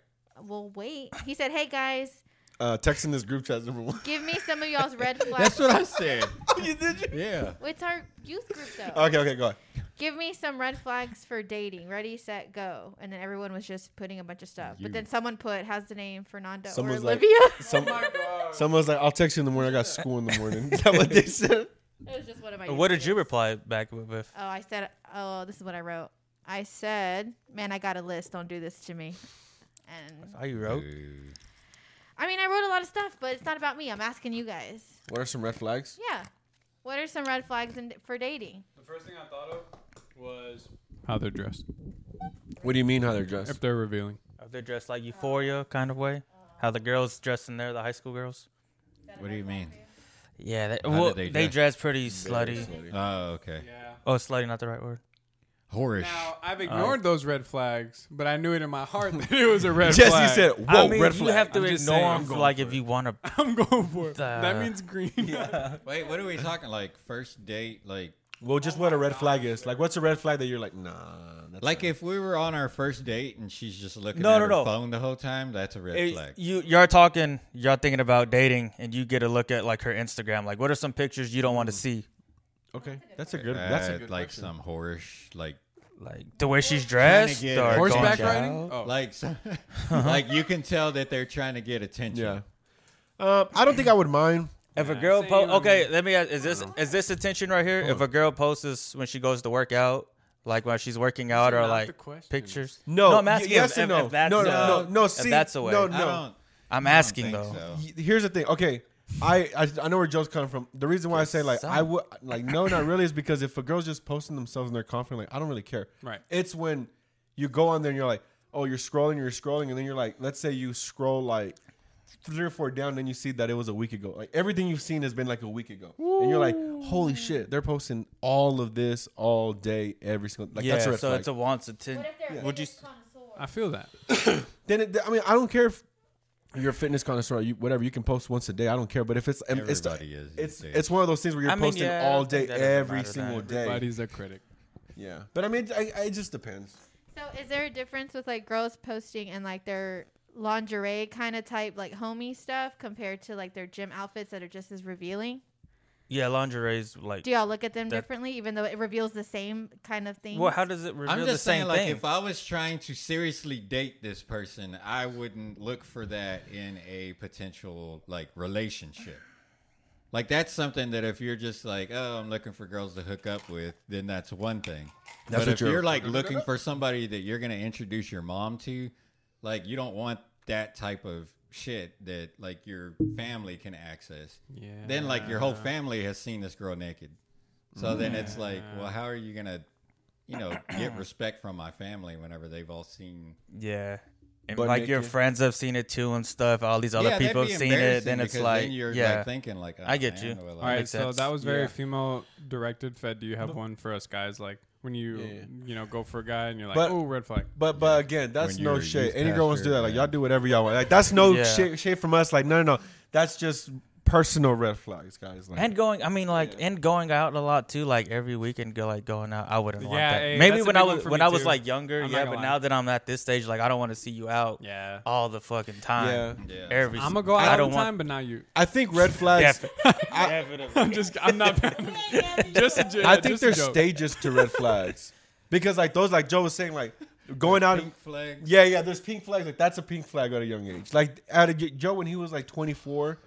Speaker 2: Well, wait. He said, "Hey guys,
Speaker 1: Uh, texting this group chat is number one. Oh,
Speaker 2: give me some of y'all's red flags."
Speaker 4: That's what I said. Yeah.
Speaker 2: It's our youth group though.
Speaker 1: Okay, okay, go on.
Speaker 2: Give me some red flags for dating. Ready, set, go. And then everyone was just putting a bunch of stuff. But then someone put, "How's the name Fernando
Speaker 1: Someone's
Speaker 2: or
Speaker 1: like-
Speaker 2: Olivia?"
Speaker 1: Some, someone's like, I'll text you in the morning. I got school in the morning. Is that what they said?
Speaker 2: it was just one of my.
Speaker 3: What did you
Speaker 2: reply?
Speaker 3: reply back with? with?
Speaker 2: Oh, I said, "Oh, this is what I wrote." I said, "Man, I got a list. Don't do this to me." And
Speaker 3: Are you wrote?
Speaker 4: Ooh.
Speaker 2: I mean, I wrote a lot of stuff, but it's not about me. I'm asking you guys.
Speaker 1: What are some red flags?
Speaker 2: Yeah. What are some red flags in, for dating?
Speaker 7: The first thing I thought of was
Speaker 6: how they're dressed.
Speaker 1: What do you mean how they're dressed?
Speaker 6: If they're revealing.
Speaker 3: Are they dressed like Euphoria kind of way? How the girls dress in there, the high school girls?
Speaker 4: What do you mean?
Speaker 3: Yeah, they,
Speaker 4: How
Speaker 3: well,
Speaker 4: did
Speaker 3: they,
Speaker 4: they
Speaker 3: dress pretty slutty.
Speaker 4: Oh, okay.
Speaker 7: yeah.
Speaker 3: Oh, slutty, not the right word.
Speaker 4: Horish.
Speaker 6: Now, I've ignored those red flags, but I knew it in my heart that it was a red
Speaker 1: Jesse
Speaker 6: flag.
Speaker 1: said, "Whoa,
Speaker 3: I mean,
Speaker 1: red
Speaker 3: you
Speaker 1: flag."
Speaker 3: have to
Speaker 1: I'm just saying,
Speaker 3: ignore
Speaker 1: I'm
Speaker 3: them.
Speaker 1: going
Speaker 3: Like
Speaker 1: for
Speaker 3: if
Speaker 1: it.
Speaker 3: you want to,
Speaker 6: I'm going for it.
Speaker 3: Uh,
Speaker 6: that means green.
Speaker 4: Wait, what are we talking? Like first date? Like
Speaker 1: Well, just what a red flag is. Like, what's a red flag that you're like, nah? That's
Speaker 4: like
Speaker 1: not-
Speaker 4: if we were on our first date and she's just looking
Speaker 3: No,
Speaker 4: at
Speaker 3: no,
Speaker 4: her
Speaker 3: no.
Speaker 4: phone the whole time, that's a red
Speaker 3: It-
Speaker 4: flag.
Speaker 3: you you're talking, you're thinking about dating, and you get a look at like her Instagram. Like, what are some pictures you don't want to see?
Speaker 1: okay, that's a good. That's a
Speaker 4: Uh,
Speaker 1: good
Speaker 4: like
Speaker 1: question.
Speaker 4: some horish, like
Speaker 3: Like the way she's dressed,
Speaker 4: get
Speaker 3: or
Speaker 4: it.
Speaker 3: going
Speaker 6: Horseback
Speaker 3: out.
Speaker 6: riding? Oh,
Speaker 4: like some, like you can tell that they're trying to get attention.
Speaker 1: Yeah. Um, I don't think I would mind.
Speaker 3: If a girl
Speaker 7: Same,
Speaker 3: po-
Speaker 7: I
Speaker 3: okay, let me ask, is this is this attention right here? If a girl posts this when she goes to work out, like when she's working out,
Speaker 6: are
Speaker 3: or
Speaker 6: not
Speaker 3: like
Speaker 6: the questions.
Speaker 3: pictures?
Speaker 1: No,
Speaker 3: I'm asking
Speaker 1: y- yes
Speaker 3: if,
Speaker 1: and
Speaker 3: if-
Speaker 1: no.
Speaker 3: if that's
Speaker 1: No,
Speaker 3: a-
Speaker 1: no, no, no,
Speaker 3: if
Speaker 1: see,
Speaker 3: that's the way.
Speaker 1: no,
Speaker 4: I
Speaker 1: no.
Speaker 4: don't.
Speaker 3: I'm
Speaker 4: I don't
Speaker 3: asking
Speaker 4: think
Speaker 3: though.
Speaker 4: so.
Speaker 1: Y- Here's the thing. Okay, I, I I know where Joe's coming from. The reason why I say like I
Speaker 3: some.
Speaker 1: would like no, not really, is because if a girl's just posting themselves and they're confident, like I don't really care.
Speaker 6: Right.
Speaker 1: It's when you go on there and you're like, oh, you're scrolling, you're scrolling, and then you're like, let's say you scroll like three or four down, then you see that it was a week ago. Like everything you've seen has been like a week ago, and you're like, holy shit, they're posting all of this all day, every single. Like,
Speaker 3: yeah,
Speaker 1: that's a red
Speaker 3: so
Speaker 1: flag.
Speaker 3: it's a wants attention.
Speaker 5: What if they're
Speaker 3: Would you? uh,
Speaker 5: fitness connoisseur?
Speaker 6: I feel that.
Speaker 1: then it, I mean, I don't care if you're a fitness connoisseur, you, whatever. You can post once a day. I don't care. But if it's and it's
Speaker 4: Everybody is these
Speaker 1: it's
Speaker 4: days.
Speaker 1: it's one of those things where you're
Speaker 3: I mean,
Speaker 1: posting
Speaker 3: yeah, I
Speaker 1: all
Speaker 3: don't think
Speaker 1: day,
Speaker 3: that doesn't
Speaker 1: every
Speaker 3: matter that.
Speaker 1: single day.
Speaker 6: Buddy's a critic.
Speaker 1: Yeah, but I mean, I, I, it just depends.
Speaker 2: So is there a difference with like girls posting and like their lingerie kind of type like homey stuff compared to like their gym outfits that are just as revealing?
Speaker 3: Yeah, lingerie's like.
Speaker 2: Do y'all look at them
Speaker 3: That-
Speaker 2: differently even though it reveals the same kind of thing?
Speaker 3: Well, how does it reveal
Speaker 4: I'm
Speaker 3: the
Speaker 4: just
Speaker 3: same
Speaker 4: saying, like,
Speaker 3: thing?
Speaker 4: if I was trying to seriously date this person, I wouldn't look for that in a potential like relationship. Like that's something that if you're just like, oh, I'm looking for girls to hook up with, then that's one thing.
Speaker 1: That's
Speaker 4: but
Speaker 1: what
Speaker 4: if
Speaker 1: you're-
Speaker 4: you're like looking for somebody that you're gonna introduce your mom to, like you don't want that type of shit that like your family can access.
Speaker 6: Yeah.
Speaker 4: Then like your whole family has seen this girl naked. So then it's like, well, how are you gonna, you know, get respect from my family whenever they've all seen?
Speaker 3: yeah. And
Speaker 1: Butt
Speaker 3: like your
Speaker 1: naked.
Speaker 3: friends have seen it too and stuff. All these other
Speaker 4: Yeah, that'd
Speaker 3: people
Speaker 4: be
Speaker 3: have seen it.
Speaker 4: embarrassing
Speaker 3: Then it's
Speaker 4: because
Speaker 3: like,
Speaker 4: you're
Speaker 3: yeah.
Speaker 4: like thinking like, oh,
Speaker 3: I get
Speaker 4: man,
Speaker 3: you.
Speaker 4: well,
Speaker 6: All right,
Speaker 3: Makes
Speaker 6: so
Speaker 3: sense.
Speaker 6: that was very
Speaker 1: Yeah.
Speaker 6: female directed. Fed, do you have one for us guys? Like when you
Speaker 1: Yeah.
Speaker 6: you know go for a guy and you're like,
Speaker 1: But-
Speaker 6: oh, red flag.
Speaker 1: But but again, that's
Speaker 4: When
Speaker 1: no
Speaker 4: you're a
Speaker 1: shit.
Speaker 4: youth
Speaker 1: Any girl wants to do that.
Speaker 4: pastor,
Speaker 1: Like
Speaker 4: yeah.
Speaker 1: y'all do whatever y'all want. Like that's no
Speaker 3: Yeah.
Speaker 1: shit, shit from us. Like no, no, no. That's just personal red flags, guys. Like
Speaker 3: And going, I mean, like, and going out a lot too, like every weekend, go like going out. I wouldn't want
Speaker 6: Yeah,
Speaker 3: that.
Speaker 6: hey,
Speaker 3: Maybe
Speaker 6: that's a
Speaker 3: when
Speaker 6: big
Speaker 3: I
Speaker 6: one
Speaker 3: was
Speaker 6: for
Speaker 3: when
Speaker 6: me,
Speaker 3: I was
Speaker 6: too.
Speaker 3: like younger,
Speaker 6: I'm not
Speaker 3: yeah.
Speaker 6: gonna
Speaker 3: But
Speaker 6: lie.
Speaker 3: now that I'm at this stage, like I don't want to see you out
Speaker 6: Yeah,
Speaker 3: all the fucking time.
Speaker 1: Yeah.
Speaker 4: Yeah.
Speaker 3: Every.
Speaker 6: I'm gonna go
Speaker 3: I
Speaker 6: out all
Speaker 3: don't
Speaker 6: the
Speaker 3: want-
Speaker 6: time, but not you.
Speaker 1: I think red flags.
Speaker 6: I'm just I'm not. just a joke.
Speaker 1: I think
Speaker 6: just a
Speaker 1: there's
Speaker 6: joke.
Speaker 1: stages to red flags because like those, like Joe was saying, like going out.
Speaker 4: Pink flag.
Speaker 1: Yeah, yeah. There's pink flags. Like that's a pink flag at a young age. Like at a, Joe when he was like 24,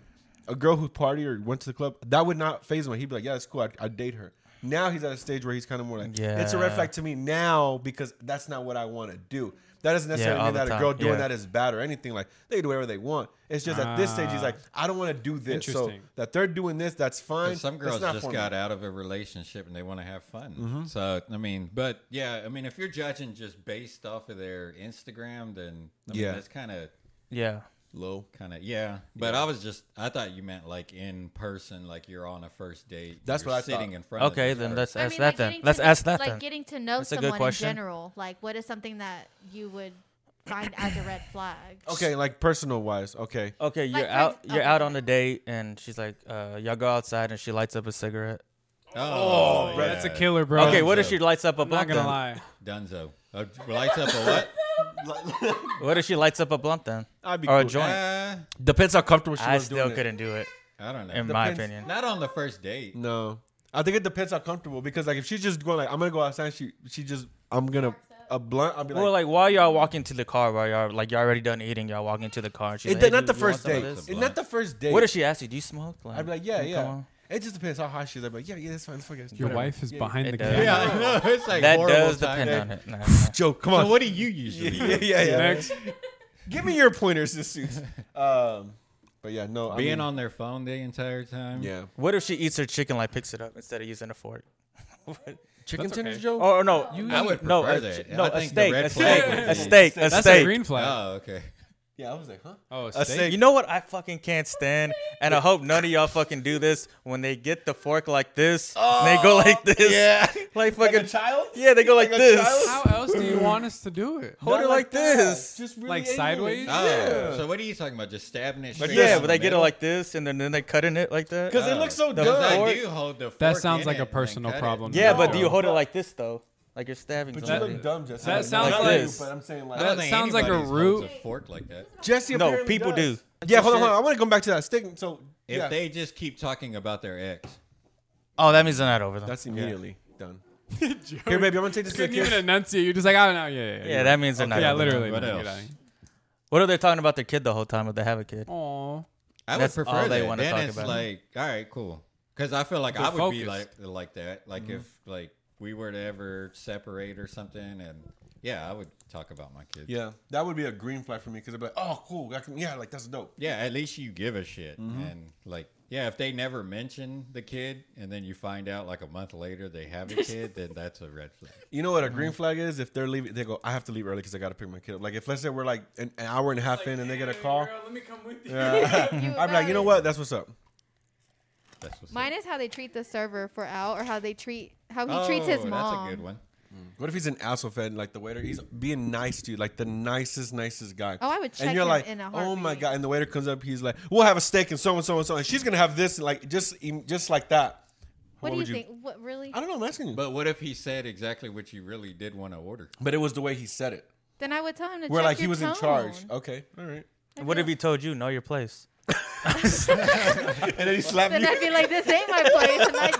Speaker 1: a girl who party or went to the club that would not phase him. He'd be like, yeah, that's cool. I'd, I'd date her. Now he's at a stage where he's kind of more like, yeah. it's a red
Speaker 3: Yeah.
Speaker 1: flag to me now because that's not what I want to do. That doesn't necessarily
Speaker 3: all
Speaker 1: mean
Speaker 3: the
Speaker 1: that a
Speaker 3: time.
Speaker 1: girl doing
Speaker 3: Yeah.
Speaker 1: that is bad or anything. Like they can do whatever they want. It's just at this stage he's
Speaker 6: Ah.
Speaker 1: like, I don't want to do this. So
Speaker 6: Interesting.
Speaker 1: that they're doing this, that's fine.
Speaker 4: 'Cause Some
Speaker 1: That's
Speaker 4: girls
Speaker 1: not
Speaker 4: just
Speaker 1: for me. Mm-hmm.
Speaker 4: got out of a relationship and they want to have fun. So I mean, but yeah, I mean, if you're judging just based off of their Instagram, then I mean,
Speaker 1: Yeah.
Speaker 4: that's kind of
Speaker 3: yeah.
Speaker 1: low.
Speaker 4: kind of yeah. But I was just I thought you meant like in person, like you're on a first date.
Speaker 1: That's
Speaker 4: you're
Speaker 1: what I
Speaker 4: sitting
Speaker 1: thought.
Speaker 4: in front. of
Speaker 3: Okay,
Speaker 4: this
Speaker 3: then
Speaker 4: person.
Speaker 3: let's
Speaker 2: I
Speaker 3: ask
Speaker 2: mean,
Speaker 3: that
Speaker 2: like
Speaker 3: then.
Speaker 2: getting to
Speaker 3: Let's
Speaker 2: kn-
Speaker 3: ask that
Speaker 2: like
Speaker 3: then.
Speaker 2: getting to know
Speaker 3: That's a good
Speaker 2: someone in
Speaker 3: question.
Speaker 2: general. Like what is something that you would find as a red flag?
Speaker 1: Okay, like personal wise. Okay.
Speaker 3: Okay,
Speaker 2: Like,
Speaker 3: you're
Speaker 2: for
Speaker 3: out.
Speaker 2: ex-
Speaker 3: You're
Speaker 2: okay.
Speaker 3: out on a date, and she's like, uh, "Y'all go outside," and she lits up a cigarette.
Speaker 4: Oh,
Speaker 6: Bro, that's a killer, bro.
Speaker 3: Okay, what if
Speaker 4: so-
Speaker 3: she lights up a
Speaker 6: I'm not
Speaker 3: blunt?
Speaker 6: gonna
Speaker 3: then?
Speaker 6: lie.
Speaker 4: Dunzo. Uh, lights up a what?
Speaker 3: What if she lights up a blunt then?
Speaker 1: I'd be
Speaker 3: Or a
Speaker 1: cool.
Speaker 3: joint.
Speaker 4: Uh,
Speaker 1: Depends how comfortable she
Speaker 3: I
Speaker 1: was
Speaker 3: still
Speaker 1: doing it.
Speaker 3: couldn't do it,
Speaker 4: I don't know.
Speaker 3: in my
Speaker 1: Depends.
Speaker 3: opinion.
Speaker 4: Not on the first date.
Speaker 1: No, I think it depends how comfortable. Because like if she's just going like I'm gonna go outside, she she just I'm gonna a blunt. I'll be like,
Speaker 3: well, like while y'all walking to the car, while y'all like y'all already done eating, y'all walking to the car. And she's
Speaker 1: it,
Speaker 3: like, hey,
Speaker 1: not
Speaker 3: dude,
Speaker 1: the
Speaker 3: you want
Speaker 1: first
Speaker 3: some of
Speaker 1: date.
Speaker 3: this?
Speaker 1: It, not the first date.
Speaker 3: What if she asked you, "Do you smoke?" Like,
Speaker 1: I'd be like, yeah,
Speaker 3: come
Speaker 1: yeah.
Speaker 3: on.
Speaker 1: It just depends how hot she is. I'd be like, yeah, yeah, that's fine. That's fine.
Speaker 6: Your
Speaker 1: Whatever.
Speaker 6: wife is
Speaker 1: Yeah,
Speaker 6: behind
Speaker 3: it
Speaker 6: the
Speaker 3: does.
Speaker 6: camera.
Speaker 4: Yeah, I know. It's like
Speaker 3: That
Speaker 4: horrible
Speaker 3: does
Speaker 4: timing.
Speaker 3: depend on it. Nah, nah.
Speaker 1: Joe, come on.
Speaker 4: So what do you usually?
Speaker 1: yeah,
Speaker 4: do?
Speaker 1: yeah, yeah.
Speaker 6: Next.
Speaker 1: Give me your pointers, this suits. Um, but yeah, no. I
Speaker 4: Being
Speaker 1: mean,
Speaker 4: on their phone the entire time.
Speaker 1: Yeah.
Speaker 3: What if she eats her chicken like picks it up instead of using a fork?
Speaker 1: Chicken tenders,
Speaker 6: okay.
Speaker 1: Joe.
Speaker 3: Or, or no,
Speaker 4: I would
Speaker 3: no,
Speaker 4: prefer
Speaker 3: a,
Speaker 4: that.
Speaker 3: no,
Speaker 4: I
Speaker 3: a
Speaker 4: think the
Speaker 3: steak,
Speaker 4: red
Speaker 3: a
Speaker 4: flag
Speaker 3: steak,
Speaker 4: would
Speaker 3: a
Speaker 4: be-
Speaker 3: steak, a
Speaker 6: That's a
Speaker 3: steak.
Speaker 6: green flag.
Speaker 4: Oh, okay.
Speaker 1: Yeah, I was like, huh?
Speaker 6: Oh,
Speaker 1: A
Speaker 6: steak?
Speaker 1: steak.
Speaker 3: You know what I fucking can't stand, and I hope none of y'all fucking do this. When they get the fork like this, and they go like this,
Speaker 4: yeah.
Speaker 3: like fucking
Speaker 4: child?
Speaker 3: yeah, they go like,
Speaker 4: Like a
Speaker 3: this.
Speaker 4: child?
Speaker 6: How else do you want us to do it?
Speaker 3: Hold it like this.
Speaker 1: Just really
Speaker 6: Like
Speaker 1: angled.
Speaker 6: sideways?
Speaker 4: Oh,
Speaker 1: Yeah.
Speaker 4: so what are you talking about? Just stabbing it
Speaker 3: But
Speaker 4: straight
Speaker 3: yeah,
Speaker 4: down
Speaker 3: but
Speaker 4: the
Speaker 3: they get it
Speaker 4: middle? Oh,
Speaker 3: like this, and then, then they cutting it like that. Uh,
Speaker 1: Because it looks so dumb.
Speaker 3: The
Speaker 4: Because I
Speaker 3: fork-
Speaker 4: do hold the
Speaker 6: That
Speaker 4: fork
Speaker 6: sounds
Speaker 4: in
Speaker 6: like
Speaker 4: it
Speaker 6: a
Speaker 4: and then
Speaker 6: personal
Speaker 4: cut it.
Speaker 6: problem.
Speaker 3: yeah, but
Speaker 1: No.
Speaker 3: do you hold it like this though? Like you're stabbing
Speaker 1: But you
Speaker 3: somebody.
Speaker 1: look dumb, Jesse.
Speaker 6: That
Speaker 1: Like,
Speaker 6: sounds
Speaker 3: like
Speaker 1: that.
Speaker 3: this.
Speaker 1: But I'm saying like
Speaker 4: I don't
Speaker 6: That
Speaker 4: think
Speaker 6: sounds like a
Speaker 4: anybody holds
Speaker 6: root.
Speaker 4: fork like that.
Speaker 1: Jesse.
Speaker 3: No,
Speaker 1: apparently
Speaker 3: people
Speaker 1: does.
Speaker 3: do.
Speaker 1: Yeah, hold on, hold on. I want to go back to that stick. So
Speaker 4: If
Speaker 1: yeah,
Speaker 4: they just keep talking about their ex,
Speaker 3: Oh, that means they're not over them.
Speaker 1: that's immediatly done. Here, baby, I'm gonna take this to the
Speaker 6: Couldn't even
Speaker 1: kids.
Speaker 6: enunciate. You're just like, oh no, yeah, yeah,
Speaker 3: yeah, that means they're not.
Speaker 6: yeah,
Speaker 3: over them.
Speaker 6: literally.
Speaker 4: What
Speaker 6: man,
Speaker 4: else?
Speaker 6: get out of here.
Speaker 3: What are they talking about their kid the whole time if they have a kid?
Speaker 6: Aw.
Speaker 4: I
Speaker 3: That's
Speaker 4: would prefer
Speaker 3: all they
Speaker 4: that.
Speaker 3: wanna
Speaker 4: Then
Speaker 3: talk
Speaker 4: it's
Speaker 3: about.
Speaker 4: like, all right, cool. Because I feel like
Speaker 6: They're
Speaker 4: I would be like
Speaker 6: focused.
Speaker 4: like that. Like if like we were to ever separate or something, and yeah, I would talk about my kids.
Speaker 1: Yeah, that would be a green flag for me because I'd be like, oh, cool. I can, yeah, like that's dope.
Speaker 4: Yeah, at least you give a shit. And like, yeah, if they never mention the kid, and then you find out like a month later they have a kid, then that's a red flag.
Speaker 1: You know what a green flag is? If they're leaving, they go, I have to leave early because I got to pick my kid up. Like, if let's say we're like an, an hour and a half in and they get a call,
Speaker 6: let me come with you.
Speaker 1: yeah. I'd be like, you know what? That's what's up.
Speaker 4: That's what's
Speaker 2: Mine
Speaker 4: up.
Speaker 2: is how they treat the server for out, or how they treat how he treats his
Speaker 4: Oh,
Speaker 2: mom.
Speaker 4: That's a good one.
Speaker 1: What if he's an asshole fed, like the waiter? He's being nice to you, like the nicest, nicest guy.
Speaker 2: Oh, I would check
Speaker 1: And you're
Speaker 2: him
Speaker 1: like,
Speaker 2: in a
Speaker 1: oh my
Speaker 2: heartbeat.
Speaker 1: god! And the waiter comes up, he's like, we'll have a steak and so and so and so, and she's gonna have this, and like just, em- just like that.
Speaker 2: What, do you,
Speaker 1: would
Speaker 2: think? What really?
Speaker 1: I don't know. I'm asking you. But,
Speaker 4: But what if he said exactly what you really did want to order?
Speaker 1: but it was the way he said it.
Speaker 2: Then I would tell him to.
Speaker 1: Where
Speaker 2: check
Speaker 1: like he
Speaker 2: your
Speaker 1: was in
Speaker 2: tone.
Speaker 1: charge. Okay, all right.
Speaker 3: What if he told you know your place?
Speaker 1: And then he slapped
Speaker 2: Then
Speaker 1: you.
Speaker 2: I'd be like, "This ain't my place," and I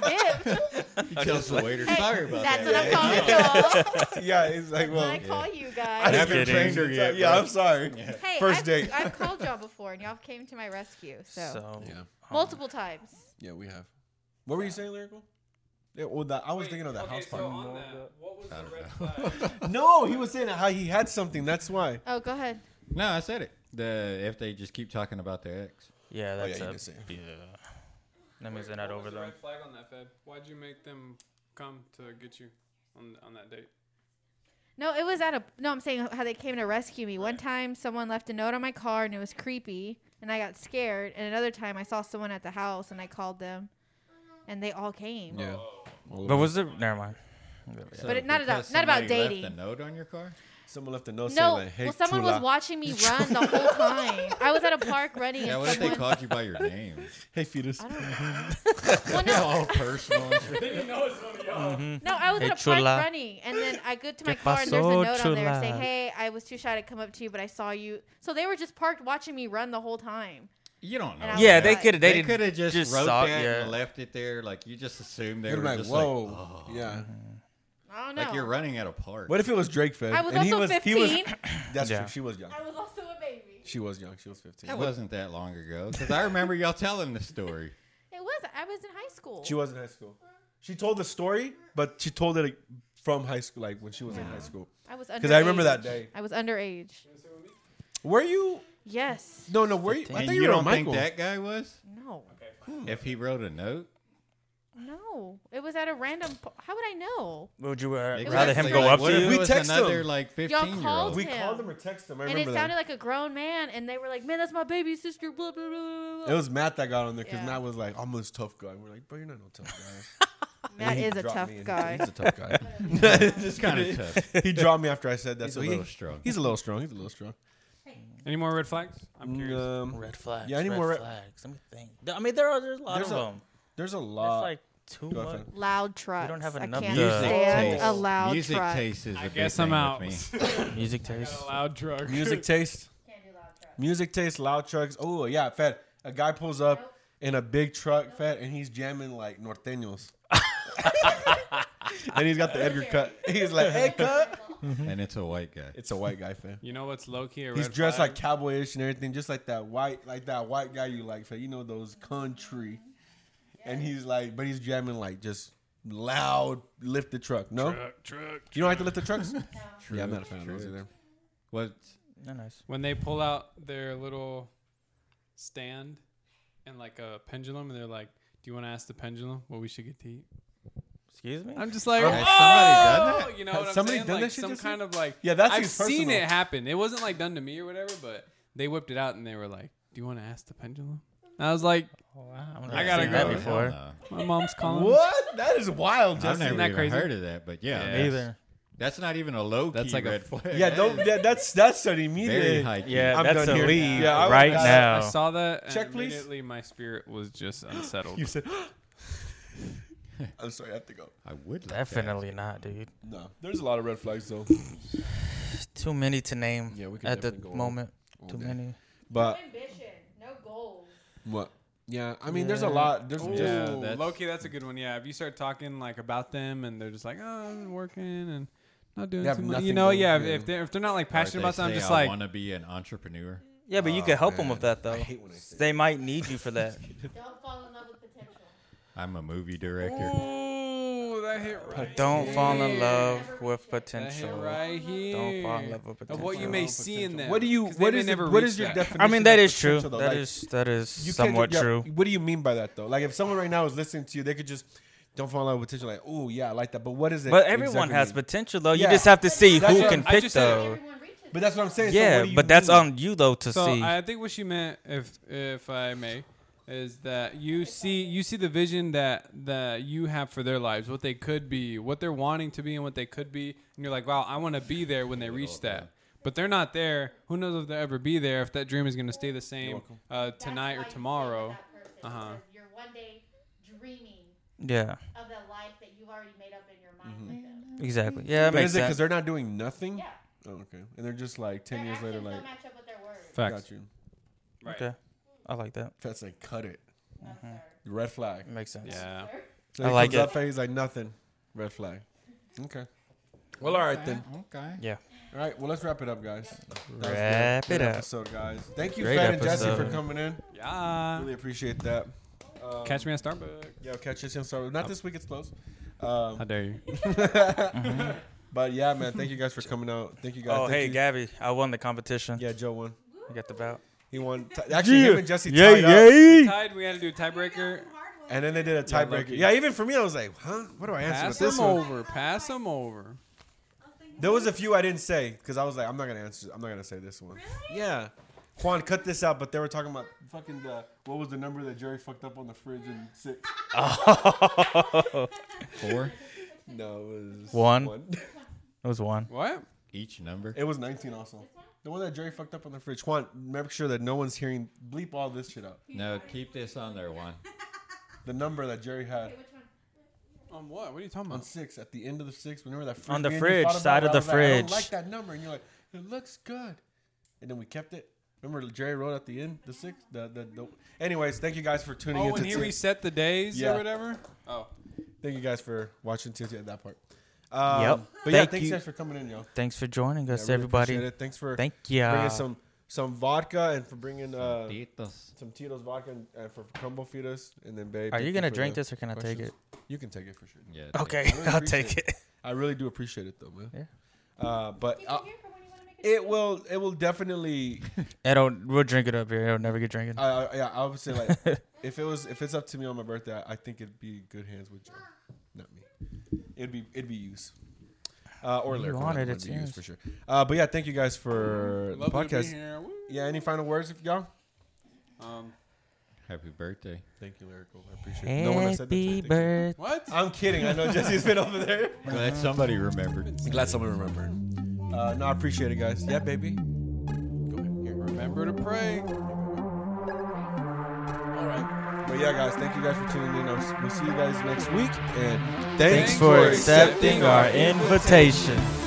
Speaker 2: dip.
Speaker 4: He tells the waiter, sorry about
Speaker 2: That's
Speaker 4: that.
Speaker 2: what I'm calling y'all.
Speaker 1: yeah, it's like,
Speaker 2: When I
Speaker 1: well,
Speaker 2: call you
Speaker 4: I
Speaker 2: guys.
Speaker 4: haven't
Speaker 3: Kidding.
Speaker 4: trained her yet.
Speaker 1: yeah,
Speaker 4: bro.
Speaker 1: I'm sorry.
Speaker 2: Hey,
Speaker 1: First
Speaker 2: I've,
Speaker 1: date.
Speaker 2: I've called y'all before, and y'all came to my rescue. So,
Speaker 3: So um,
Speaker 1: Yeah.
Speaker 2: multiple times.
Speaker 1: Yeah, we have. What were you saying, lyrical? Yeah, well, that, I was thinking of that house
Speaker 7: so
Speaker 1: party.
Speaker 7: on that, what was the red flag?
Speaker 1: no, he was saying how he had something. That's why.
Speaker 2: Oh, go ahead.
Speaker 4: No, I said it. The if they just keep talking about their ex.
Speaker 3: yeah,
Speaker 1: Oh, yeah,
Speaker 3: that's
Speaker 1: you
Speaker 3: a-
Speaker 1: did say.
Speaker 3: yeah. That means they're not
Speaker 7: What
Speaker 3: over
Speaker 7: was the
Speaker 3: them.
Speaker 7: red flag on that, Feb? Why'd you make them come to get you on on that date?
Speaker 2: No, it was at a. No, I'm saying how they came to rescue me. One time, someone left a note on my car, and it was creepy, and I got scared. And another time, I saw someone at the house, and I called them, and they all came.
Speaker 1: Yeah.
Speaker 3: But was it? Never mind.
Speaker 2: But it- not
Speaker 4: because
Speaker 2: about- not about
Speaker 4: somebody
Speaker 2: dating.
Speaker 4: Left a note on your car.
Speaker 1: Someone left a note saying,
Speaker 2: No,
Speaker 1: like, hey,
Speaker 2: well, someone
Speaker 1: chula.
Speaker 2: was watching me run the whole time. I was at a park running.
Speaker 4: Yeah,
Speaker 2: and
Speaker 4: what if they
Speaker 2: someone,
Speaker 4: called you by your name?
Speaker 1: Hey, fetus.
Speaker 2: I don't well, no,
Speaker 4: All personal. and shit.
Speaker 2: No, I was
Speaker 3: Hey,
Speaker 2: at a park
Speaker 3: chula.
Speaker 2: running, and then I go to my
Speaker 3: ¿Qué
Speaker 2: car, and there's a
Speaker 3: pasó,
Speaker 2: note on there saying,
Speaker 3: chula?
Speaker 2: "Hey, I was too shy to come up to you, but I saw you." So they were just parked watching me run the whole time.
Speaker 4: You don't know.
Speaker 2: And I was
Speaker 3: Yeah,
Speaker 2: like-
Speaker 3: they could have. They,
Speaker 4: They
Speaker 3: didn't
Speaker 4: could have just, wrote
Speaker 3: saw it,
Speaker 4: that
Speaker 3: yeah.
Speaker 4: and left it there. Like you just assumed they
Speaker 1: You're
Speaker 4: were
Speaker 1: like,
Speaker 4: just
Speaker 1: whoa.
Speaker 4: like, oh.
Speaker 1: Yeah.
Speaker 2: I don't know.
Speaker 4: like you're running at a park.
Speaker 1: What if it was Drake Fed?
Speaker 2: I was
Speaker 1: and he
Speaker 2: also
Speaker 1: was, he
Speaker 2: 15.
Speaker 1: was- that's
Speaker 3: Yeah.
Speaker 1: true. She was young.
Speaker 2: I was also a baby.
Speaker 1: She was young. She was 15.
Speaker 4: that
Speaker 1: What-
Speaker 4: wasn't that long ago? Because I remember y'all telling the story.
Speaker 2: It was. I was in high school.
Speaker 1: She was in high school. She told the story, but she told it like, from high school, like when she was in high school.
Speaker 2: I was
Speaker 1: I remember
Speaker 2: underage.
Speaker 1: that day.
Speaker 2: I was underage.
Speaker 1: Were you?
Speaker 2: Yes.
Speaker 1: No, no, were you? I thought
Speaker 4: and you,
Speaker 1: you were
Speaker 4: don't
Speaker 1: on Michael.
Speaker 4: think that guy was?
Speaker 2: No.
Speaker 4: If he wrote a note,
Speaker 2: No. It was at a random. p- How would I know?
Speaker 3: Would you uh,
Speaker 4: Exactly.
Speaker 3: rather him go
Speaker 4: Like,
Speaker 3: up
Speaker 4: what
Speaker 3: to
Speaker 4: if
Speaker 3: you?
Speaker 4: it
Speaker 1: We
Speaker 4: was
Speaker 1: text
Speaker 4: another
Speaker 1: him.
Speaker 4: like
Speaker 2: Y'all
Speaker 4: fifteen year
Speaker 2: called
Speaker 4: old.
Speaker 1: We
Speaker 2: him.
Speaker 1: called him or texted him. I
Speaker 2: And it
Speaker 1: remember that.
Speaker 2: sounded like a grown man, and they were like, "Man, that's my baby sister." Blah blah blah. blah, blah.
Speaker 1: It was Matt that got on there because
Speaker 2: Yeah.
Speaker 1: Matt was like, "I'm this tough guy." We're like, "Bro, you're not no tough guy."
Speaker 2: Matt
Speaker 1: And he
Speaker 2: is a
Speaker 1: dropped
Speaker 2: tough
Speaker 1: me and-
Speaker 2: guy.
Speaker 1: He's a tough guy.
Speaker 4: It's kind of tough.
Speaker 1: he dropped me after I said that.
Speaker 4: He's
Speaker 1: so
Speaker 4: a
Speaker 1: he-
Speaker 4: little strong.
Speaker 1: He's a little strong. He's a little strong.
Speaker 6: Any more red flags? I'm curious.
Speaker 1: Um,
Speaker 3: Red flags.
Speaker 1: Yeah, I need
Speaker 3: red
Speaker 1: more red-
Speaker 3: flags. Let me think. Th- I mean, there are there's a lot
Speaker 1: There's
Speaker 3: of
Speaker 1: a-
Speaker 3: them.
Speaker 1: there's a
Speaker 3: That's
Speaker 1: lot.
Speaker 3: like too
Speaker 1: go
Speaker 3: much.
Speaker 1: ahead.
Speaker 2: Loud trucks.
Speaker 3: have
Speaker 2: I
Speaker 3: enough
Speaker 2: can't
Speaker 3: Music
Speaker 2: stand
Speaker 4: taste.
Speaker 2: a loud
Speaker 4: Music
Speaker 2: truck.
Speaker 4: taste is a big
Speaker 6: Guess
Speaker 4: thing
Speaker 6: I'm out.
Speaker 4: with me.
Speaker 3: Music taste.
Speaker 6: Loud drug.
Speaker 1: music taste. Music taste. Loud trucks. Oh yeah, fat. A guy pulls up in a big truck, fat, and he's jamming like norteños. and he's got the Edgar cut. He's like, "Hey, cut."
Speaker 4: and it's a white guy.
Speaker 1: It's a white guy, fat.
Speaker 6: You know what's low key? A red
Speaker 1: He's dressed
Speaker 6: flag?
Speaker 1: like cowboyish and everything, just like that white, like that white guy you like, fam. you know those country. And he's like, but he's jamming like just loud, lift the truck. No,
Speaker 6: Truck, truck.
Speaker 1: you don't like to lift the trucks. Yeah, I'm not a fan of those either.
Speaker 4: What?
Speaker 3: They're nice.
Speaker 6: when they pull out their little stand and like a pendulum, and they're like, "Do you want to ask the pendulum what we should get to eat?"
Speaker 3: Excuse me.
Speaker 6: I'm just like,
Speaker 4: Has somebody
Speaker 6: "Oh!"
Speaker 4: done that?
Speaker 6: You know
Speaker 1: Has
Speaker 6: what I'm
Speaker 1: somebody
Speaker 6: saying?
Speaker 1: done
Speaker 6: Like
Speaker 1: that shit
Speaker 6: some
Speaker 1: just
Speaker 6: kind of like
Speaker 1: Yeah, that
Speaker 6: I've
Speaker 1: seems
Speaker 6: seen
Speaker 1: personal.
Speaker 6: it happen. It wasn't like done to me or whatever, but They whipped it out and they were like, "Do you want to ask the pendulum?" I was like,
Speaker 3: I
Speaker 6: gotta
Speaker 3: that
Speaker 6: go.
Speaker 3: before.
Speaker 6: "My mom's calling."
Speaker 1: What? That is wild,
Speaker 4: I've
Speaker 6: Isn't
Speaker 4: never
Speaker 6: that
Speaker 4: even
Speaker 6: crazy?
Speaker 4: heard of that, but yeah,
Speaker 6: Yeah.
Speaker 4: that's,
Speaker 3: Either.
Speaker 4: that's not even a low key
Speaker 6: That's like a-
Speaker 4: red flag.
Speaker 1: Yeah,
Speaker 4: That
Speaker 1: don't,
Speaker 4: is
Speaker 1: yeah, that's that's an
Speaker 4: very
Speaker 1: immediate.
Speaker 4: high key.
Speaker 3: Yeah,
Speaker 1: I'm
Speaker 3: that's
Speaker 1: done
Speaker 3: a
Speaker 1: here.
Speaker 3: leave
Speaker 1: Yeah, I was
Speaker 3: right
Speaker 1: like,
Speaker 3: now.
Speaker 6: I saw that. And
Speaker 1: Check, please.
Speaker 6: Immediately, my spirit was just unsettled.
Speaker 1: You said. I'm sorry, I have to go.
Speaker 4: I would like that.
Speaker 3: Definitely not, dude.
Speaker 1: No, there's a lot of red flags though.
Speaker 3: Too many to name
Speaker 1: Yeah, we could
Speaker 3: at the
Speaker 1: definitely go on. Oh,
Speaker 3: moment.
Speaker 1: All
Speaker 3: Too
Speaker 1: day.
Speaker 3: many.
Speaker 1: But
Speaker 5: Ambition, no goals.
Speaker 1: what? Yeah, I mean, there's a
Speaker 3: Yeah.
Speaker 1: lot. There's
Speaker 7: Ooh,
Speaker 1: just
Speaker 6: Yeah, that's-
Speaker 7: Loki, that's a good one. Yeah, if you start talking like about them and they're just like, oh, I'm working and not doing
Speaker 1: They have
Speaker 7: too much. You
Speaker 1: nothing
Speaker 7: know,
Speaker 1: going
Speaker 7: yeah.
Speaker 1: on,
Speaker 7: If,
Speaker 1: yeah.
Speaker 7: if they're if they're not like
Speaker 4: Or if
Speaker 7: passionate
Speaker 4: they
Speaker 7: about something,
Speaker 4: say,
Speaker 7: I'm just
Speaker 4: I
Speaker 7: like,
Speaker 4: want to be an entrepreneur.
Speaker 3: Yeah, but you could help them with that though.
Speaker 1: Oh, I hate when I say.
Speaker 3: They might need you for that.
Speaker 5: Don't fall in love with potential.
Speaker 4: I'm a movie director.
Speaker 7: ooh, that hit right.
Speaker 3: Don't fall in love with
Speaker 7: That hit
Speaker 3: potential.
Speaker 7: right here.
Speaker 3: Don't fall in love with
Speaker 7: Of
Speaker 3: potential.
Speaker 7: what you may see in them.
Speaker 1: What do you?
Speaker 7: 'cause they
Speaker 1: What
Speaker 7: may
Speaker 1: is?
Speaker 7: never
Speaker 1: Never what
Speaker 7: reach
Speaker 1: is your
Speaker 7: that.
Speaker 1: definition?
Speaker 3: I mean, that
Speaker 1: of
Speaker 3: is true.
Speaker 1: potential, though?
Speaker 3: That
Speaker 1: Like,
Speaker 3: is that is
Speaker 1: You
Speaker 3: somewhat
Speaker 1: can't, ju- yeah,
Speaker 3: true.
Speaker 1: What do you mean by that though? Like if someone right now is listening to you, they could just don't fall in love with potential. Like, oh yeah, I like that. But what is it?
Speaker 3: But everyone
Speaker 1: exactly
Speaker 3: has
Speaker 1: mean?
Speaker 3: potential though.
Speaker 1: Yeah.
Speaker 3: You just have to see
Speaker 1: That's
Speaker 3: who
Speaker 1: what
Speaker 3: can
Speaker 7: I
Speaker 3: pick
Speaker 7: just said.
Speaker 3: though.
Speaker 5: Everyone reaches
Speaker 1: But that's what I'm saying. so
Speaker 3: Yeah,
Speaker 1: what do you
Speaker 3: but that's
Speaker 1: mean?
Speaker 3: on you though to
Speaker 7: So
Speaker 3: see.
Speaker 7: I think what she meant, if if I may, is that you see you see the vision that that you have for their lives, what they could be, what they're wanting to be, and what they could be, and you're like, wow, I want to be there when they reach that. But they're not there. Who knows if they'll ever be there? If that dream is going to stay the same uh, tonight or tomorrow.
Speaker 5: Uh
Speaker 7: Uh-huh.
Speaker 5: huh. You're one day dreaming
Speaker 3: yeah,
Speaker 5: of the life that you've already made up in your mind
Speaker 1: Mm-hmm.
Speaker 5: with them.
Speaker 3: exactly. Yeah, that
Speaker 1: But
Speaker 3: makes
Speaker 1: is it because
Speaker 3: sense.
Speaker 1: they're not doing nothing?
Speaker 5: Yeah.
Speaker 1: Oh, okay. And they're just like ten
Speaker 5: Their
Speaker 1: years later,
Speaker 5: actions
Speaker 1: like
Speaker 5: don't match up with their words.
Speaker 7: Facts.
Speaker 1: got you.
Speaker 3: Okay, I like that.
Speaker 1: That's like cut it.
Speaker 5: I'm Oh,
Speaker 3: Mm-hmm.
Speaker 5: sorry.
Speaker 1: Red flag.
Speaker 3: Makes sense.
Speaker 7: Yeah.
Speaker 1: So he
Speaker 3: I like
Speaker 1: comes up
Speaker 3: it.
Speaker 1: and he's like nothing. Red flag. Okay. Well, all right then.
Speaker 4: Okay.
Speaker 3: Yeah.
Speaker 1: All right. Well, let's wrap it up, guys. That was good.
Speaker 3: Wrap
Speaker 1: Good
Speaker 3: it up.
Speaker 1: Episode, guys. Thank you,
Speaker 3: Great
Speaker 1: Fred and Jesse, for
Speaker 3: episode.
Speaker 1: coming in.
Speaker 7: Yeah.
Speaker 1: Really appreciate that.
Speaker 7: Catch me at Starbucks.
Speaker 1: Yo, catch us in Star. Not this week. It's close. Um,
Speaker 6: How dare you?
Speaker 7: Mm-hmm.
Speaker 1: But yeah, man, thank you guys for coming out. Thank you guys.
Speaker 3: Oh
Speaker 1: Thank
Speaker 3: hey,
Speaker 1: you.
Speaker 3: Gabby, I won the competition.
Speaker 1: Yeah, Joe won.
Speaker 3: You got the bout.
Speaker 1: He won. T- actually, him and Jesse tied up,
Speaker 7: Tied. We had to do a tiebreaker.
Speaker 1: and then they did a tiebreaker.
Speaker 7: lucky.
Speaker 1: Yeah, even for me, I was like, huh? What do I answer
Speaker 7: Pass
Speaker 1: with this
Speaker 7: them
Speaker 1: one?
Speaker 7: over. Pass them over.
Speaker 1: There was a few I didn't say because I was like, I'm not gonna answer. I'm not gonna say this one. Yeah. Juan, cut this out. But they were talking about fucking the what was the number that Jerry fucked up on the fridge and six.
Speaker 4: Four
Speaker 1: No, it was
Speaker 3: One. It was one.
Speaker 7: What?
Speaker 4: each number.
Speaker 1: It was 19 also. The one that Jerry fucked up on the fridge. Juan, make sure that no one's hearing. Bleep all this shit out.
Speaker 4: No, keep this on there, one.
Speaker 1: The number that Jerry had
Speaker 7: On what? What are you talking
Speaker 1: on
Speaker 7: about?
Speaker 1: six at the end of the six. Remember that fridge
Speaker 3: On the
Speaker 1: me and you
Speaker 3: fridge,
Speaker 1: fought
Speaker 3: side
Speaker 1: about?
Speaker 3: of the
Speaker 1: I was Like, I don't
Speaker 3: fridge.
Speaker 1: like that number, and you're like, it looks good. And then we kept it. Remember Jerry wrote at the end the six. The, the, the Anyways, thank you guys for tuning
Speaker 7: Oh,
Speaker 1: in. To
Speaker 7: when he
Speaker 1: T-
Speaker 7: reset the days
Speaker 1: Yeah.
Speaker 7: or whatever. Oh.
Speaker 1: thank you guys for watching TNT at that part. Um,
Speaker 3: Yep.
Speaker 1: But yeah,
Speaker 3: Thank
Speaker 1: thanks
Speaker 3: you.
Speaker 1: guys for coming in, yo.
Speaker 3: Thanks for joining
Speaker 1: I
Speaker 3: us,
Speaker 1: really
Speaker 3: everybody.
Speaker 1: appreciate it. Thanks for
Speaker 3: Thank ya.
Speaker 1: bringing some some vodka and for bringing uh,
Speaker 4: Titos.
Speaker 1: some Tito's vodka and, and for crumble fetus and then babe.
Speaker 3: Are
Speaker 1: thank
Speaker 3: you gonna
Speaker 1: for
Speaker 3: drink
Speaker 1: the
Speaker 3: this or can I take
Speaker 1: questions.
Speaker 3: it?
Speaker 1: You can take it for sure.
Speaker 4: Yeah.
Speaker 3: Okay,
Speaker 1: really
Speaker 3: I'll
Speaker 1: appreciate
Speaker 3: take it.
Speaker 1: I really do appreciate it though, man.
Speaker 3: Yeah.
Speaker 1: Uh, but uh,
Speaker 5: Here for when you want to make a
Speaker 1: it will it will definitely.
Speaker 3: It'll we'll drink it up here. It'll never get drinking.
Speaker 1: I I yeah, I would say like if it was if it's up to me on my birthday, I, I think it'd be good hands with Joe, not me. It'd be it'd be used. Uh, or
Speaker 3: You
Speaker 1: lyrical,
Speaker 3: want
Speaker 1: not
Speaker 3: it,
Speaker 1: would
Speaker 3: it's
Speaker 1: be used
Speaker 3: yours.
Speaker 1: for sure. Uh, but yeah, thank you guys for the
Speaker 7: Lovely to be
Speaker 1: podcast.
Speaker 7: here. Woo.
Speaker 1: Yeah, any final words, if y'all?
Speaker 7: Um,
Speaker 4: Happy birthday.
Speaker 1: Thank you, lyrical. I appreciate it. No one has said that. to me.
Speaker 3: Happy
Speaker 1: Thank you.
Speaker 3: birthday.
Speaker 7: what?
Speaker 1: I'm kidding. I know Jesse's been over there.
Speaker 4: Glad somebody remembered.
Speaker 1: Glad someone remembered. Uh, no, I appreciate it, guys. Yeah, baby. Go ahead. Here.
Speaker 7: Remember to pray.
Speaker 1: All right. But yeah, guys, thank you guys for tuning in. I'll- We'll see you guys next week. And thanks,
Speaker 7: Thanks for
Speaker 1: for accepting
Speaker 7: accepting
Speaker 1: our
Speaker 7: our
Speaker 3: invitation.